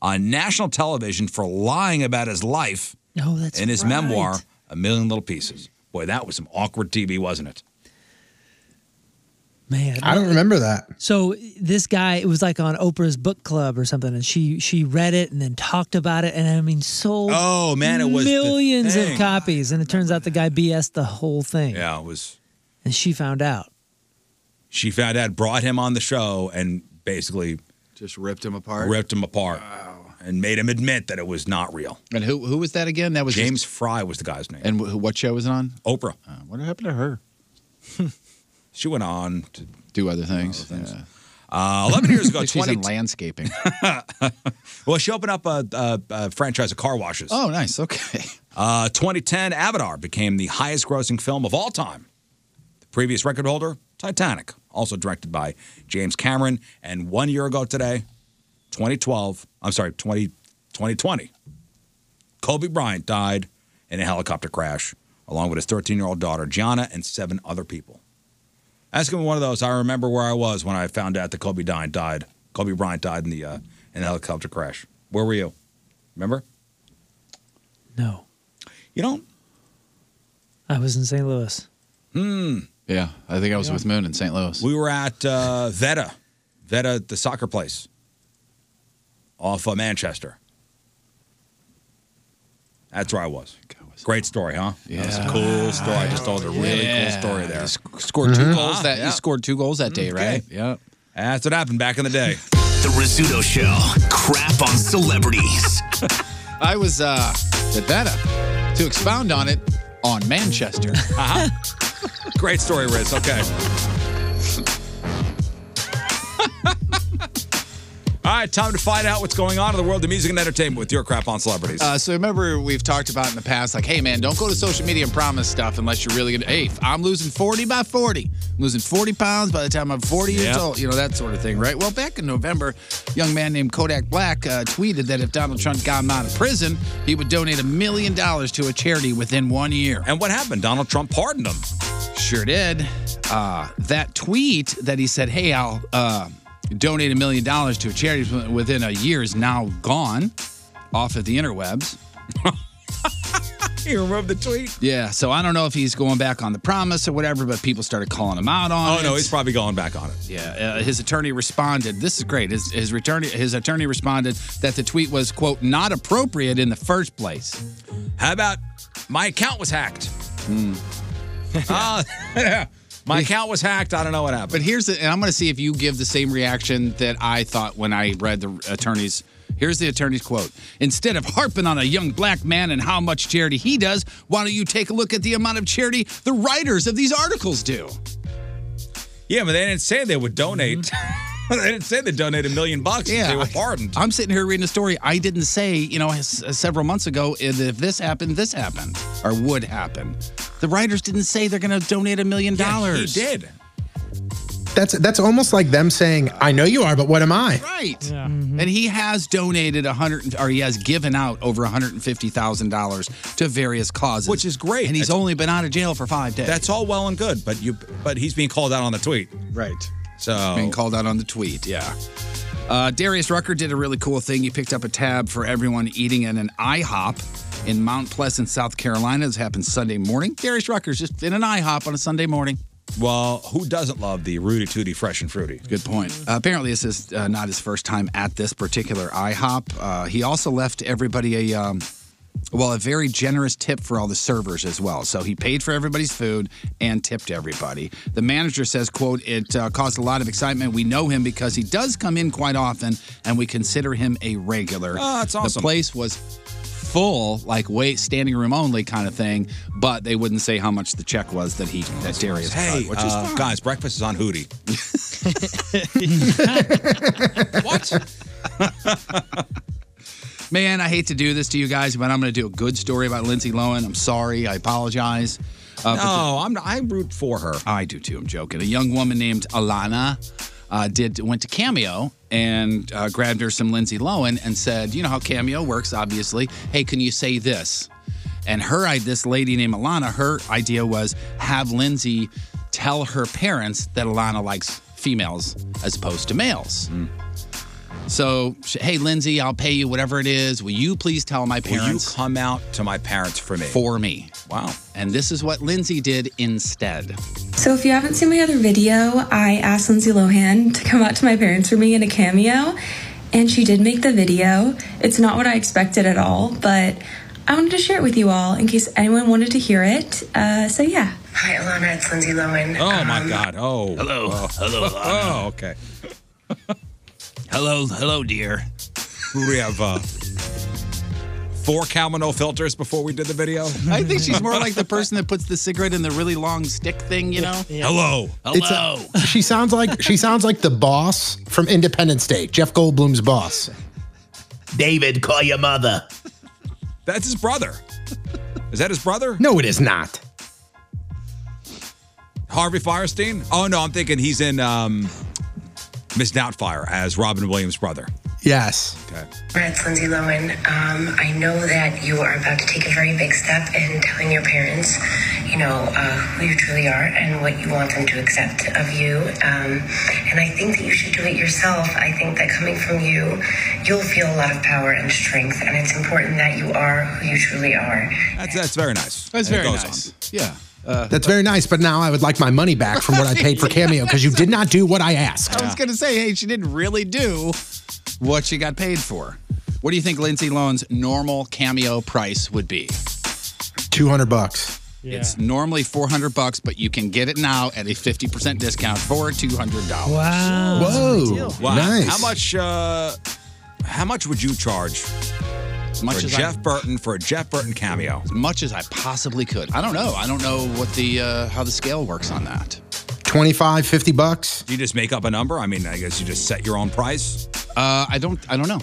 on national television for lying about his life
No, that's
in his
right.
memoir, A Million Little Pieces. Boy, that was some awkward TV, wasn't it?
Man,
I don't remember that.
So this guy, it was like on Oprah's book club or something, and she she read it and then talked about it, and I mean, sold
Oh, man, it was the
millions
thing.
of copies, and it turns out the guy BS the whole thing,
Yeah, it was.
and she found out.
She found out, brought him on the show, and basically
just ripped him apart.
Ripped him apart. And made him admit that it was not real.
And who who was that again? That was
James Fry was the guy's name.
And wh- what show was it on? Uh,
Oprah.
what happened to her?
she went on to
do other things.
Uh, 11 years ago,
I think she's in
20
landscaping.
well, she opened up a, a, a franchise of car washes.
Oh, nice. Okay.
Uh, 2010, Avatar became the highest grossing film of all time. The previous record holder, Titanic, also directed by James Cameron. And one year ago today, 2012, I'm sorry, 20, 2020, Kobe Bryant died in a helicopter crash along with his 13 year old daughter, Gianna, and seven other people. That's gonna be one of those. I remember where I was when I found out that Kobe Bryant died. Kobe Bryant died in the uh, in the helicopter crash. Where were you? Remember?
No,
you don't.
I was in St. Louis.
Hmm.
Yeah, I think I was
Yeah.
with Moon in St. Louis.
We were at uh, Veta, Veta, the soccer place, off of Manchester. That's where I was. Great story, huh? Yeah, that was a cool story. I just told a really
Yeah. Mm-hmm.
cool story there. Ah, Mm,
You sc- scored two goals that- you scored two goals that day, right? Yeah.
That's what happened back in the day.
The Rizzuto Show. Crap on celebrities.
I was uh, at Veta to expound on it on Manchester.
Uh-huh. Great story, Riz. Okay. All right, time to find out what's going on in the world of music and entertainment with your crap on celebrities.
Uh, so remember we've talked about in the past, like, hey man, don't go to social media and promise stuff unless you're really gonna. Hey, if I'm losing 40 by 40. I'm losing 40 pounds by the time I'm 40 years
Yeah.
old. You know that sort of thing, right? Well, back in November, a young man named Kodak Black uh, tweeted that if Donald Trump got him out of prison, he would donate a million dollars to a charity within one year.
And what happened? Donald Trump pardoned him.
Sure did. Uh, that tweet that he said, hey, I'll uh, donate a million dollars to a charity within a year is now gone off of the interwebs.
you remember the tweet?
Yeah, so I don't know if he's going back on the promise or whatever, but people started calling him out on
Oh,
it.
no, he's probably going back on it.
Yeah, uh, his attorney responded. This is great. His his attorney his attorney responded that the tweet was quote not appropriate in the first place.
How about my account was hacked? Hmm. Ah, My account was hacked. I don't know what happened.
But here's the, and I'm going to see if you give the same reaction that I thought when I read the attorney's. Here's the attorney's quote Instead of harping on a young black man and how much charity he does, why don't you take a look at the amount of charity the writers of these articles do?
Yeah, but they didn't say they would donate. they didn't say they donated a million bucks. Mm-hmm. Yeah, they were pardoned.
I'm sitting here reading a story. I didn't say, you know, s- several months ago, if if this happened, this happened or would happen. The writers didn't say they're going to donate a million dollars. He
did.
That's that's almost like them saying, "I know you are, but what am I?"
Right. And he has donated a hundred, or he has given out over one hundred and fifty thousand dollars to various causes, which
is great.
And he's
That's-
only been out of jail for five days.
That's all well and good, but you but he's being called out on the tweet.
Right.
So
being called out on the tweet. Yeah. Uh, Darius Rucker did a really cool thing. He picked up a tab for everyone eating at an IHOP in Mount Pleasant, South Carolina. This happened Sunday morning. Darius Rucker's just in an IHOP on a Sunday morning.
Well, who doesn't love the Rudy Tooty Fresh and Fruity?
Good point. Uh, apparently, this is uh, not his first time at this particular IHOP. Uh, he also left everybody a um, Well, a very generous tip for all the servers as well. So he paid for everybody's food and tipped everybody. The manager says, "quote It uh, caused a lot of excitement. We know him because he does come in quite often, and we consider him a regular."
Oh, that's
The
awesome.
place was full, like wait, standing room only kind of thing, but they wouldn't say how much the check was that he that Darius
Hey,
cut, which is
uh,
fine.
guys, breakfast is on Hootie.
Man, I hate to do this to you guys, but I'm going to do a good story about Lindsay Lohan. I'm sorry. I apologize.
No,
I'm I root for her. I do too. I'm joking. A young woman named Alana uh, did went to Cameo and uh, grabbed her some Lindsay Lohan and said, "You know how Cameo works, obviously. Hey, can you say this?" And her, i- this lady named Alana, her idea was have Lindsay tell her parents that Alana likes females as opposed to males. So, sh- hey, Lindsay, I'll pay you whatever it is. Will you please tell my
you
parents? come out to my parents for me? For me. Wow. And this is what Lindsay did instead.
So, if you haven't seen my other video, I asked Lindsay Lohan to come out to my parents for me in a cameo, and she did make the video. It's not what I expected at all, but I wanted to share it with you all in case anyone wanted to hear it. Uh, so, yeah.
Hi, Alana. It's Lindsay Lohan.
Oh
Um,
my God! Oh, hello,
Hello, Lana.
Oh, okay. hello, hello, dear. We have uh, four Calmano filters before we did the video.
I think she's more like the person that puts the cigarette in the really long stick thing, you know?
Hello.
It's a- she sounds like she sounds like the boss from Independence Day, Jeff Goldblum's boss.
David, call your mother. That's his brother. Is that his brother?
No, it is not.
Harvey Firestein? Oh no, I'm thinking he's in um, Miss Doubtfire as Robin Williams' brother.
Yes.
Okay.
It's Lindsay Lohan. Um, I know that you are about to take a very big step in telling your parents, you know, uh, who you truly are and what you want them to accept of you. Um, and I think that you should do it yourself. I think that coming from you, you'll feel a lot of power and strength. And it's important that you are who you truly are.
That's that's very nice.
That's
And it
very
goes
nice.
Yeah. Uh,
That's very nice, but now I would like my money back from what I paid for Cameo because you did not do what I asked.
I was going to say, hey, she didn't really do what she got paid for. What do you think Lindsay Lohan's normal cameo price would be?
Two hundred bucks.
It's normally 400 bucks, but you can get it now at a 50% discount for $200.
Wow.
Whoa.
Wow.
Nice.
How much? Uh, how much would you charge? As
much
for
as I-
Jeff Burton for a Jeff Burton cameo.
As much as I possibly could. I don't know. I don't know what the uh, how the scale works on that.
25, 50 bucks.
Do you just make up a number? I mean, I guess you just set your own price.
Uh, I don't. I don't know.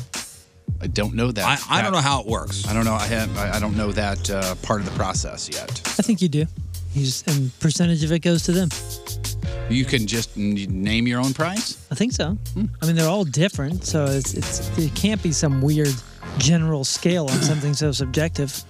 I don't know that.
I, don't know how it works.
I don't know. I have. I I don't know that uh, part of the process yet.
I think you do. You just, and percentage of it goes to them.
You can just n- name your own price.
I think so.
Hmm.
I mean, they're all different, so it's, it's it can't be some weird general scale on something so subjective.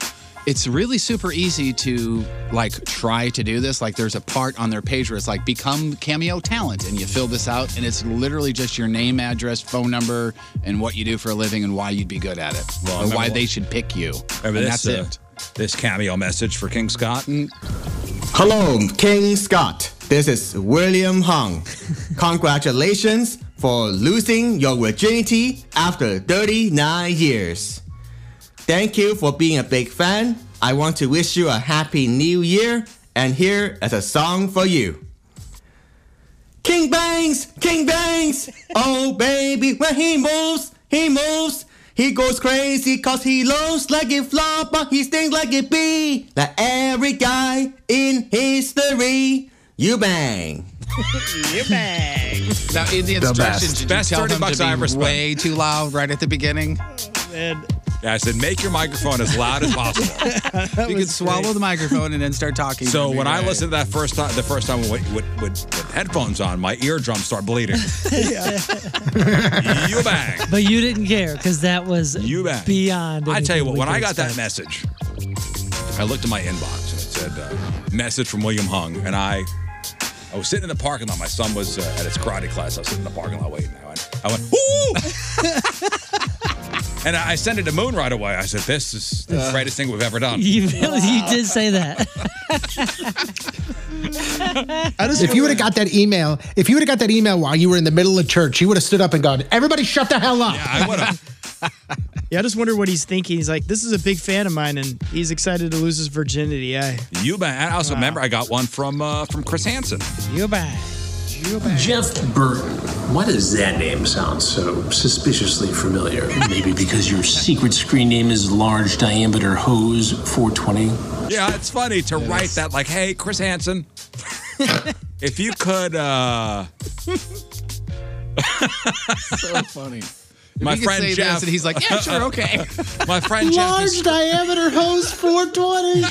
It's really super easy to like try to do this. Like there's a part on their page where it's like become cameo talent and you fill this out and it's literally just your name, address, phone number, and what you do for a living and why you'd be good at it.
I
or
remember
why
what-
they should pick you.
Remember
and
this,
that's
uh,
it.
This cameo message for King Scott.
Mm. Hello, King Scott. This is William Hung. Congratulations for losing your virginity after 39 years. Thank you for being a big fan. I want to wish you a happy new year, and here is a song for you. King Bangs, King Bangs. Oh, baby, when he moves, he moves. He goes crazy cause he looks like a flop, but he stings like a bee. Like every guy in history, you bang.
you bang. Now in the
The
instructions, did
best.
you
Best
tell
30
them
bucks
to
I
be
ever spent.
way too loud right at the beginning?
I said, make your microphone as loud as possible.
you could swallow the microphone and then start talking.
So
It'd be
when I
great.
listened to that first time, the first time with, with, with, with headphones on, my eardrums start bleeding. you bang.
But you didn't care because that was
You bang.
beyond.
I tell you
anything
what,
we
when
could
I got that
expect.
message, I looked at my inbox and it said, uh, message from William Hung. And I I was sitting in the parking lot. My son was uh, at his karate class. I was sitting in the parking lot waiting. I went, I went woo! and I, I sent it to Moon right away. I said, this is the greatest thing we've ever done.
Uh, You, really- you did say that.
if you would have got that email, if you would have got that email while you were in the middle of church, you would have stood up and gone, "Everybody, shut the hell up!"
I would have.
Yeah, I just wonder what he's thinking. He's like, this is a big fan of mine, and he's excited to lose his virginity. I
You bet. I also remember I got one from uh, from Chris Hansen.
you back.
Jeff Burton. Why does that name sound so suspiciously familiar? Maybe because your secret screen name is Large Diameter Hose 420?
Yeah, it's funny to write that like, hey, Chris Hansen, if you could, uh,
so funny.
my friend Jeff,
and he's like, yeah, sure, okay.
my friend Jeff is
diameter hose 420.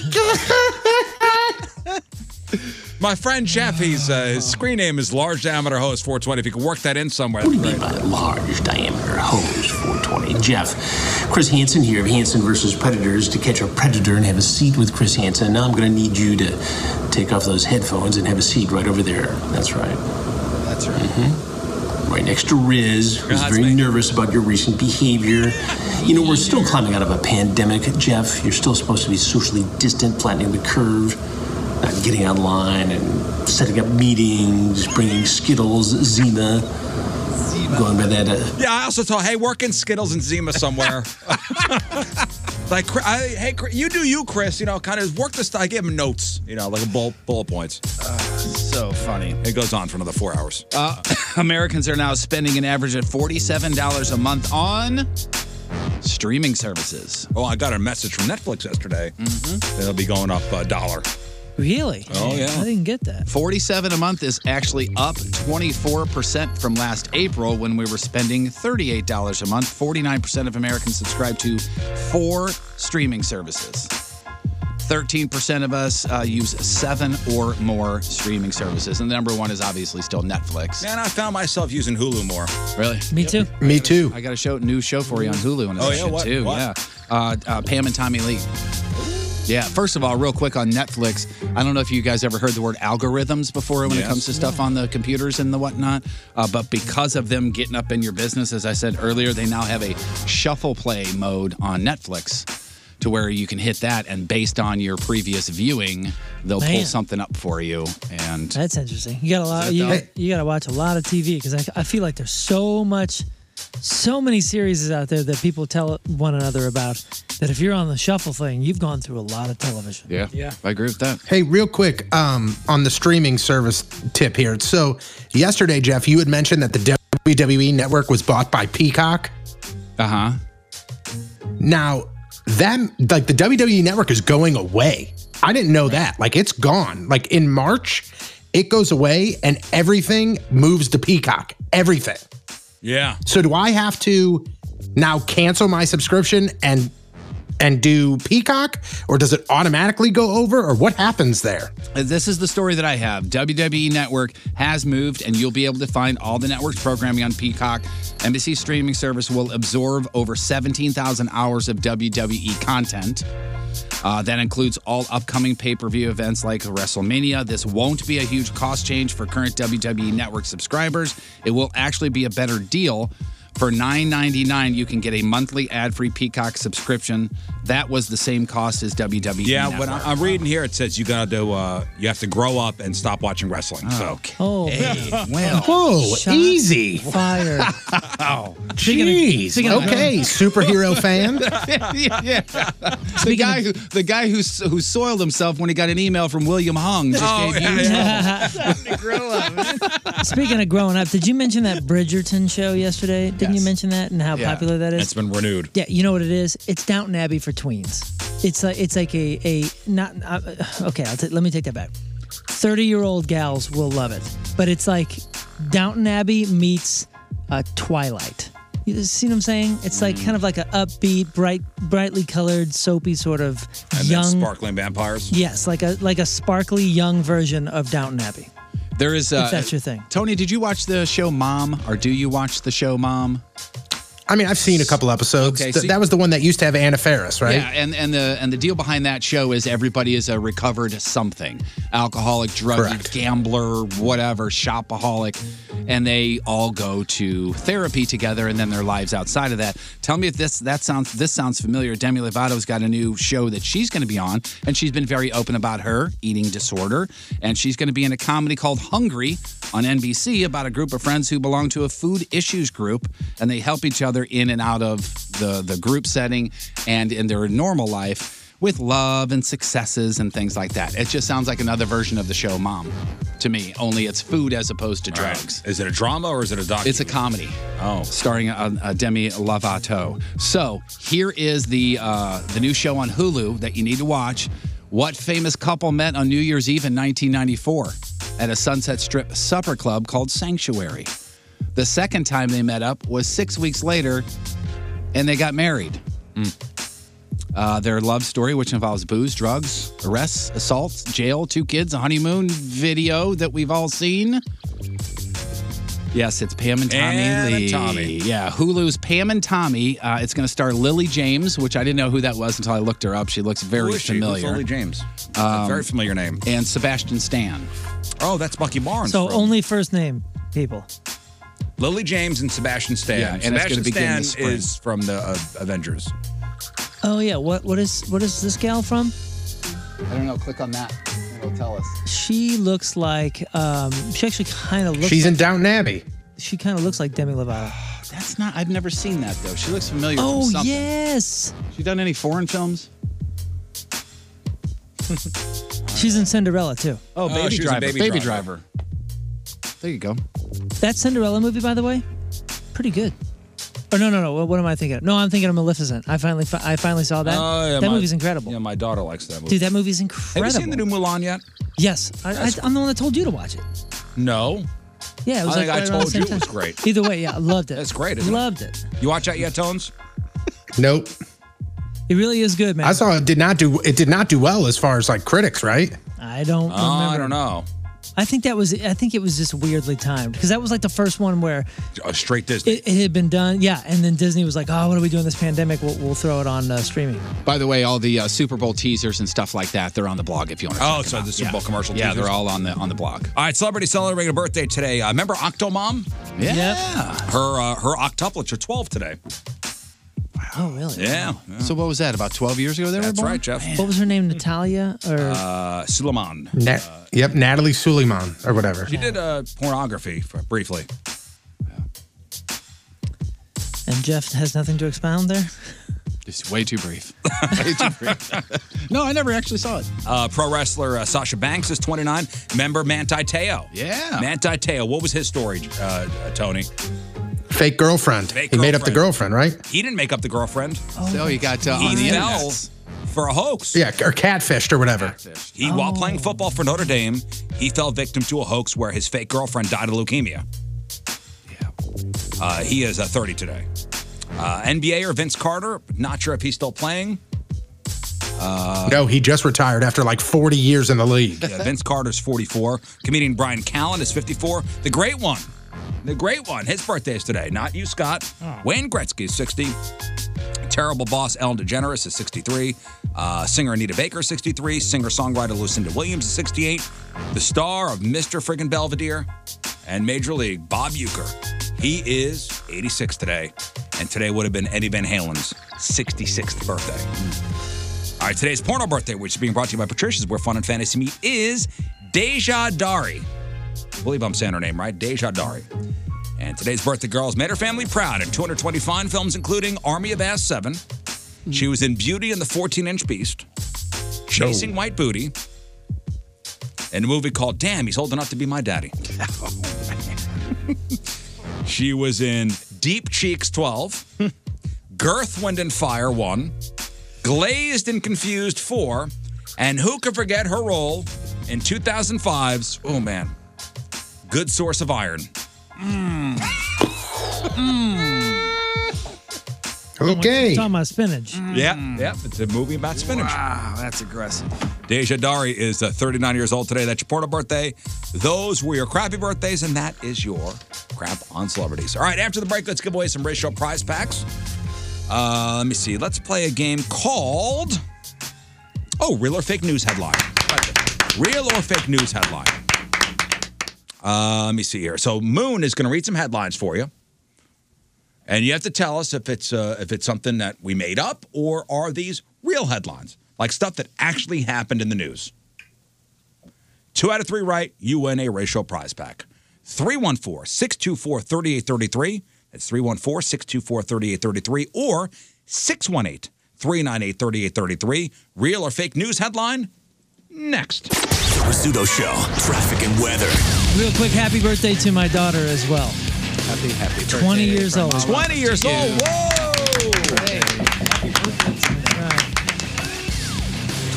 My friend Jeff, he's, uh, his screen name is Large Diameter Hose 420. If you could work that in somewhere. What do you mean by
large diameter hose 420? Jeff, Chris Hansen here of Hansen versus Predators to catch a predator and have a seat with Chris Hansen. Now I'm going to need you to take off those headphones and have a seat right over there. That's right. That's right. Right next to Riz, who's very nervous about your recent behavior. You know, we're still climbing out of a pandemic, Jeff. You're still supposed to be socially distant, flattening the curve, not getting online and setting up meetings, bringing Skittles, Zima. Going by that uh,
Yeah, I also told, hey, work in Skittles and Zima somewhere. like, Chri- I, hey, Chri- you do you, Chris. You know, kind of work this. I gave him notes, you know, like a bullet, bullet points.
Uh, so funny.
It goes on for another four hours.
Uh, Americans are now spending an average of $47 a month on streaming services.
Oh, I got a message from Netflix yesterday. Mm-hmm. It'll be going up a dollar.
Really?
Oh, yeah. I
didn't get that. 47 a month is actually up 24% from last April when we were spending $38 a month. 49% of Americans subscribe to four streaming services. 13% of us uh, use seven or more streaming services. And the number one is obviously still Netflix.
Man, I found myself using Hulu more.
Really?
Me too.
Me too.
I got a show, new show for you on Hulu in a
Oh, yeah?
second
What?
too.
What?
Yeah, uh, uh, Pam and Tommy Lee. Yeah. First of all, real quick on Netflix, I don't know if you guys ever heard the word algorithms before when
Yes.
it comes to stuff on the computers and the whatnot. Uh, but because of them getting up in your business, as I said earlier, they now have a shuffle play mode on Netflix. To where you can hit that, and based on your previous viewing, they'll pull
Man.
something up for you. And
That's interesting. You got a lot.
that
You,
dumb?
you got to watch a lot of TV because I, I feel like there's so much, so many series out there that people tell one another about. That if you're on the shuffle thing, you've gone through a lot of television.
yeah,
Yeah.
I agree with that.
Hey, real quick um, on the streaming service tip here. So, yesterday, Jeff, you had mentioned that the WWE network was bought by Peacock.
Uh huh.
Now, that like the WWE network is going away. I didn't know that. Like, it's gone. Like in March, it goes away, and everything moves to Peacock. Everything.
Yeah.
So, do I have to now cancel my subscription and and do Peacock, or does it automatically go over, or what happens there?
This is the story that I have. WWE Network has moved, and you'll be able to find all the network's programming on Peacock. NBC streaming service will absorb over 17,000 hours of WWE content. Uh, that includes all upcoming pay per view events like WrestleMania. This won't be a huge cost change for current WWE Network subscribers. It will actually be a better deal. For $9.99, you can get a monthly ad free Peacock subscription. That was the same cost as WWE.
Yeah,
Network.
when I, I'm reading here, it says you gotta do, uh, you have to grow up and stop watching wrestling. So,
Oh,
well.
Whoa,
Shot
easy.
Fire.
oh,
Speaking of-
jeez.
speaking of-
Okay, superhero fan.
yeah. The guy who the guy who s- who soiled himself when he got an email from William Hung just
Oh,
gave
yeah,
you
Speaking of growing up, did you mention that Bridgerton show yesterday? Didn't you mention that and how
Yeah.
popular that is?
it's been renewed.
Yeah, you know what it is? It's Downton Abbey for tweens. It's like it's like a a not uh, okay. I'll t- let me take that back. Thirty year old gals will love it, but it's like Downton Abbey meets uh, Twilight. You see what I'm saying? It's like
Mm.
kind of like a upbeat, bright, brightly colored, soapy sort of
And
young.
then Sparkling Vampires.
yes, like a like a sparkly young version of Downton Abbey.
There is uh,
if that's your thing.
Tony, did you watch the show Mom or do you watch the show Mom?
I mean, I've seen a couple episodes.
Okay,
Th-
so-
that was the one that used to have Anna Faris, right?
Yeah, and, and the and the deal behind that show is everybody is a recovered something. Alcoholic, druggie, gambler, whatever, shopaholic. And they all go to therapy together and then their lives outside of that. Tell me if this that sounds this sounds familiar. Demi Lovato's got a new show that she's gonna be on, and she's been very open about her eating disorder. And she's gonna be in a comedy called Hungry on NBC about a group of friends who belong to a food issues group and they help each other in and out of the the group setting and in their normal life with love and successes and things like that. It just sounds like another version of the show Mom to me. Only it's food as opposed to drugs.
Is it a drama or is it a doc?
It's a comedy. Oh, starring a, a Demi Lovato. So here is the uh, the new show on Hulu that you need to watch. What famous couple met on New Year's Eve in 1994 at a Sunset Strip supper club called Sanctuary? The second time they met up was six weeks later, and they got married.
Mm.
Uh, their love story, which involves booze, drugs, arrests, assaults, jail, two kids, a honeymoon video that we've all seen. Yes, it's Pam and Tommy
Pam and
Lee.
Tommy.
Yeah, Hulu's Pam and Tommy. Uh, it's going to star Lily James, which I didn't know who that was until I looked her up. She looks very
Who is she? Who's
familiar. Um,
Lily James. a very familiar name.
And Sebastian Stan.
Oh, that's Bucky Barnes.
So
from-
only first name people.
Lily James and Sebastian Stan.
Yeah, and that's
Sebastian
gonna
Stan
begin this spring.
is from the uh, Avengers.
Oh yeah, what what is what is this gal from?
I don't know. Click on that. It'll tell us.
She looks like um she actually kind of looks.
She's
like,
in Downton Abbey.
She kind of looks like Demi Lovato.
That's not. I've never seen that though. She looks familiar. from
Oh
something.
yes,
She done any foreign films?
she's in Cinderella too.
Oh, Baby
she was in
Driver.
Baby
Baby
Driver.
Driver. There you go.
That Cinderella movie, by the way, pretty good. Oh no, no, no. What, what am I thinking of? No, I'm thinking of Maleficent. I finally, fi- I finally saw Oh, that.
Oh, yeah,
that
my-
movie's incredible.
Yeah, my daughter likes that movie.
Dude, that movie's incredible.
Have you seen the new Mulan yet?
Yes, I, I, I'm the one that told you to watch it.
No.
Yeah, it was
I
like
think
right
I
around the
told you
same
it was
time.
great.
Either way, yeah, I loved it. That's
great, isn't it?
Loved it.
You watch that yet, Tones?
Nope.
It really is good, man.
I saw it did not do it did not do well as far as like critics, right?
I don't remember.
Uh, I don't know.
I think that was. I think it was just weirdly timed because that was like the first one where
Uh, straight Disney.
it, it had been done. Yeah, and then Disney was like, "Oh, what are we doing this pandemic? We'll, we'll throw it on uh, streaming."
By the way, all the uh, Super Bowl teasers and stuff like that, they're on the blog if you want to.
Oh, so the Super Bowl commercial
Yeah,
teasers?
they're all on the on the blog.
All right, celebrity celebrating a birthday today. Uh, remember Octomom?
Yeah.
Her uh, her octuplets are 12 today.
Oh, really?
Yeah.
So what was that? About 12 years ago? They
That's
were born?
right, Jeff.
What was her name? Natalia or
Uh, Suleiman. Uh,
Na- yep, Natalie Suleiman or whatever.
She did uh, pornography for, briefly.
and Jeff has nothing to expound there.
It's way too brief. way too brief. no, I never actually saw it.
Uh, pro wrestler uh, Sasha Banks is 29. Member Manti Te'o.
Yeah.
Manti Te'o. What was his story, uh, uh, Tony?
Fake girlfriend.
Fake
he made up the
girlfriend.
girlfriend, right?
He didn't make up the girlfriend.
Oh, so he got uh,
he
on the
fell
internet.
for a hoax.
Yeah, or catfished or whatever.
He,
Oh.
while playing football for Notre Dame, he fell victim to a hoax where his fake girlfriend died of leukemia. Yeah. Uh, he is uh, 30 today. Uh, NBA or Vince Carter? Not sure if he's still playing. Uh,
no, he just retired after like 40 years in the league.
yeah, Vince Carter's 44. Comedian Brian Callen is 54. The great one. The great one. His birthday is today. Not you, Scott. Wayne Gretzky is 60. Terrible boss Ellen DeGeneres is 63. Uh, singer Anita Baker is 63. Singer songwriter Lucinda Williams is 68. The star of Mr. Friggin' Belvedere and Major League, Bob Euchre. He is 86 today. And today would have been Eddie Van Halen's 66th birthday. All right, today's porno birthday, which is being brought to you by Patricia's, where fun and fantasy meet, is Deja Dari. I believe I'm saying her name right, Deja Dari. And today's birthday girl has made her family proud in 220 fine films, including Army of Ass 7. She was in Beauty and the 14 Inch Beast, Chasing White Booty, and a movie called Damn, He's Old Enough to Be My Daddy. she was in Deep Cheeks 12, Girth, Wind, and Fire 1, Glazed and Confused 4, and who could forget her role in 2005's, oh man, Good Source of Iron.
Mm.
Mm.
Okay.
Talking about spinach.
Yeah, yeah, it's a movie about spinach. Wow,
Mm. that's aggressive.
Deja Dari is uh, 39 years old today. That's your portal birthday. Those were your crappy birthdays, and that is your crap on celebrities. All right, after the break, let's give away some racial prize packs. Uh, let me see. Let's play a game called Oh, Real or Fake News Headline. Real or Fake News Headline. Uh, let me see here. So Moon is going to read some headlines for you. And you have to tell us if it's uh, if it's something that we made up or are these real headlines, like stuff that actually happened in the news. Two out of three right, you win a racial prize pack. 314 624 3833. That's 314 624 3833 or 618 398 3833. Real or fake news headline next.
The Rizzuto Show. Traffic and weather.
Real quick, happy birthday to my daughter as well.
Happy, happy
20 years old.
20 years old. Whoa!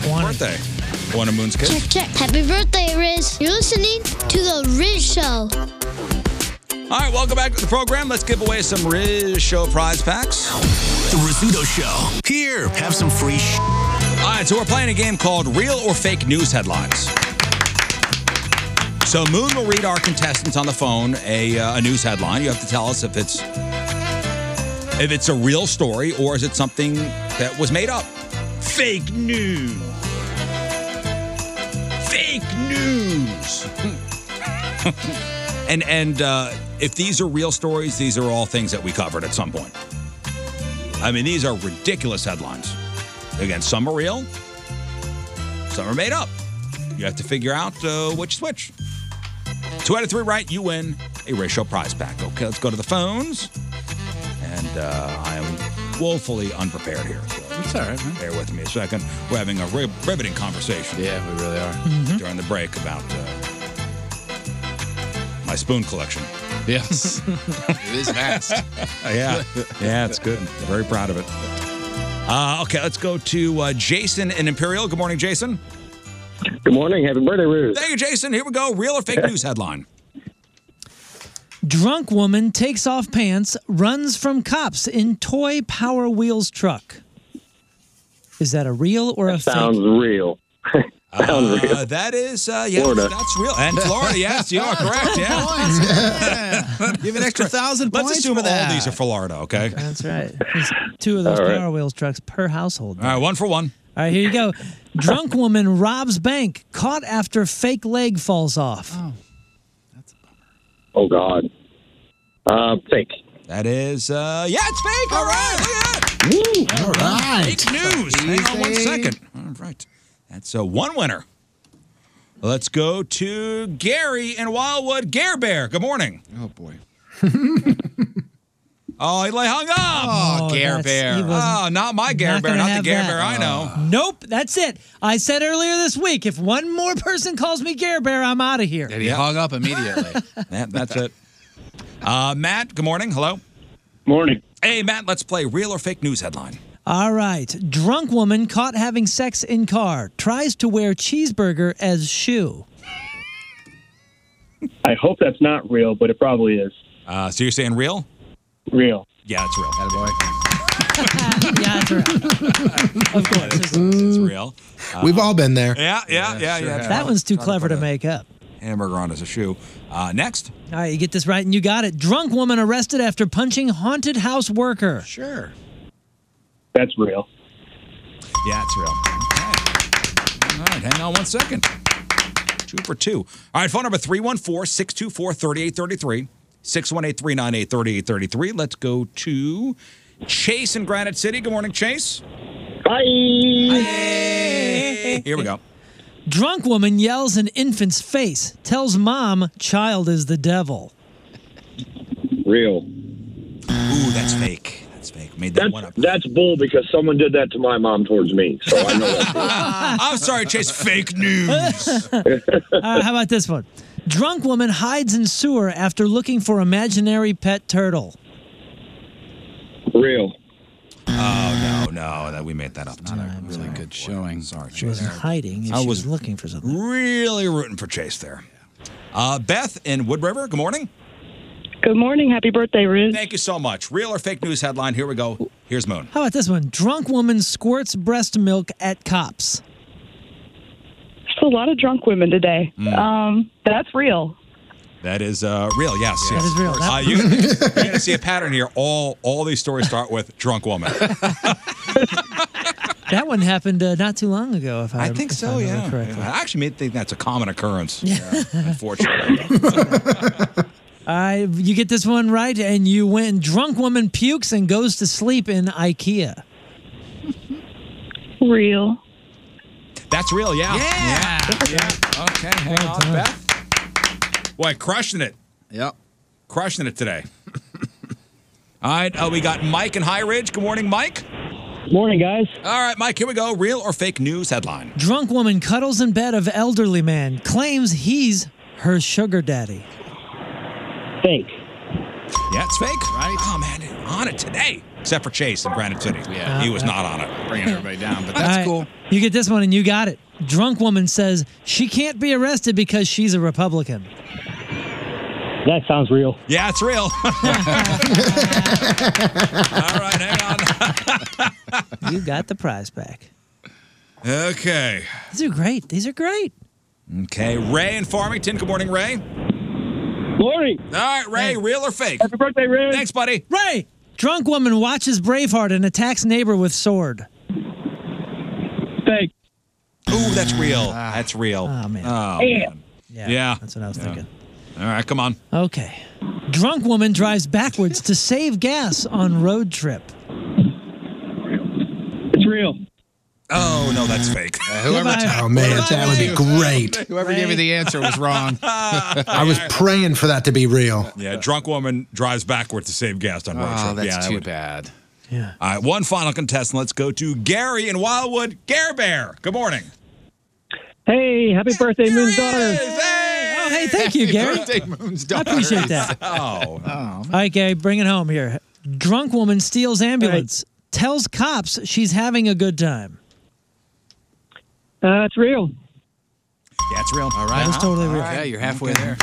Birthday. One of Moon's kids.
Check, check. Happy birthday, Riz. You're listening to The Riz Show.
All right, welcome back to the program. Let's give away some Riz Show prize packs. The Rizzuto Show. Here, have some free sh. All right, so we're playing a game called Real or Fake News Headlines. So Moon will read our contestants on the phone a, uh, a news headline. You have to tell us if it's if it's a real story or is it something that was made up. Fake news. Fake news. and and uh, if these are real stories, these are all things that we covered at some point. I mean, these are ridiculous headlines. Again, some are real, some are made up. You have to figure out uh, which is which. Two out of three right, you win a ratio prize pack. Okay, let's go to the phones. And uh, I am woefully unprepared here. So it's all right, man. Bear with me a second. We're having a rib- riveting conversation. Yeah, we really are. Mm-hmm. During the break about uh, my spoon collection. Yes.
it is vast.
yeah. Yeah, it's good. Very proud of it. Uh, okay, let's go to uh, Jason in Imperial. Good morning, Jason.
Good morning. Happy birthday, Ruth.
Thank you, Jason. Here we go. Real or fake news headline?
Drunk woman takes off pants, runs from cops in toy Power Wheels truck. Is that a real or a
Sounds
fake?
real. Sounds
Uh,
real.
that is, uh, yeah,
Florida.
that's real. And Florida, yes, you are correct. Yeah. Give an extra thousand Let's
points
assume
for
all
that.
these are Florida, okay?
That's right. There's two of those
All right.
Power Wheels trucks per household.
All right, one for one.
All right, here you go. Drunk woman robs bank, caught after fake leg falls off.
Oh God. Uh, fake.
That is, uh, yeah, it's fake. All right,
look at
that.
All right.
Fake news. Hang on one
Easy.
second. All right. That's uh, one winner. Let's go to Gary in Wildwood. Gare Bear, good morning. Oh, boy. oh, he like, hung up.
Oh, Gare that's- Bear. he
Oh,
wasn't-
not my Gare
not
Bear,
gonna
not the
have
Gare
that.
Bear I know.
Uh. Nope, that's it. I said earlier this week if one more person calls me Gare Bear, I'm out of here.
And he hung up immediately. that's it. Uh, Matt, good morning. Hello.
Morning.
Hey, Matt, let's play real or fake news headline.
All right. Drunk woman caught having sex in car tries to wear cheeseburger as shoe.
I hope that's not real, but it probably is.
Uh, so you're saying real?
Real.
Yeah, it's real.
yeah, that's right. Of course. It's,
real.
We've all been there.
Yeah, yeah, yeah, yeah.
That one's too clever to make up.
Hamburger on as a shoe. Uh, next.
All right, you get this right and you got it. Drunk woman arrested after punching haunted house worker.
Sure.
That's real.
Yeah, it's real. Okay. All right, hang on one second. Two for two. All right, phone number 314 624 3833. 618 398 3833. Let's go to Chase in Granite City. Good morning, Chase.
Hi.
Here we go.
Drunk woman yells in infant's face, tells mom child is the devil.
Real.
Ooh, that's fake. That's fake. Made that
that's,
one up.
That's bull because someone did that to my mom towards me, so I know that's bull.
I'm sorry, Chase. Fake news.
All right, how about this one? Drunk woman hides in sewer after looking for imaginary pet turtle.
Real.
Oh no, no, that we made that up. Not a really good showing. Sorry,
She
Chase.
wasn't hiding. She
I
was,
was-
looking for something.
Really rooting for Chase there. Uh, Beth in Wood River. Good morning.
Good morning. Happy birthday, Riz.
Thank you so much. Real or fake news headline? Here we go. Here's Moon.
How about this one? Drunk woman squirts breast milk at cops.
There's a lot of drunk women today.
Mm.
Um, that's real.
That is uh, real. Yes, yes.
That is real.
Uh, you, you're going to see a pattern here. All all these stories start with drunk woman.
That one happened uh, not too long ago, if I,
I think
if
so.
remember
Yeah.
correctly.
I actually may think that's a common occurrence. Yeah. Unfortunately.
All right, you get this one right, and you win. Drunk woman pukes and goes to sleep in IKEA.
Real.
That's real, yeah. Yeah. yeah. Okay, hang on, Beth. Boy, crushing it. Yep. Crushing it today. All right, uh, we got Mike in High Ridge. Good morning, Mike.
Morning, guys.
All right, Mike, here we go. Real or fake news headline.
Drunk woman cuddles in bed of elderly man, claims he's her sugar daddy.
Fake.
Yeah, it's fake. Right? Oh, man, on it today. Except for Chase in Granite City. Yeah, he was not on it. Bringing everybody down, but
All
that's
right,
cool.
You get this one and you got it. Drunk woman says she can't be arrested because she's a Republican.
That sounds real.
Yeah, it's real. All right,
hang on. you got the prize back.
Okay.
These are great. These are great.
Okay, Ray in Farmington. Good morning, Ray.
Morning.
All right, Ray, real or fake? Happy
birthday, Ray.
Thanks, buddy.
Ray! Drunk woman watches Braveheart and attacks neighbor with sword.
Fake.
Ooh, that's real. That's real. Oh, man.
Damn.
Yeah, That's what I was thinking. All right, come on.
Okay. Drunk woman drives backwards to save gas on road trip.
It's real.
Oh, no, that's fake.
whoever- Oh, man, that would be great.
Whoever gave me the answer was wrong.
I was praying for that to be real.
Yeah, drunk woman drives backwards to save gas on road
Oh,
trip.
that's
yeah, that
too
bad. Yeah. All right, one final contestant. Let's go to Gary in Wildwood. Gare Bear. Good morning.
Hey, happy birthday, Moon's daughter.
Oh, hey, thank you, Gary. I appreciate that.
Oh. oh.
All right, Gary, bring it home here. Drunk woman steals ambulance, tells cops she's having a good time.
Uh, it's real.
Yeah, it's real. All
That was totally real.
Yeah, you're halfway there.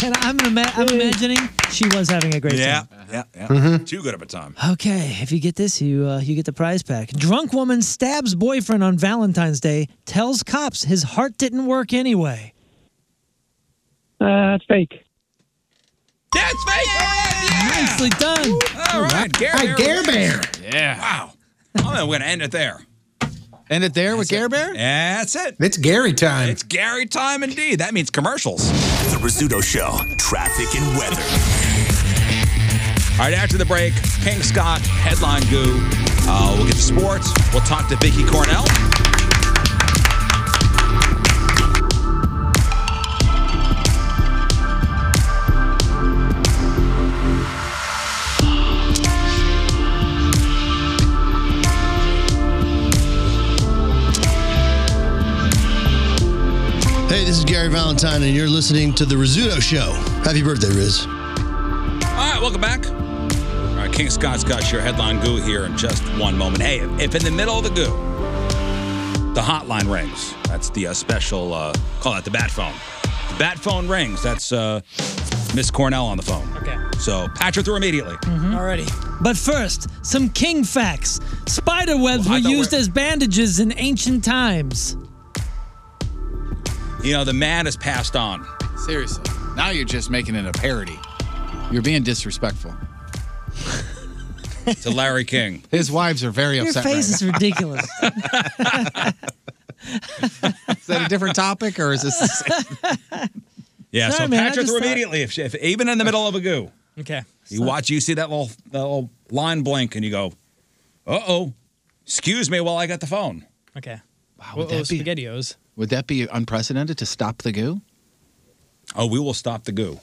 And I'm, ima- I'm imagining she was having a great
yeah,
time.
yeah, yeah.
Mhm.
Too good of a time.
Okay, if you get this, you uh, you get the prize pack. Drunk woman stabs boyfriend on Valentine's Day, tells cops his heart didn't work anyway.
Uh, it's fake.
That's fake.
Oh.
Nicely done.
All right, Gare Bear.
Yeah.
Wow. Well, then we're going to end it there.
End it there with Gare Bear?
That's it.
It's Gary time.
It's Gary time indeed. That means commercials.
The Rizzuto Show. Traffic and weather.
All right, after the break, King Scott, headline goo. Uh, we'll get to sports. We'll talk to Vicky Cornell.
Hey, this is Gary Valentine, and you're listening to The Rizzuto Show. Happy birthday, Riz.
All right, welcome back. All right, King Scott's got your headline goo here in just one moment. Hey, if in the middle of the goo, the hotline rings. That's the uh, special, uh, call that the bat phone. The bat phone rings. That's uh, Miss Cornell on the phone. Okay. So patch her through immediately.
Mm-hmm.
Alrighty. But first, some king facts. Spider webs were used as bandages in ancient times.
You know, the man has passed on.
Seriously. Now you're just making it a parody. You're being disrespectful.
to Larry King.
His wives are very
Your
upset.
face is
right
ridiculous.
is that a different topic or is this the same?
Yeah,
Sorry,
so
man, I
patch her
just
through
thought-
immediately. If, she- if Even in the middle of a goo.
Okay.
You watch, you see that little, that little line blink, and you go, uh oh, excuse me while I got the phone.
Okay. Wow,
would that be-
SpaghettiOs.
Would that be unprecedented to stop the goo?
Oh, we will stop the goo.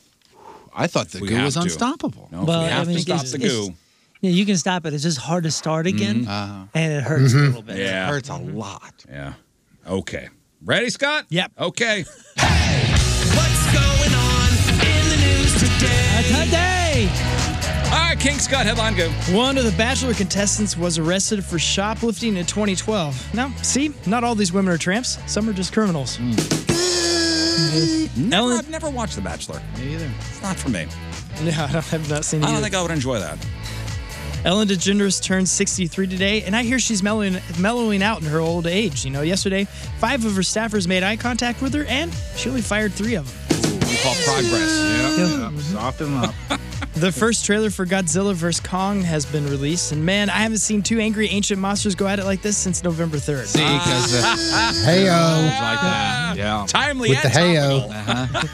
I thought the
We
goo
have
was
to.
unstoppable.
No, if we have to stop
it's-
the
it's-
goo.
Yeah, you can stop it. It's just hard to start again, and it hurts
Mm-hmm.
a little bit. Mm-hmm.
Yeah. Mm-hmm.
lot.
Yeah. Okay. Ready, Scott? Yep. Okay.
Today!
All right, King Scott, headline go.
One of the Bachelor contestants was arrested for shoplifting in 2012. Now, see, not all these women are tramps. Some are just criminals.
Hmm. Never, I've never watched The Bachelor. Me either. It's not for me.
No, I don't- I've not
I
seen it.
don't
either.
think I would enjoy that.
Ellen DeGeneres turned 63 today, and I hear she's mellowing, mellowing out in her old age. You know, yesterday, five of her staffers made eye contact with her, and she only fired three of them.
We call progress.
Yeah.
Soft him up.
The first trailer for Godzilla vs. Kong has been released, and man, I haven't seen two angry ancient monsters go at it like this since November 3rd.
See, because the like that. Yeah.
Timely
With the heyo.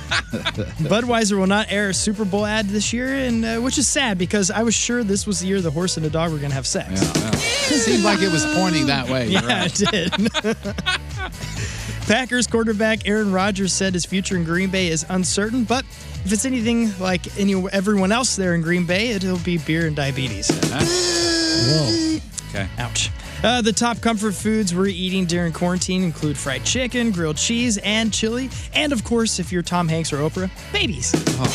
Budweiser will not air a Super Bowl ad this year, and uh, which is sad because I was sure this was the year the horse and the dog were going to have sex.
It seemed like it was pointing that way.
Yeah, it did. Packers quarterback Aaron Rodgers said his future in Green Bay is uncertain, but if it's anything like any everyone else there in Green Bay, it'll be beer and diabetes. Whoa.
Oh.
Okay.
Ouch. Uh, the top comfort foods we're eating during quarantine include fried chicken, grilled cheese, and chili. And of course, if you're Tom Hanks or Oprah, babies.
Oh.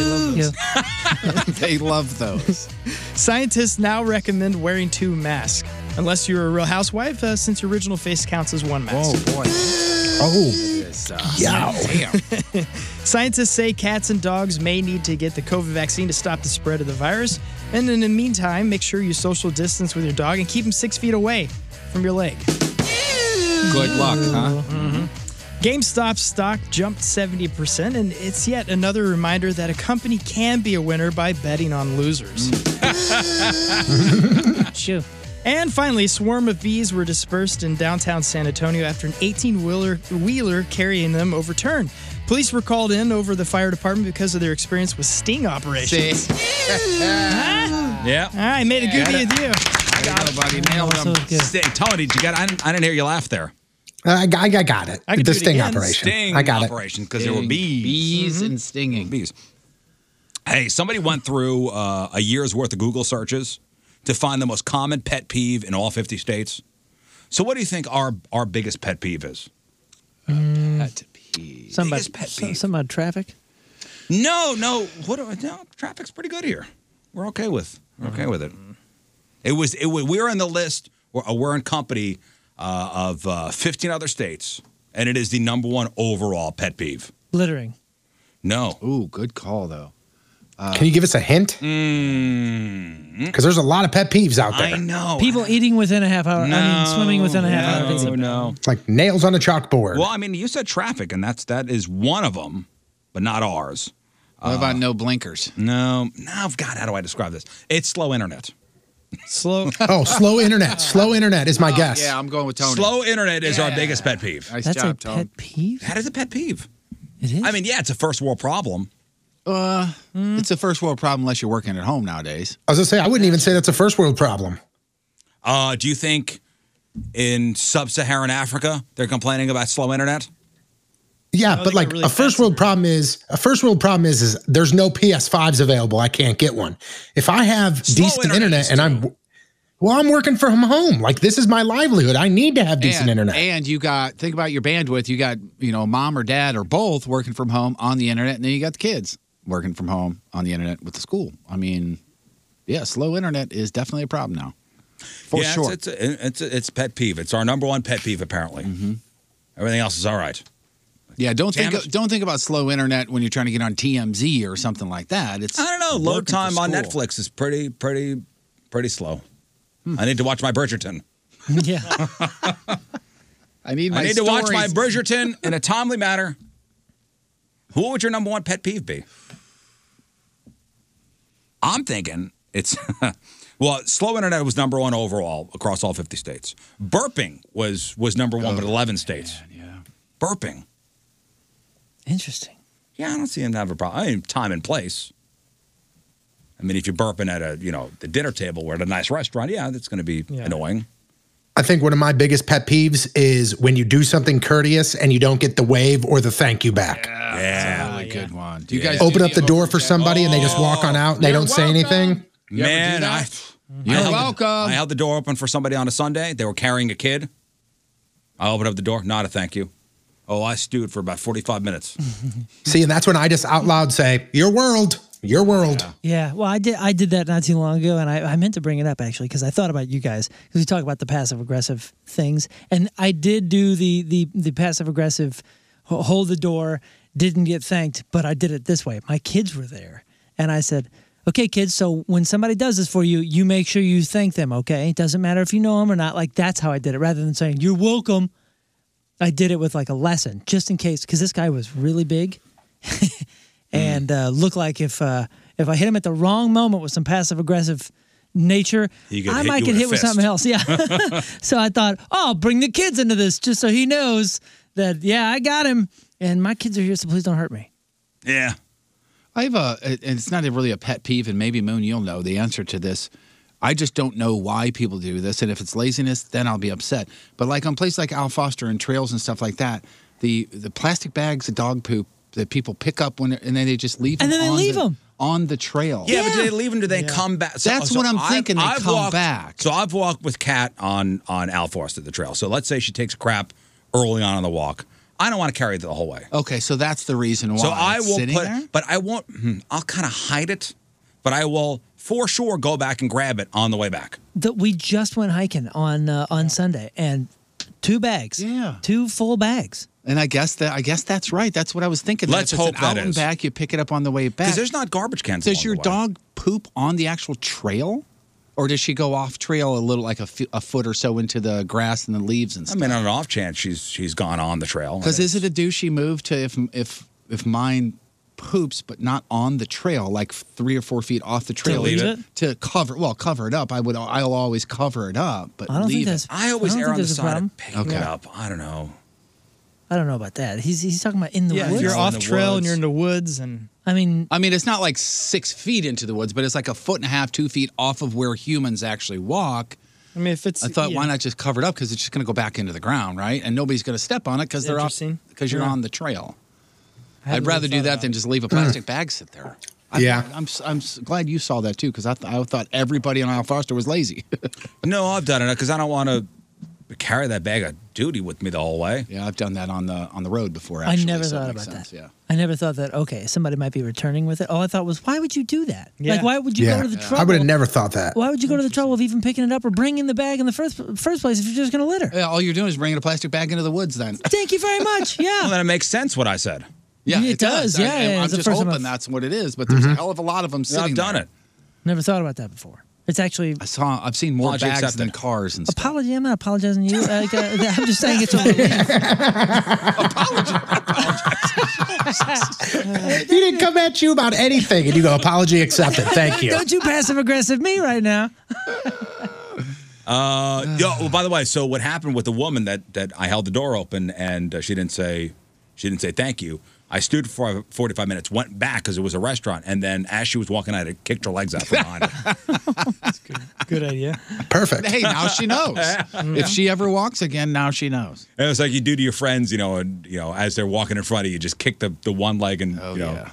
they love those.
Scientists now recommend wearing two masks, unless you're a real housewife, uh, since your original face counts as one mask.
Oh, boy.
Oh.
Yeah.
Damn.
Scientists say cats and dogs may need to get the COVID vaccine to stop the spread of the virus. And in the meantime, make sure you social distance with your dog and keep him six feet away from your leg. Mm-hmm.
Good luck, huh?
GameStop stock jumped 70%, and it's yet another reminder that a company can be a winner by betting on losers. Shoo. And finally, a swarm of bees were dispersed in downtown San Antonio after an 18 wheeler, wheeler carrying them overturned. Police were called in over the fire department because of their experience with sting operations.
Uh-huh.
Huh?
Yeah.
All right, made a
Yeah.
goodie with you.
I got it, buddy. Nailed him. Sting. Tony, did you got? I didn't, I didn't hear you laugh there.
I, I, I got it.
I could
the
do it
sting
again.
operation.
Sting
I got it.
operation because there were
Sting.
bees, bees
and stinging
bees. Hey, somebody went through uh, a year's worth of Google searches to find the most common pet peeve in all 50 states. So, what do you think our our biggest pet peeve is?
pet peeve. Something about, so- something about traffic.
No, no. What? do I- No, traffic's pretty good here. We're okay with. We're okay with it.
Mm-hmm.
It was. It, wa- we were on the list. We're, uh, we're in company uh, of uh, 15 other states, and it is the number one overall pet peeve.
Littering.
No.
Ooh, good call though. Uh,
Can you give us a hint? Because there's a lot of pet peeves out there.
Mm. know.
People eating within a half hour. I mean, swimming within a half hour.
No, no.
It's like nails on a chalkboard.
Well, I mean, you said traffic, and that's that is one of them, but not ours. Uh,
What about no blinkers?
No, no. God, how do I describe this? It's slow internet.
Slow.
oh, slow internet. Slow internet is
Oh,
my guess.
I'm going with Tony.
Slow internet is our biggest pet peeve.
Nice That's a job, Tone. pet
peeve.
um, That is a pet peeve.
It is.
I mean, yeah, it's a first world problem.
Uh, It's a first world problem unless you're working at home nowadays.
I was gonna say I wouldn't even say that's a first world problem.
Uh, do you think in sub-Saharan Africa they're complaining about slow internet?
Yeah, but like a first world problem is a first world problem is is there's no PS5s available. I can't get one. If I have decent internet, and I'm well, I'm working from home. Like this is my livelihood. I need to have decent
and,
internet.
And you got think about your bandwidth. You got you know mom or dad or both working from home on the internet, and then you got the kids working from home on the internet with the school. I mean, yeah, slow internet is definitely a problem now. For
yeah,
sure.
it's it's, a, it's a- it's a pet peeve. It's our number one pet peeve apparently.
Mm-hmm.
Everything else is all right.
Yeah, don't
Damn
think don't think about slow internet when you're trying to get on TMZ or something like that. It's
I don't know. Load
working for
time on
school.
Netflix is pretty pretty pretty slow.
Hmm.
I need to watch my Bridgerton.
yeah.
I need
I
my
need to watch my
stories.
Bridgerton in a timely manner. What would your number one pet peeve be? I'm thinking it's well, slow internet was number one overall across all 50 states. Burping was was number one,
Oh,
but 11 states. yeah. Burping.
Interesting.
Yeah, I don't see him to have a problem. I mean, time and place. I mean, if you're burping at a you know the dinner table or at a nice restaurant, yeah, that's going to be annoying.
I think one of my biggest pet peeves is when you do something courteous and you don't get the wave or the thank you back.
Yeah,
really good one. Do you guys
Open up the door for somebody and they just walk on out and they don't say anything.
Man, I,
You're
I held the-
welcome.
I held the door open for somebody on a Sunday. They were carrying a kid. I opened up the door. Not a thank you. Oh, I stewed for about 45 minutes.
See, and that's when I just out loud say, Your world, your world.
Yeah, well, I did. I did that not too long ago, and I, I meant to bring it up actually because I thought about you guys because we talk about the passive aggressive things, and I did do the the the passive aggressive ho- hold the door, didn't get thanked, but I did it this way. My kids were there, and I said, "Okay, kids, so when somebody does this for you, you make sure you thank them. Okay, it doesn't matter if you know them or not. Like that's how I did it, rather than saying you're welcome." I did it with like a lesson, just in case, because this guy was really big
Mm.
and uh, look like if uh, if I hit him at the wrong moment with some passive aggressive nature,
He could
I
hit
might
you
get
with a
hit with
fist.
something else. Yeah. so I thought, oh, I'll bring the kids into this just so he knows that yeah, I got him, and my kids are here, so please don't hurt me.
Yeah.
I have a, and it's not a, really a pet peeve, and maybe Moon, you'll know the answer to this. I just don't know why people do this. And if it's laziness, then I'll be upset. But like on places like Al Foster and trails and stuff like that, the, the plastic bags of dog poop that people pick up when and then they just leave
And
them
then they
on
leave
the,
'em.
on the trail.
Yeah, but do they leave them? Do they come back?
That's what I'm
I've-
thinking. They
I've
come
walked-
back.
So I've walked with Kat on on Al Foster the trail. So let's say she takes crap early on in the walk. I don't want to carry it the whole way.
Okay, so that's the Oh, reason why.
So I
It's
will
sitting
put,
there?
but I won't. hmm, I'll kind of hide it, but I will for sure go back and grab it on the way back.
that we just went hiking on uh, on Sunday and two bags. Yeah. Two full bags.
And I guess that I guess that's right. That's what I was thinking.
Let's
if it's
hope
an
that
out and
is.
back. You pick it up on the way back.
Because there's not garbage cans.
Does
along
your
the way.
dog poop on the actual trail, or does she go off trail a little, like a fe- a foot or so into the grass and the leaves and
I
stuff?
mean, on an off chance, she's she's gone on the trail.
Because is it a douchey move to if if if mine poops but not on the trail, like three or four feet off the trail,
leave
to,
it?
to cover well cover it up? I would I'll always cover it up, but
I don't think
leave it.
that's-
I always
I don't
err on
think
the
there's a
side
problem.
of picking
Okay.
it up. I don't know.
I don't know about that. He's he's talking about in the
Yeah, if
woods.
you're off trail and you're
in
the woods and
I mean
I mean, it's not like six feet into the woods, but it's like a foot and a half, two feet off of where humans actually walk.
I mean, if it's
I thought,
yeah.
why not just cover it up? Because it's just going to go back into the ground, right? And nobody's going to step on it because they're off
Interesting.
because you're
Yeah.
on the trail.
I
I'd
hadn't
rather do
really thought
that than just leave a plastic bag sit there. I,
Yeah.
I'm, s- I'm s- glad you saw that too because I, th- I thought everybody on Isle Foster was lazy.
No, I've done it because I don't want to carry that bag of duty with me the whole way.
Yeah, I've done that on the on the road before.
I never thought about that.
Yeah.
I never thought that. Okay, somebody might be returning with it. All I thought was, why would you do that? Like, why would you go to the trouble?
I would have never thought that.
Why would you go to the trouble of even picking it up or bringing the bag in the first first place if you're just going to litter?
Yeah, all you're doing is bringing a plastic bag into the woods then.
Thank you very much. Yeah.
Well, then it makes sense what I said.
Yeah,
It does, yeah,
I, and
yeah,
I'm
it's the
just
first time
hoping
I've-
that's what it is, but there's a hell of a lot of them sitting.
Mm-hmm. I've done it.
Never thought about that before. It's actually
I saw. I've seen more
Logic
bags
accepted.
than cars and stuff.
apology. I'm not apologizing to you. Like, uh, I'm just saying it's on the
he didn't come at you about anything, and you go apology accepted. Thank you.
Don't you passive aggressive me right now.
Uh, yo, well, by the way, so what happened with the woman that that I held the door open and uh, she didn't say she didn't say thank you. I stood for 45 minutes, went back because it was a restaurant, and then as she was walking out, it kicked her legs out from behind her.
Good idea.
Perfect.
Hey, now she knows. If she ever walks again, now she knows.
And it's like you do to your friends, you know, and you know, as they're walking in front of you, just kick the, the one leg and you know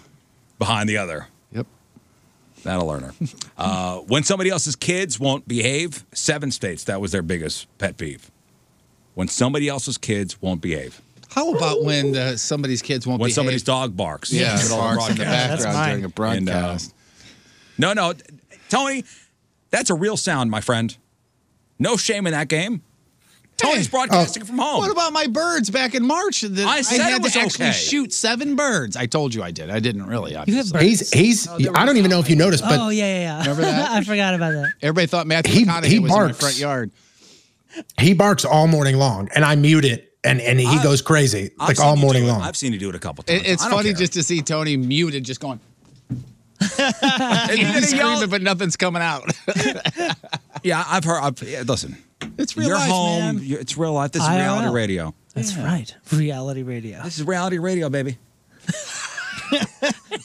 behind the other.
Oh, Yep.
That'll learn her. uh, when somebody else's kids won't behave, seven states, that was their biggest pet peeve. When somebody else's kids won't behave.
How about when uh, somebody's kids won't
when
behave?
somebody's dog barks.
Yeah,
It's all
barks in the
broadcast.
background Yeah, that's during mine. a
And, uh,
broadcast.
no, no, t- Tony, that's a real sound, my friend. No shame in that game.
Eh.
Tony's broadcasting from home.
What about my birds back in March? The-
I said
had
it was
to actually
okay.
shoot seven birds. I told you I did. I didn't really. Obviously.
He's he's. I don't even know if you noticed, but
oh yeah, yeah, yeah.
Remember that?
I forgot about that.
Everybody thought Matthew
He-
McConaughey
he
was in my
barks.
front yard.
he barks all morning long, and I mute it, and and he goes crazy
I've
like
seen
all
you
morning
do it.
long.
I've seen you do it a couple times.
It, it's
I don't
funny
care.
just to see Tony muted, just going. and
gonna
he's
yell-
screaming, but nothing's coming out.
Yeah, I've heard. I've, yeah, listen,
It's
real
You're
life,
home.
man.
You're, it's real life. This is
IRL.
reality radio.
That's right. Reality radio.
This is reality radio, baby.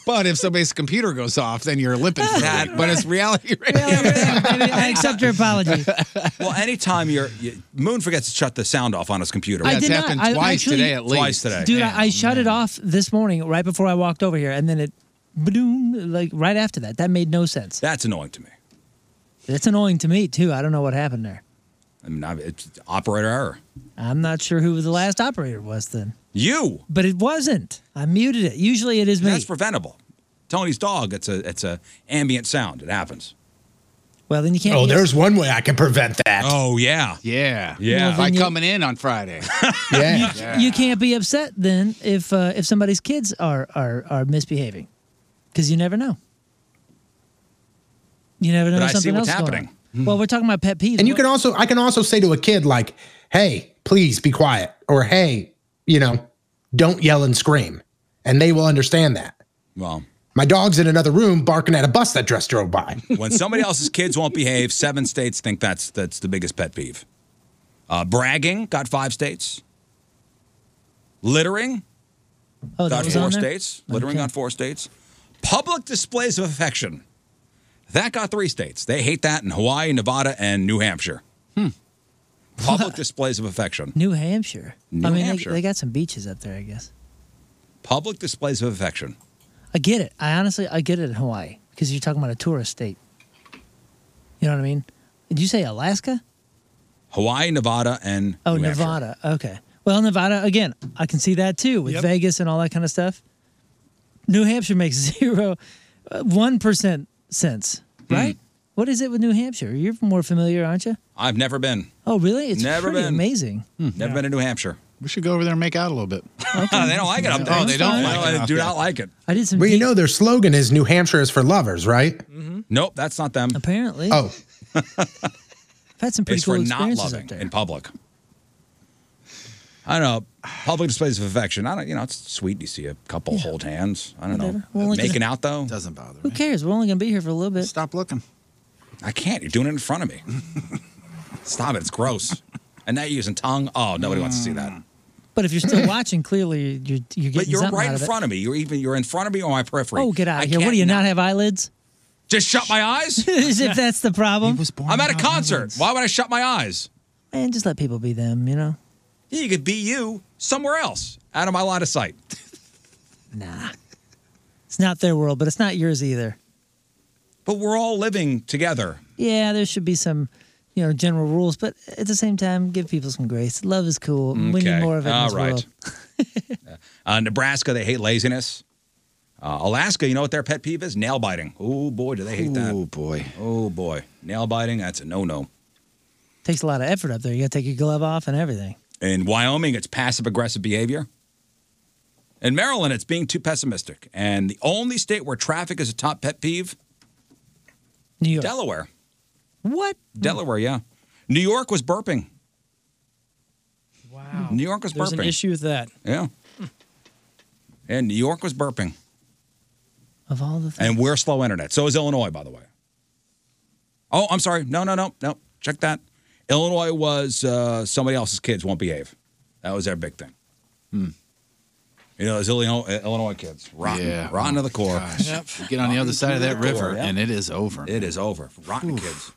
but if somebody's computer goes off, then you're limping for a week. But it's reality.
I accept your apology.
Well, anytime you're you, Moon forgets to shut the sound off on his computer.
I did not- I actually-
Twice today,
Dude, I, I shut it off this morning right before I walked over here, and then it, boom, like right after that. That made no sense.
That's annoying to me.
That's annoying to me too. I don't know what happened there.
I mean, I, it's operator error.
I'm not sure who the last operator was then,
You.
but it wasn't. I muted it. Usually it is me.
That's preventable. Tony's dog. It's a it's a ambient sound. It happens.
well, then you can't.
oh,
use-
there's one way I can prevent that.
Oh yeah.
Yeah.
Yeah.
By coming in on Friday.
yeah.
You can't be upset then if uh, if somebody's kids are are are misbehaving, because you never know. You never know
But I see
something
what's
else going
happening.
on. Well, we're talking about pet peeves.
And you
What-
can also I can also say to a kid like, "Hey, please be quiet," or "Hey, you know, don't yell and scream," and they will understand that.
Well,
My dog's in another room barking at a bus that just drove by.
when somebody else's kids won't behave, seven states think that's that's the biggest pet peeve. Uh, bragging got five states. Littering
Oh, that
got
was
four
on there?
states. Littering
Okay.
got four states. Public displays of affection. That got three states. They hate that in Hawaii, Nevada, and New Hampshire.
Hmm.
Public displays of affection.
New Hampshire.
New
I mean, they-
Hampshire.
They, got some beaches up there, I guess.
Public displays of affection.
I get it. I honestly, I get it in Hawaii because you're talking about a tourist state. You know what I mean? Did you say Alaska?
Hawaii, Nevada, and
Oh,
New Hampshire.
Nevada. Okay. Well, Nevada, again, I can see that too with Vegas and all that kind of stuff. New Hampshire makes zero, uh, 1% sense,
Hmm.
right? What is it with New Hampshire? You're more familiar, aren't you?
I've never been.
Oh, really? It's
Never
pretty
been.
amazing.
Never been to New Hampshire.
We should go over there and make out a little bit.
they don't like it up there.
Oh, they don't
They
like it up
do
there.
not like it.
I did some.
Well, you know their slogan is "New Hampshire is for lovers," right?
Nope, that's not them.
Apparently.
Oh,
I've had some pretty
it's
cool
for not
experiences
loving
up there.
in public. I don't know. Public displays of affection. I don't. You know, it's sweet. You see a couple hold hands. I don't know.
Whatever. Well, look at
Making
the-
out though doesn't bother.
Who cares? We're only going to be here for a little bit. Stop looking.
I can't. You're doing it in front of me. Stop it. It's gross. and now you're using tongue. Oh, nobody wants to see that.
But if Mm. you're still watching, clearly you're, you're getting
But you're
something
right
out
in
of it.
front of me. You're even. You're in front of me on my periphery.
Oh, get out of here. What do you not have eyelids?
Just shut my eyes.
As if that's the problem.
I'm at a concert. Why would I shut my eyes?
Man, just let people be them, you know?
Yeah, you could be you somewhere else, out of my line of sight.
It's not their world, but it's not yours either.
But we're all living together.
Yeah, there should be some, you know, general rules, but at the same time, give people some grace. Love is cool. We
Okay.
need more of it in
All
this
right.
world.
Uh, Nebraska, they hate laziness. Uh, Alaska, you know what their pet peeve is? Nail biting. Oh boy, do they hate that? Oh boy. Oh boy, nail biting. That's a no-no.
Takes a lot of effort up there. You got to take your glove off and everything.
In Wyoming, it's passive-aggressive behavior. In Maryland, it's being too pessimistic. And the only state where traffic is a top pet peeve,
New York.
Delaware.
What?
Delaware, yeah. New York was burping. Wow. New York was
There's
burping.
an issue with that.
Yeah. And New York was burping.
Of all the things.
And we're slow internet. So is Illinois, by the way. Oh, I'm sorry. No, no, no, no. Check that. Illinois was uh, somebody else's kids won't behave. That was their big thing.
Hmm.
You know, those Illinois, Illinois kids, rotten,
Yeah. Oh,
rotten to the core.
Gosh. Yep. You get on the other side of that river, and
it is over. It is over. Rotten kids.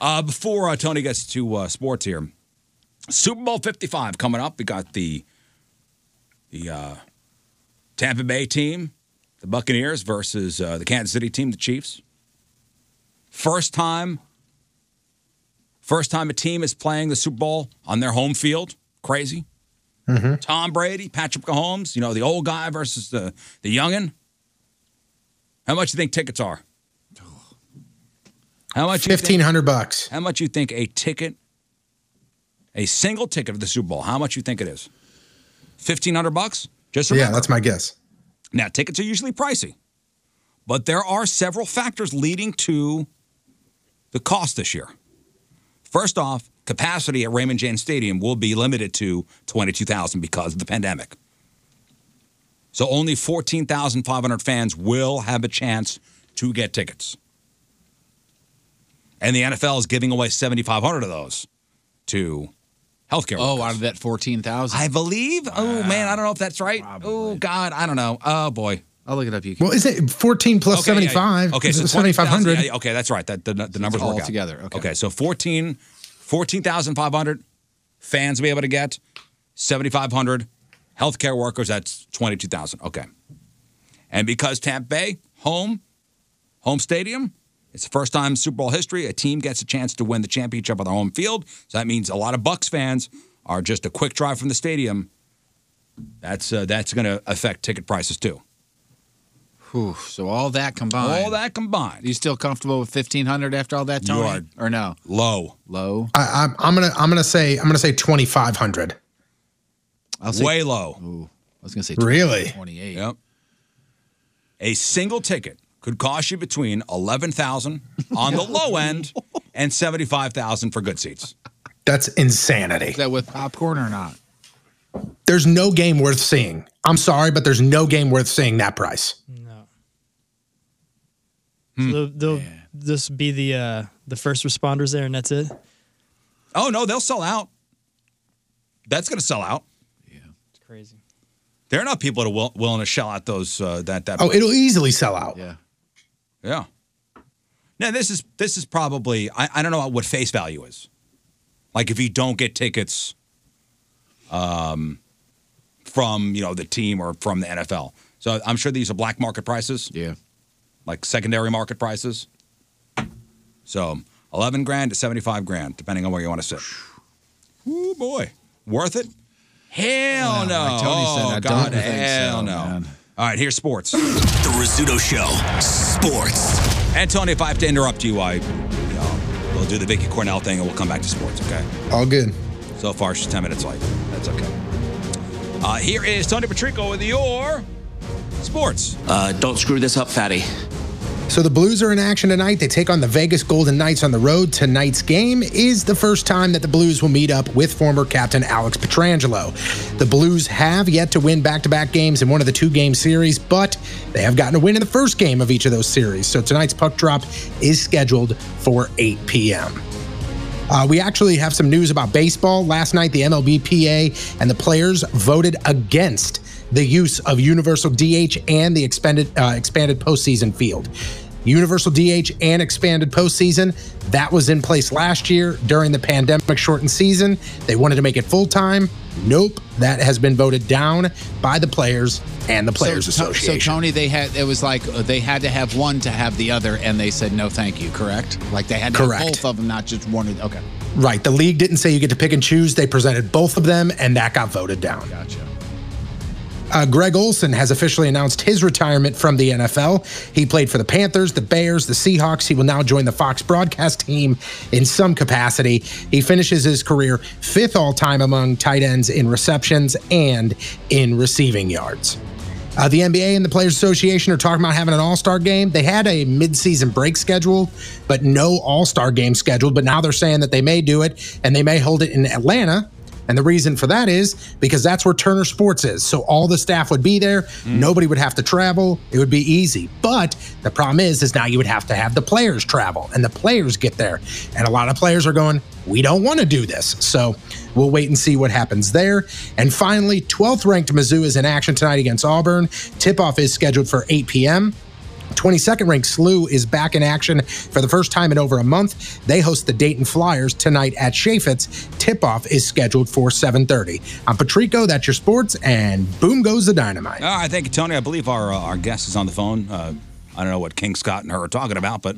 uh, before uh, Tony gets to uh, sports here, Super Bowl 55 coming up. We got the the uh, Tampa Bay team, the Buccaneers versus uh, the Kansas City team, the Chiefs. First time, first time a team is playing the Super Bowl on their home field. Crazy.
Mm-hmm.
Tom Brady, Patrick Mahomes, you know, the old guy versus the, the youngin'. How much you think tickets are? How much? you think-
Fifteen hundred bucks.
How much you think a ticket, a single ticket of the Super Bowl? How much you think it is? Fifteen hundred bucks. Just
yeah,
remember.
that's my guess.
Now tickets are usually pricey, but there are several factors leading to the cost this year. First off, capacity at Raymond James Stadium will be limited to twenty-two thousand because of the pandemic. So only fourteen thousand five hundred fans will have a chance to get tickets and the NFL is giving away 7,500 of those to healthcare. Oh, out of that 14,000, I believe. Oh man, I don't know if that's right. Oh God, I don't know. Oh boy, I'll look it up. You
Well, is it fourteen plus
Okay, yeah,
seventy five?
yeah. Okay, so
seventy five hundred.
20,000. Yeah, yeah, okay, that's right. That the, the numbers
all
work out.
together,
Okay. so 14, 14,500 fans will be able to get 7,500 healthcare workers. That's twenty-two thousand. Okay, and because Tampa Bay home home stadium. It's the first time in Super Bowl history a team gets a chance to win the championship on their home field. So that means a lot of Bucks fans are just a quick drive from the stadium. That's uh, that's going to affect ticket prices too.
Whew, so all that combined.
All that combined.
You still comfortable with fifteen hundred after all that,
You
Tony?
are
or no?
Low.
Low.
I, I'm, I'm gonna I'm gonna say I'm gonna say twenty five hundred.
I'll
Way low.
I was going to say
Really?
28.
Oh. Yep. A single ticket could cost you between 11,000 on the low end and 75,000 for good seats.
That's insanity.
Is that with popcorn or not?
There's no game worth seeing. I'm sorry, but there's no game worth seeing that price.
Hmm.
So they'll, they'll this be the uh, the first responders there, and that's it.
Oh no, they'll sell out. That's going to sell out.
It's crazy.
There are not people that are will, willing to shell out those uh, that that.
Oh, it'll easily sell out.
Yeah.
Yeah. Now this is this is probably I, I don't know what face value is. Like if you don't get tickets um from, you know, the team or from the NFL. So I'm sure these are black market prices.
Yeah.
Like secondary market prices. So 11 grand to 75 grand depending on where you want to sit. Ooh boy. Worth it? Hell no.
like Tony
oh,
said, I don't
God,
think so,
hell no. All right, here's sports.
The Rizzuto Show. Sports.
And Tony, if I have to interrupt you, I, you know, we'll do the Vicky Cornell thing and we'll come back to sports, okay?
All good.
So far, she's 10 minutes late. That's okay. Uh, here is Tony Patrico with your sports.
Uh, don't screw this up, fatty. So the Blues are in action tonight. They take on the Vegas Golden Knights on the road. Tonight's game is the first time that the Blues will meet up with former captain Alex Petrangelo. The Blues have yet to win back-to-back games in one of the two-game series, but they have gotten a win in the first game of each of those series. So tonight's puck drop is scheduled for 8 p.m. Uh, we actually have some news about baseball. Last night, the MLBPA and the players voted against the use of universal DH and the expanded uh, expanded postseason field. Universal DH and expanded postseason that was in place last year during the pandemic shortened season. They wanted to make it full time. Nope, that has been voted down by the players and the Players
so, To-
Association.
So Tony, they had it was like uh, they had to have one to have the other, and they said no, thank you. Correct? Like they had to have
Correct.
both of them, not just one. of- Okay.
Right. The league didn't say you get to pick and choose. They presented both of them, and that got voted down.
Gotcha.
Uh, Greg Olson has officially announced his retirement from the NFL. He played for the Panthers, the Bears, the Seahawks. He will now join the Fox broadcast team in some capacity. He finishes his career fifth all time among tight ends in receptions and in receiving yards. Uh, the NBA and the Players Association are talking about having an All Star game. They had a midseason break scheduled, but no All Star game scheduled. But now they're saying that they may do it and they may hold it in Atlanta. And the reason for that is because that's where Turner Sports is. So all the staff would be there. Nobody would have to travel. It would be easy. But the problem is, is now you would have to have the players travel and the players get there. And a lot of players are going, we don't want to do this. So we'll wait and see what happens there. And finally, 12th ranked Mizzou is in action tonight against Auburn. Tip off is scheduled for 8 p.m. 22nd ranked SLU is back in action for the first time in over a month. They host the Dayton Flyers tonight at Chaffetz. Tip-off is scheduled for 7:30. I'm Patrico. That's your sports, and boom goes the dynamite.
All right, thank you, Tony. Uh, I believe our uh, our guest is on the phone. Uh, I don't know what King Scott and her are talking about, but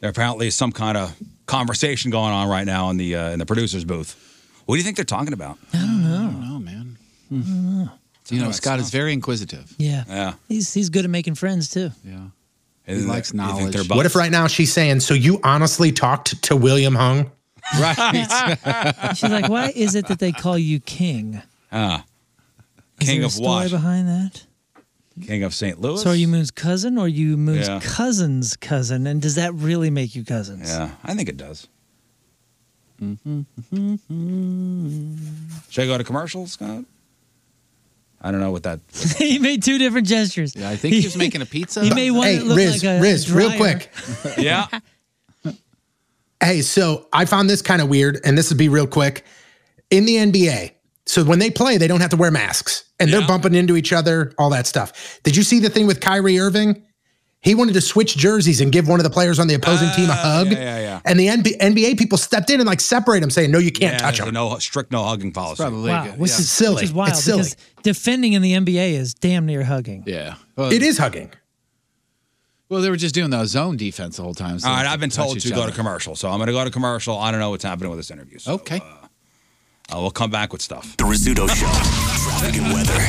there apparently is some kind of conversation going on right now in the uh, in the producer's booth. What do you think they're talking about?
You know,
Alright,
Scott is very inquisitive.
Yeah.
Yeah.
He's he's good at making friends too.
Yeah. He likes knowledge.
What if right now she's saying, "So you honestly talked to William Hung?"
Right.
She's like, why is it that they call you king?
Ah,
Is
King
there a
of
story
what?
behind that?
King of St. Louis.
So are you Moon's cousin or are you Moon's
Yeah.
cousin's cousin? And does that really make you cousins?
Yeah, I think it does. Should I go to commercial, Scott? I don't know what that.
he made two different gestures. Yeah,
I
think he was making a
pizza.
He made one
Hey,
that looked
Riz,
like a
Riz,
dryer.
real quick.
yeah.
Hey, so I found this kind of weird, and this would be real quick. In the NBA, so when they play, they don't have to wear masks and they're bumping into each other, all that stuff. Did you see the thing with Kyrie Irving? He wanted to switch jerseys and give one of the players on the opposing team a hug.
Oh, yeah, yeah, yeah.
And the NB- NBA people stepped in and like separate him, saying, no, you can't
Yeah,
touch
there's
him.
a no strict no hugging policy.
probably
Wow, which
Yeah.
is
Silly.
Which is wild
It's silly.
because defending in the NBA is damn near hugging.
Yeah.
it is hugging.
Well, they were just doing the zone defense the whole time.
All right, I've been told to go to commercial, so I'm going to go to commercial. I don't know what's happening with this interview. So, okay. Uh, uh, we'll come back with stuff. The Rizzuto Show. Traffic and weather.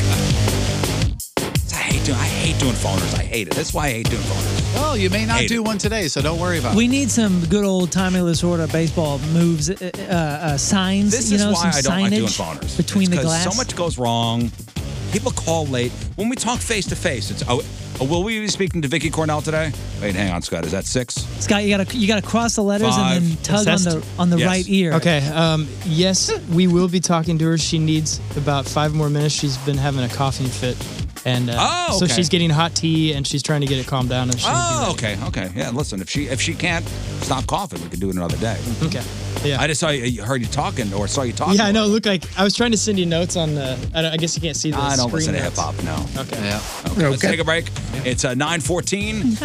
I hate doing. I hate doing phoners. I hate it. That's why I hate doing phoners.
Well, you may not
Hate
do one today, so don't worry about it.
We need some good old timely Lasorda baseball moves, uh, uh, uh, signs.
This
you
is
know,
why I
some
don't like doing
signage
phoners.
between
It's
the
'cause
glass.
So much goes wrong. People call late. When we talk face to face, it's oh, oh, will we be speaking to Vicky Cornell today? Wait, hang on, Scott. Is that six?
Scott, you gotta you gotta cross the letters
Five.
and then tug
Obsessed.
on the on the
Yes.
right ear.
Okay. Um, yes, we will be talking to her. She needs about five more minutes. She's been having a coughing fit. and uh,
Oh,
so
okay.
she's getting hot tea and she's trying to get it calmed down. And she,
Oh, okay, okay. Yeah, listen, if she if she can't stop coughing, we could do it another day.
Okay. Yeah.
I just saw you, heard you talking or saw you talking.
yeah, I know. It looked like I was trying to send you notes on the. I, don't, I guess you can't see the.
I don't
screen
listen to hip
notes.
hop. No.
Okay.
Yeah. Okay. Let's
Okay.
take a break. It's uh, nine fourteen.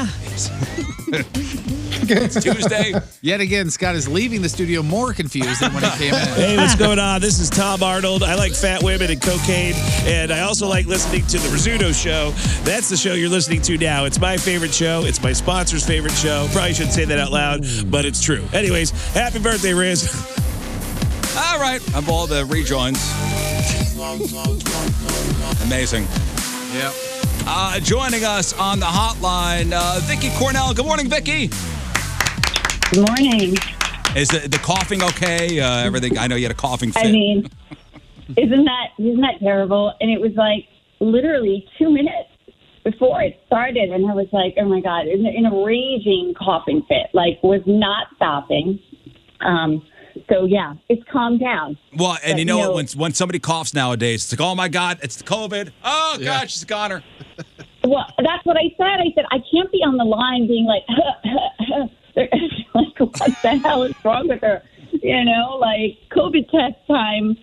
it's Tuesday.
Yet again, Scott is leaving the studio more confused than when he came in.
Hey, what's going on? This is Tom Arnold. I like fat women and cocaine, and I also like listening to The Rizzuto Show. That's the show you're listening to now. It's my favorite show. It's my sponsor's favorite show. Probably shouldn't say that out loud, but it's true. Anyways, happy birthday, Riz.
All right. Of all the rejoins. Amazing. Yep. Uh, joining us on the hotline, uh, Vicky Cornell. Good morning, Vicky.
Good morning.
Is the, the coughing okay? Uh, everything. I know you had a coughing fit.
I mean, isn't that isn't that terrible? And it was like literally two minutes before it started, and I was like, oh my god, in, in a raging coughing fit, like was not stopping. Um, so yeah, it's calmed down.
well, and you know
no.
what? When, when somebody coughs nowadays, it's like, oh my God, it's the COVID. Oh God, she's got her.
Well, that's what I said. I said I can't be on the line being like, like what the hell is wrong with her? You know, like COVID test time.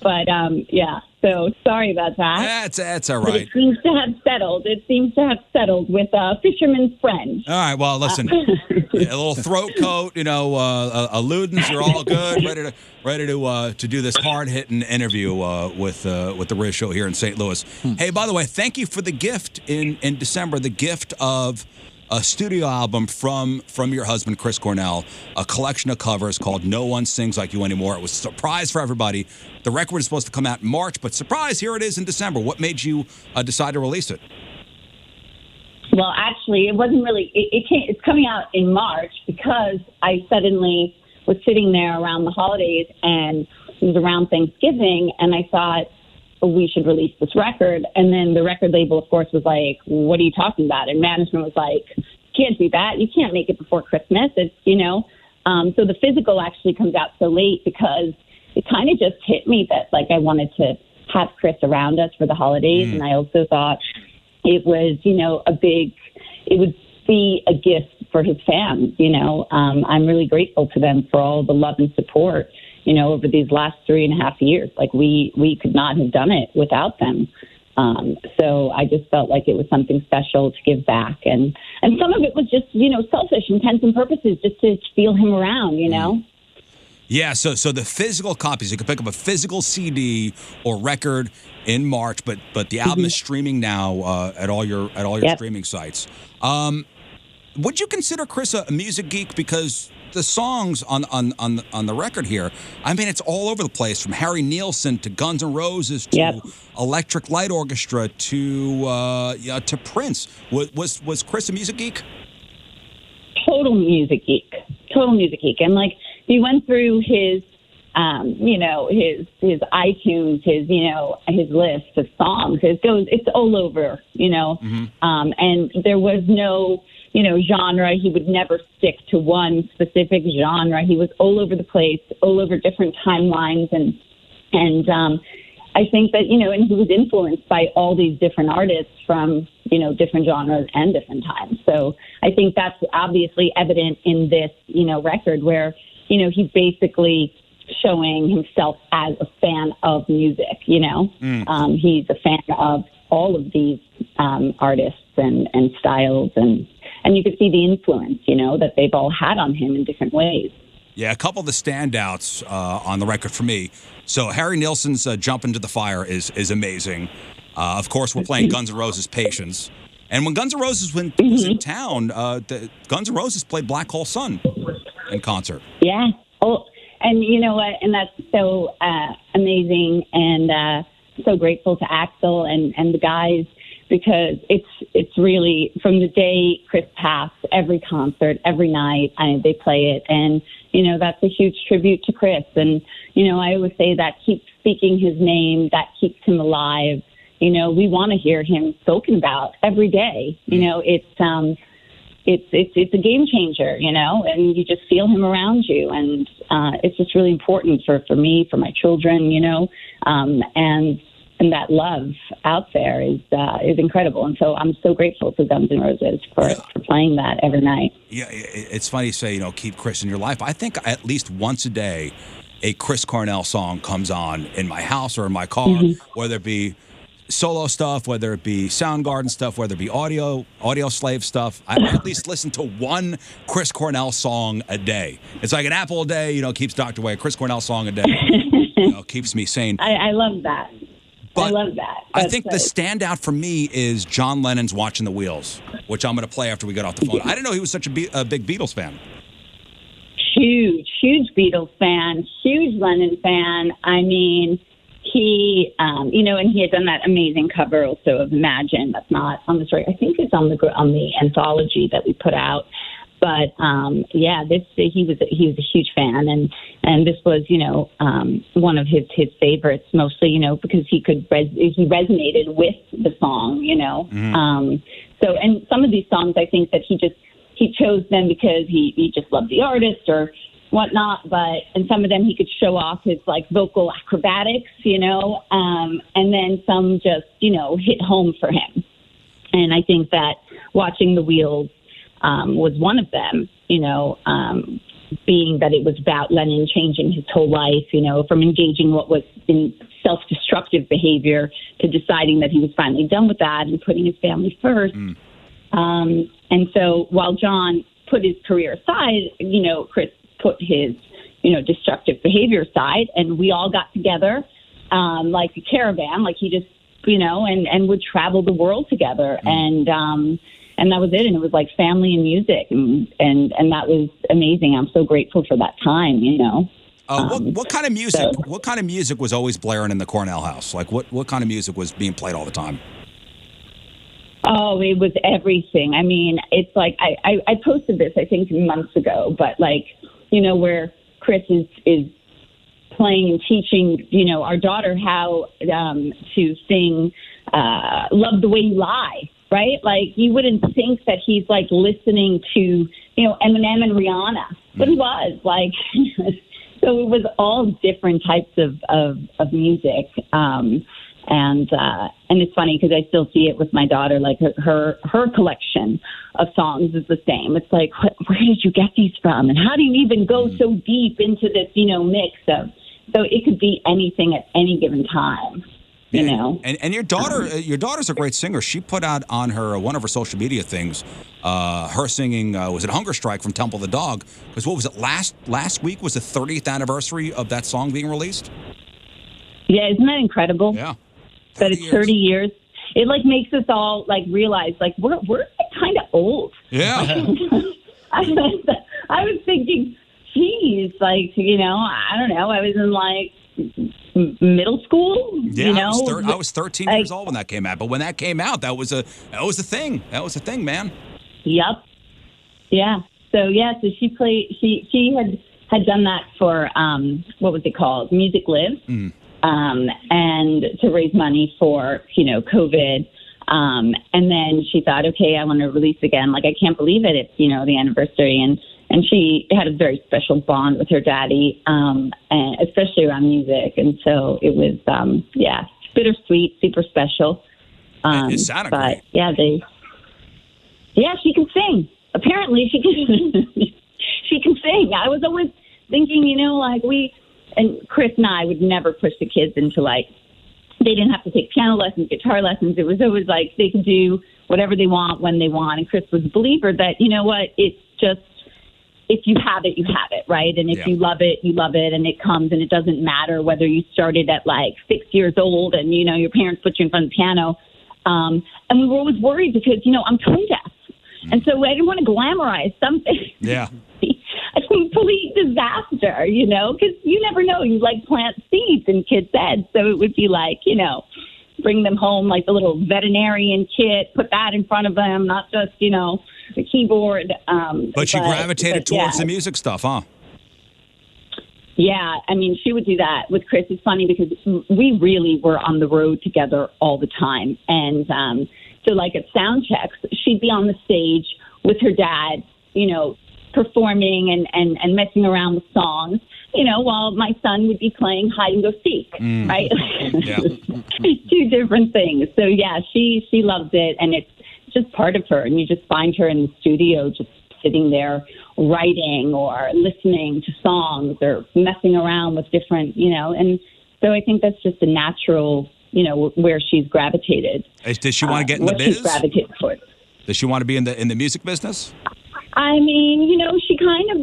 But um, yeah, so sorry about that.
That's that's all
But
right.
it seems to have settled. It seems to have settled with uh, fisherman's friend.
All right. Well, listen, a little throat coat, you know, uh, a- alludance. You're all good, ready to ready to uh, to do this hard hitting interview uh, with uh, with the Riz Show here in St. Louis. Hey, by the way, thank you for the gift in in December. The gift of a studio album from from your husband Chris Cornell, a collection of covers called "No One Sings Like You Anymore." It was a surprise for everybody. The record was supposed to come out in March, but surprise, here it is in December. What made you uh, decide to release it?
Well, actually, it wasn't really. It, it came, it's coming out in March because I suddenly was sitting there around the holidays and it was around Thanksgiving, and I thought we should release this record. And then the record label, of course, was like, "What are you talking about?" And management was like, "Can't do that. You can't make it before Christmas." It's you know. Um, so the physical actually comes out so late because it kind of just hit me that like I wanted to have Chris around us for the holidays, and I also thought it was, you know, a big, it would be a gift for his fans, you know. Um, I'm really grateful to them for all the love and support, you know, over these last three and a half years. Like we, we could not have done it without them. Um, so I just felt like it was something special to give back. And, and some of it was just, you know, selfish intents and purposes just to feel him around, you know.
Yeah, so so the physical copies you can pick up a physical CD or record in March, but but the album is streaming now uh, at all your at all your
Yep.
streaming sites. Um, would you consider Chris a, a music geek because the songs on on on the, on the record here, I mean, it's all over the place from Harry Nielsen to Guns N' Roses to Electric Light Orchestra to uh, yeah, to Prince. Was, was was Chris a music geek?
total music geek, total music geek, and like he went through his, um, you know, his his iTunes, his you know, his list of songs. It goes, it's all over, you know, um, and there was no, you know, genre. He would never stick to one specific genre. He was all over the place, all over different timelines, and and um, I think that you know, and he was influenced by all these different artists from you know different genres and different times. So I think that's obviously evident in this you know record where you know he's basically showing himself as a fan of music. You know,
Mm.
um, he's a fan of all of these um, artists and and styles and and you could see the influence you know that they've all had on him in different ways.
Yeah, a couple of the standouts uh, on the record for me. So Harry Nilsson's uh, "Jump Into the Fire" is is amazing. Uh, of course, we're playing Guns N' Roses' "Patience," and when Guns N' Roses went, was in town, uh, the, Guns N' Roses played "Black Hole Sun" in concert.
Yeah. Oh, and you know what? And that's so uh, amazing, and uh, so grateful to Axel and and the guys because it's it's really from the day Chris passed, every concert, every night, I, they play it, and you know that's a huge tribute to Chris. And you know, I always say that keeps speaking his name, that keeps him alive. You know, we want to hear him spoken about every day. You know, it's um, it's it's it's a game changer, you know, and you just feel him around you, and uh, it's just really important for for me, for my children, you know, um, and and that love out there is uh, is incredible. And so I'm so grateful to Guns N' Roses for for playing that every night.
Yeah, i- i- it's funny you say, you know, keep Chris in your life. I think at least once a day, a Chris Cornell song comes on in my house or in my car,
Mm-hmm.
whether it be solo stuff, whether it be Soundgarden stuff, whether it be audio audio slave stuff. I at least listen to one Chris Cornell song a day. It's like an apple a day, you know, keeps Dr. Way. A Chris Cornell song a day you know, keeps me sane.
I, I love that. I love that.
I
That's
think the
like-
standout for me is John Lennon's "Watching the Wheels," which I'm going to play after we get off the phone. I didn't know he was such a, be- a big Beatles fan.
huge, huge Beatles fan, huge Lennon fan. I mean, he, um, you know, and he had done that amazing cover also of Imagine. That's not on this record. I think it's on the gr- on the anthology that we put out. But um, yeah, this he was he was a huge fan, and and this was you know um, one of his his favorites mostly you know because he could res- he resonated with the song you know
Mhm.
um, so and some of these songs I think that he just he chose them because he, he just loved the artist or whatnot. But and some of them he could show off his like vocal acrobatics, you know, um, and then some just you know hit home for him. And I think that watching the wheels um, was one of them, you know, um, being that it was about Lennon changing his whole life, you know, from engaging what was in self destructive behavior to deciding that he was finally done with that and putting his family first. Um, and so while John put his career aside, you know, Chris put his, you know, destructive behavior aside, and we all got together um, like a caravan, like he just, you know, and and would travel the world together, and um, and that was it, and it was like family and music, and and, and that was amazing. I'm so grateful for that time, you know.
Uh, what,
Um,
what kind of music? What kind of music was always blaring in the Cornell house? Like what? What kind of music was being played all the time?
Oh, it was everything. I mean, it's like I, I, I posted this I think months ago, but like you know where Chris is is playing and teaching you know our daughter how um, to sing uh, "Love the Way You Lie." Right? Like you wouldn't think that he's like listening to you know Eminem and Rihanna, but he was like. so it was all different types of of, of music. Um, and uh, and it's funny because I still see it with my daughter. Like her, her her collection of songs is the same. It's like what, where did you get these from, and how do you even go so deep into this you know mix of? So it could be anything at any given time, you know.
And and your daughter, uh, your daughter's a great singer. She put out on her uh, one of her social media things, uh, her singing uh, was it "Hunger Strike" from Temple the Dog? Because what was it last last week was the 30th anniversary of that song being released.
Yeah, isn't that incredible?
Yeah.
That it's 30 years. It like makes us all like realize like we're we're kind of old.
Yeah.
I was, I was thinking, geez, like you know, I don't know. I was in like m- middle school.
Yeah,
you
I, was
know,
thir- I was 13 years old when that came out. But when that came out, that was a that was a thing. That was a thing, man.
Yep. Yeah. So yeah, so she played. She she had had done that for um what was it called? Music Lives.
Mm.
um, and to raise money for you know COVID. Um, and then she thought, okay, I want to release again. Like I can't believe it. It's you know the anniversary, and and she had a very special bond with her daddy, um, and especially around music. And so it was um, yeah, bittersweet, super special. Um,
It sounded
but
great.
yeah, they yeah, she can sing. Apparently, she can. she can sing. I was always thinking, you know, like we and Chris and I would never push the kids into like they didn't have to take piano lessons, guitar lessons. It was always like they could do whatever they want when they want. And Chris was a believer that you know what, it's just if you have it, you have it, right? And if
Yeah.
you love it, you love it, and it comes, and it doesn't matter whether you started at like six years old and you know your parents put you in front of the piano. Um, and we were always worried because you know I'm tone deaf, and so I didn't want to glamorize something
Yeah.
a complete disaster, you know, because you never know. You like plant seeds in kids' heads, so it would be like, you know, bring them home like the little veterinarian kit, put that in front of them, not just you know the keyboard. Um,
But she gravitated
but
towards
yeah.
the music stuff, huh?
Yeah, I mean, she would do that with Chris. It's funny because we really were on the road together all the time, and um, so like at sound checks, she'd be on the stage with her dad, you know, performing and and and messing around with songs, you know, while my son would be playing hide and go seek,
Mm.
right? Two different things. So yeah, she she loves it, and it's just part of her. And you just find her in the studio, just sitting there writing or listening to songs or messing around with different, you know. And so I think that's just a natural, you know, where she's gravitated.
Is- Does she want to get in the
what Uh, she's
biz?
gravitated towards.
Does she want to be in the in the music business?
I mean, you know, she kind of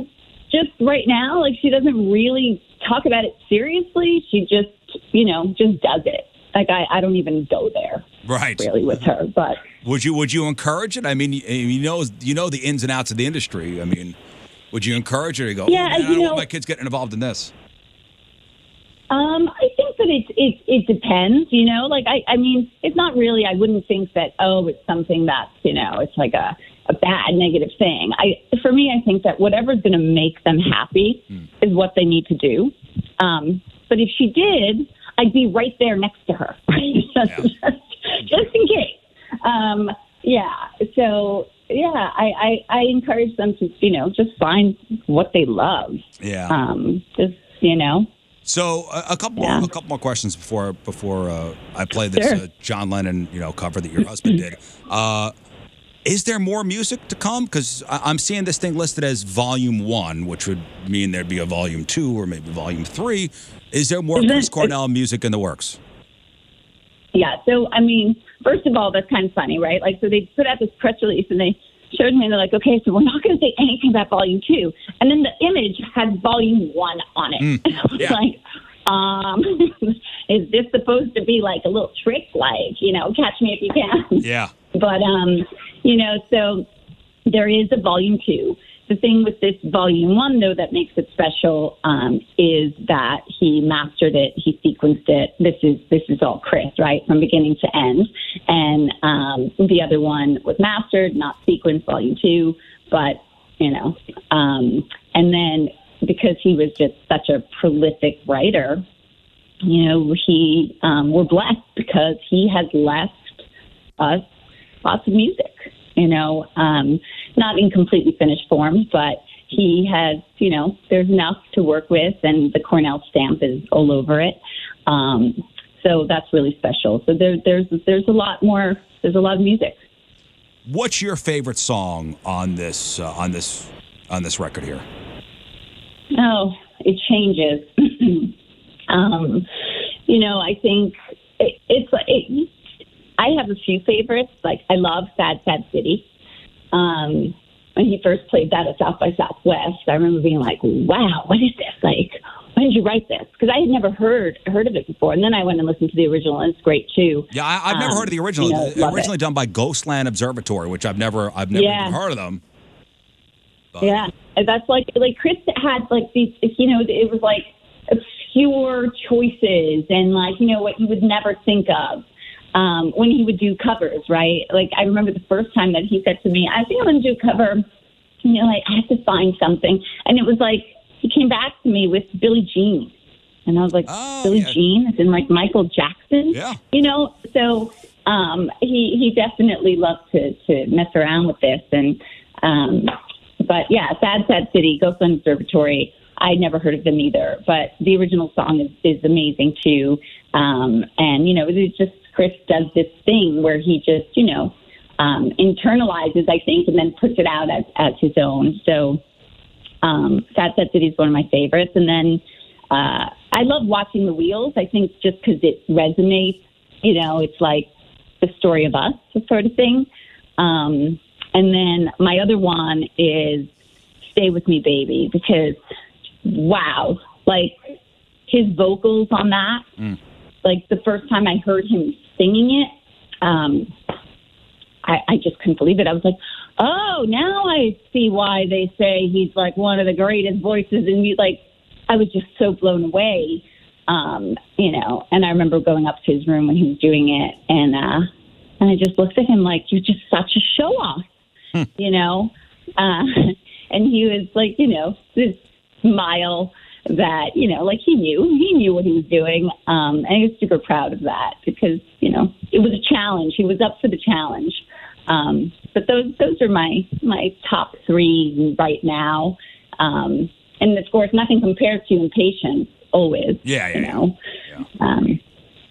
just right now, like she doesn't really talk about it seriously. She just, you know, just does it. Like I, I don't even go there
Right.
really with her, but
Would you would you encourage it? I mean, you, you know you know the ins and outs of the industry. I mean, would you encourage her to go?
Yeah,
oh, man,
and
I don't
you know-
want my kids getting involved in this.
um, I think that it, it it depends, you know. Like I, I mean, it's not really. I wouldn't think that oh, it's something that's you know, it's like a a bad negative thing. I for me, I think that whatever's going to make them happy is what they need to do. Um, but if she did, I'd be right there next to her, just, just, just in case. Um, yeah. So yeah, I, I I encourage them to you know just find what they love.
Yeah.
Um, just you know.
So a, a couple more, a couple more questions before before uh, I play this
Sure.
uh, John Lennon you know cover that your husband did. Uh, is there more music to come? Because I'm seeing this thing listed as Volume One, which would mean there'd be a Volume Two or maybe Volume Three. Is there more Chris Cornell music in the works?
Yeah. So, I mean, first of all, that's kind of funny, right? Like, so they put out this press release and they showed me, and they're like, okay, so we're not going to say anything about volume two. And then the image had volume one on it.
Mm,
And I was
yeah.
like, um, is this supposed to be like a little trick? Like, you know, catch me if you can.
Yeah.
But um, you know, so there is a volume two. The thing with this volume one, though, that makes it special um, is that he mastered it, he sequenced it. This is this is all Chris, right, from beginning to end. And um, the other one was mastered, not sequenced, volume two. But you know, um, and then because he was just such a prolific writer, you know, he um, we're blessed because he has left us lots of music, you know, um, not in completely finished form, but he has, you know, there's enough to work with, and the Cornell stamp is all over it. Um, so that's really special. So there, there's there's a lot more. There's a lot of music.
What's your favorite song on this uh, on this on this record here?
Oh, it changes. um, you know, I think it, it's. It, I have a few favorites. Like I love Sad Sad City. Um, when he first played that at South by Southwest, I remember being like, "Wow, what is this? Like, when did you write this?" Because I had never heard heard of it before. And then I went and listened to the original, and it's great too.
Yeah, I, I've never
Um,
heard of the original.
you know, love it.
originally done by Ghostland Observatory, which I've never I've never
Yeah.
even heard of them. But-
Yeah, and that's like like Chris had like these, you know, it was like obscure choices and like you know what you would never think of um, when he would do covers, right? Like I remember the first time that he said to me, "I think I'm gonna do a cover," you know, like I have to find something, and it was like he came back to me with Billie Jean, and I was like, "Billie Jean," as in like Michael Jackson,
yeah,
Mm-hmm. you know, so. Um, he he definitely loved to to mess around with this, and um, but yeah, Sad Sad City, Ghostland Observatory. I never heard of them either, but the original song is, is amazing too. Um, and you know, it's just Chris does this thing where he just you know um, internalizes, I think, and then puts it out as as his own. So um, Sad Sad City is one of my favorites, and then uh, I love watching the wheels. I think just because it resonates, you know, it's like the story of us, sort of thing. Um, and then my other one is Stay With Me Baby because wow, like his vocals on that,
Mm.
like the first time I heard him singing it, um, I, I just couldn't believe it. I was like, oh, now I see why they say he's like one of the greatest voices in music. Like, I was just so blown away, um, you know. And I remember going up to his room when he was doing it, and uh, and I just looked at him like, "You're just such a show off,"
Hmm.
you know. Uh, and he was like, you know, this smile that you know, like he knew he knew what he was doing, um, and he was super proud of that because you know it was a challenge. He was up for the challenge. Um, but those those are my my top three right now. Um, and of course, nothing compares to impatience always.
Yeah, yeah,
you
yeah.
know. Um,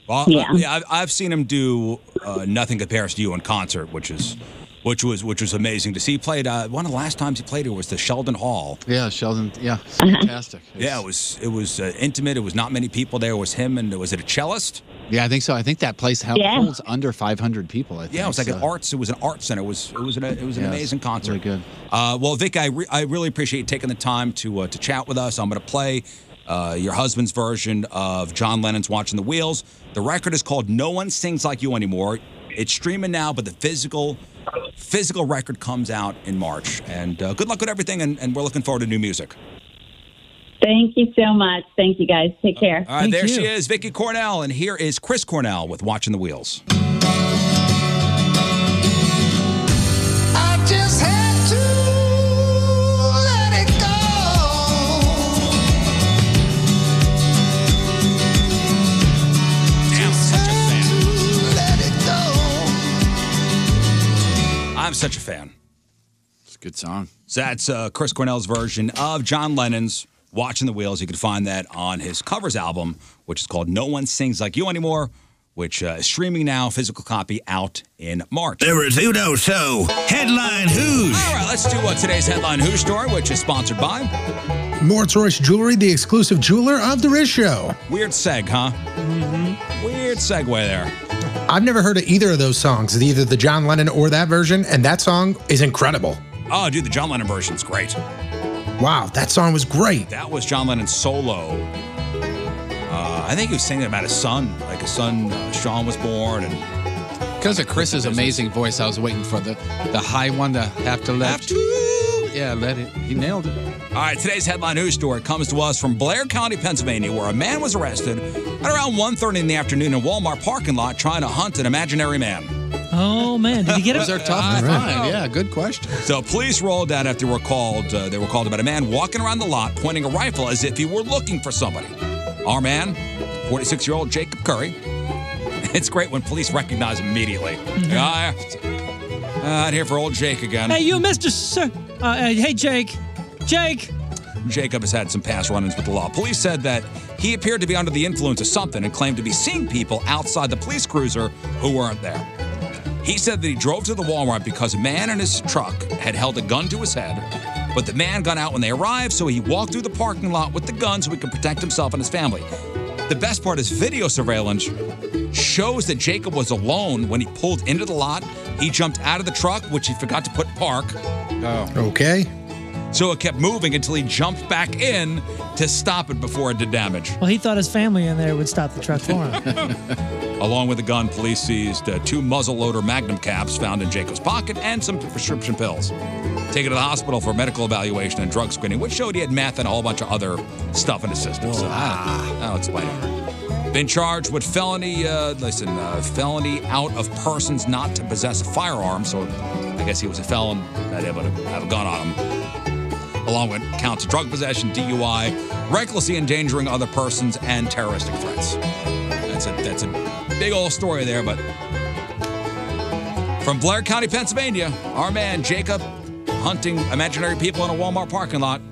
Well,
Yeah.
I, yeah, I've, I've seen him do uh, nothing compares to you in concert, which is, which was, which was amazing to see. He played uh, one of the last times he played it was the Sheldon Hall.
Yeah, Sheldon. Yeah, it's
Uh-huh.
fantastic.
Yeah, it was, it was uh, intimate. It was not many people there. It was him and was it a cellist?
Yeah, I think so. I think that place held,
Yeah.
holds under 500 people. I think.
Yeah, it was like
so.
an arts. It was an art center. It was it was an it was an
Yeah,
amazing
it's
concert.
really good.
Uh, well, Vic, I re- I really appreciate you taking the time to uh, to chat with us. I'm going to play uh, your husband's version of John Lennon's "Watching the Wheels." The record is called "No One Sings Like You Anymore." It's streaming now, but the physical physical record comes out in March. And uh, good luck with everything, and, and we're looking forward to new music.
thank you so much. Thank you guys. Take care.
Uh, All right, there she is, Vicky Cornell, and here is Chris Cornell with "Watching the Wheels."
I just had to let it go. Just had to let it go.
I'm such a fan.
It's a good song.
So that's uh, Chris Cornell's version of John Lennon's Watching the Wheels. You can find that on his covers album, which is called No One Sings Like You Anymore, which uh, is streaming now, physical copy out in March.
The Rizzuto Show. Headline Who's.
All right, let's do uh, today's headline Who story, which is sponsored by
Mort's Royce Jewelry, the exclusive jeweler of the Riz Show.
Weird Seg, huh? Mm-hmm. Weird segue there.
I've never heard of either of those songs, either the John Lennon or that version, and that song is incredible.
Oh, dude, the John Lennon version's great.
Wow, that song was great.
That was John Lennon's solo. Uh, I think he was singing about his son, like his son uh, Sean was born, and
Because of Chris's amazing voice, I was waiting for the the high one to have to let. Yeah, let it. He nailed it.
All right, today's headline news story comes to us from Blair County, Pennsylvania, where a man was arrested at around 1.30 in the afternoon in a Walmart parking lot trying to hunt an imaginary man.
Oh man, did he get it?
Those are tough to
I
find,
know.
yeah.
Good question.
So police rolled out after they were called. Uh, they were called about a man walking around the lot pointing a rifle as if he were looking for somebody. Our man, 46-year-old Jacob Curry. It's great when police recognize him immediately.
Mm-hmm.
Ah, yeah. out here for old Jake again.
Hey, you, Mister Sir. Uh, uh, hey, Jake. Jake.
Jacob has had some past run ins with the law. Police said that he appeared to be under the influence of something and claimed to be seeing people outside the police cruiser who weren't there. He said that he drove to the Walmart because a man in his truck had held a gun to his head, but the man got out when they arrived, so he walked through the parking lot with the gun so he could protect himself and his family. The best part is video surveillance shows that Jacob was alone when he pulled into the lot. He jumped out of the truck, which he forgot to put park. Oh.
Okay.
So it kept moving until he jumped back in to stop it before it did damage.
Well, he thought his family in there would stop the truck for him.
Along with the gun, police seized uh, two muzzleloader magnum caps found in Jacob's pocket and some prescription pills. Taken to the hospital for medical evaluation and drug screening, which showed he had meth and a whole bunch of other stuff in his system. So, ah, I'll explain it. Been charged with felony, uh, listen, uh, felony out of persons not to possess a firearm. So I guess he was a felon, not able to have a gun on him. along with counts of drug possession, DUI, recklessly endangering other persons, and terroristic threats. That's a that's a big old story there, but from Blair County, Pennsylvania, our man Jacob hunting imaginary people in a Walmart parking lot.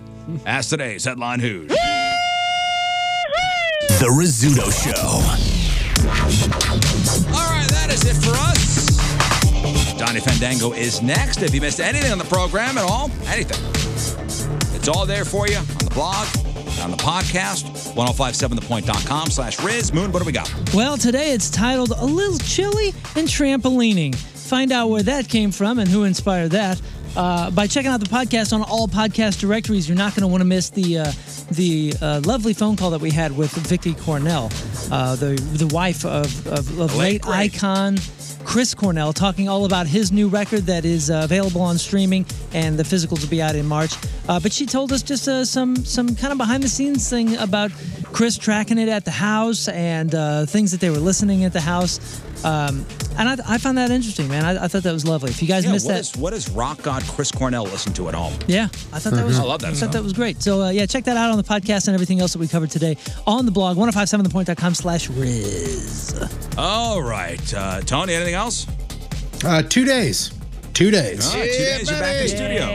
Ask today's headline who's.
The Rizzuto Show.
All right, that is it for us. Donnie Fandango is next. If you missed anything on the program at all, anything, it's all there for you on the blog, on the podcast, 1057thepoint.com slash Riz. Moon, what do we got?
well, today it's titled "A Little Chilly and Trampolining." Find out where that came from and who inspired that uh, by checking out the podcast on all podcast directories. You're not going to want to miss the uh, the uh, lovely phone call that we had with Vicky Cornell, uh, the the wife of of, of late icon. Chris Cornell talking all about his new record that is uh, available on streaming, and the physicals will be out in March. Uh, but she told us just uh, some some kind of behind the scenes thing about Chris tracking it at the house and uh, things that they were listening at the house. Um, and I, I found that interesting, man. I, I thought that was lovely. If you guys
yeah,
missed
what
that,
is- what does rock god Chris Cornell listen to at home?
yeah, Mm-hmm. I thought that was.
I love that
I
song.
thought that was great. So uh, yeah, check that out on the podcast and everything else that we covered today on the blog 1057thepoint.com slash riz.
All right, uh, Tony. Anything else?
Uh, two days. Two days.
All right, two days. You're back in the studio.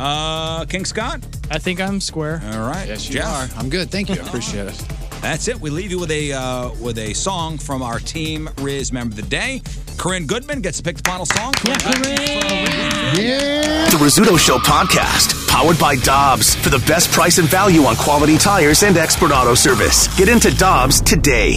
Uh, King Scott.
I think I'm square.
All right.
Yes, you
Jeff.
are. I'm good. Thank you. I appreciate it.
That's it. We leave you with a uh, with a song from our team Riz member of the day. Corinne Goodman gets to pick the final song.
The Rizzuto Show podcast, powered by Dobbs, for the best price and value on quality tires and expert auto service. Get into Dobbs today.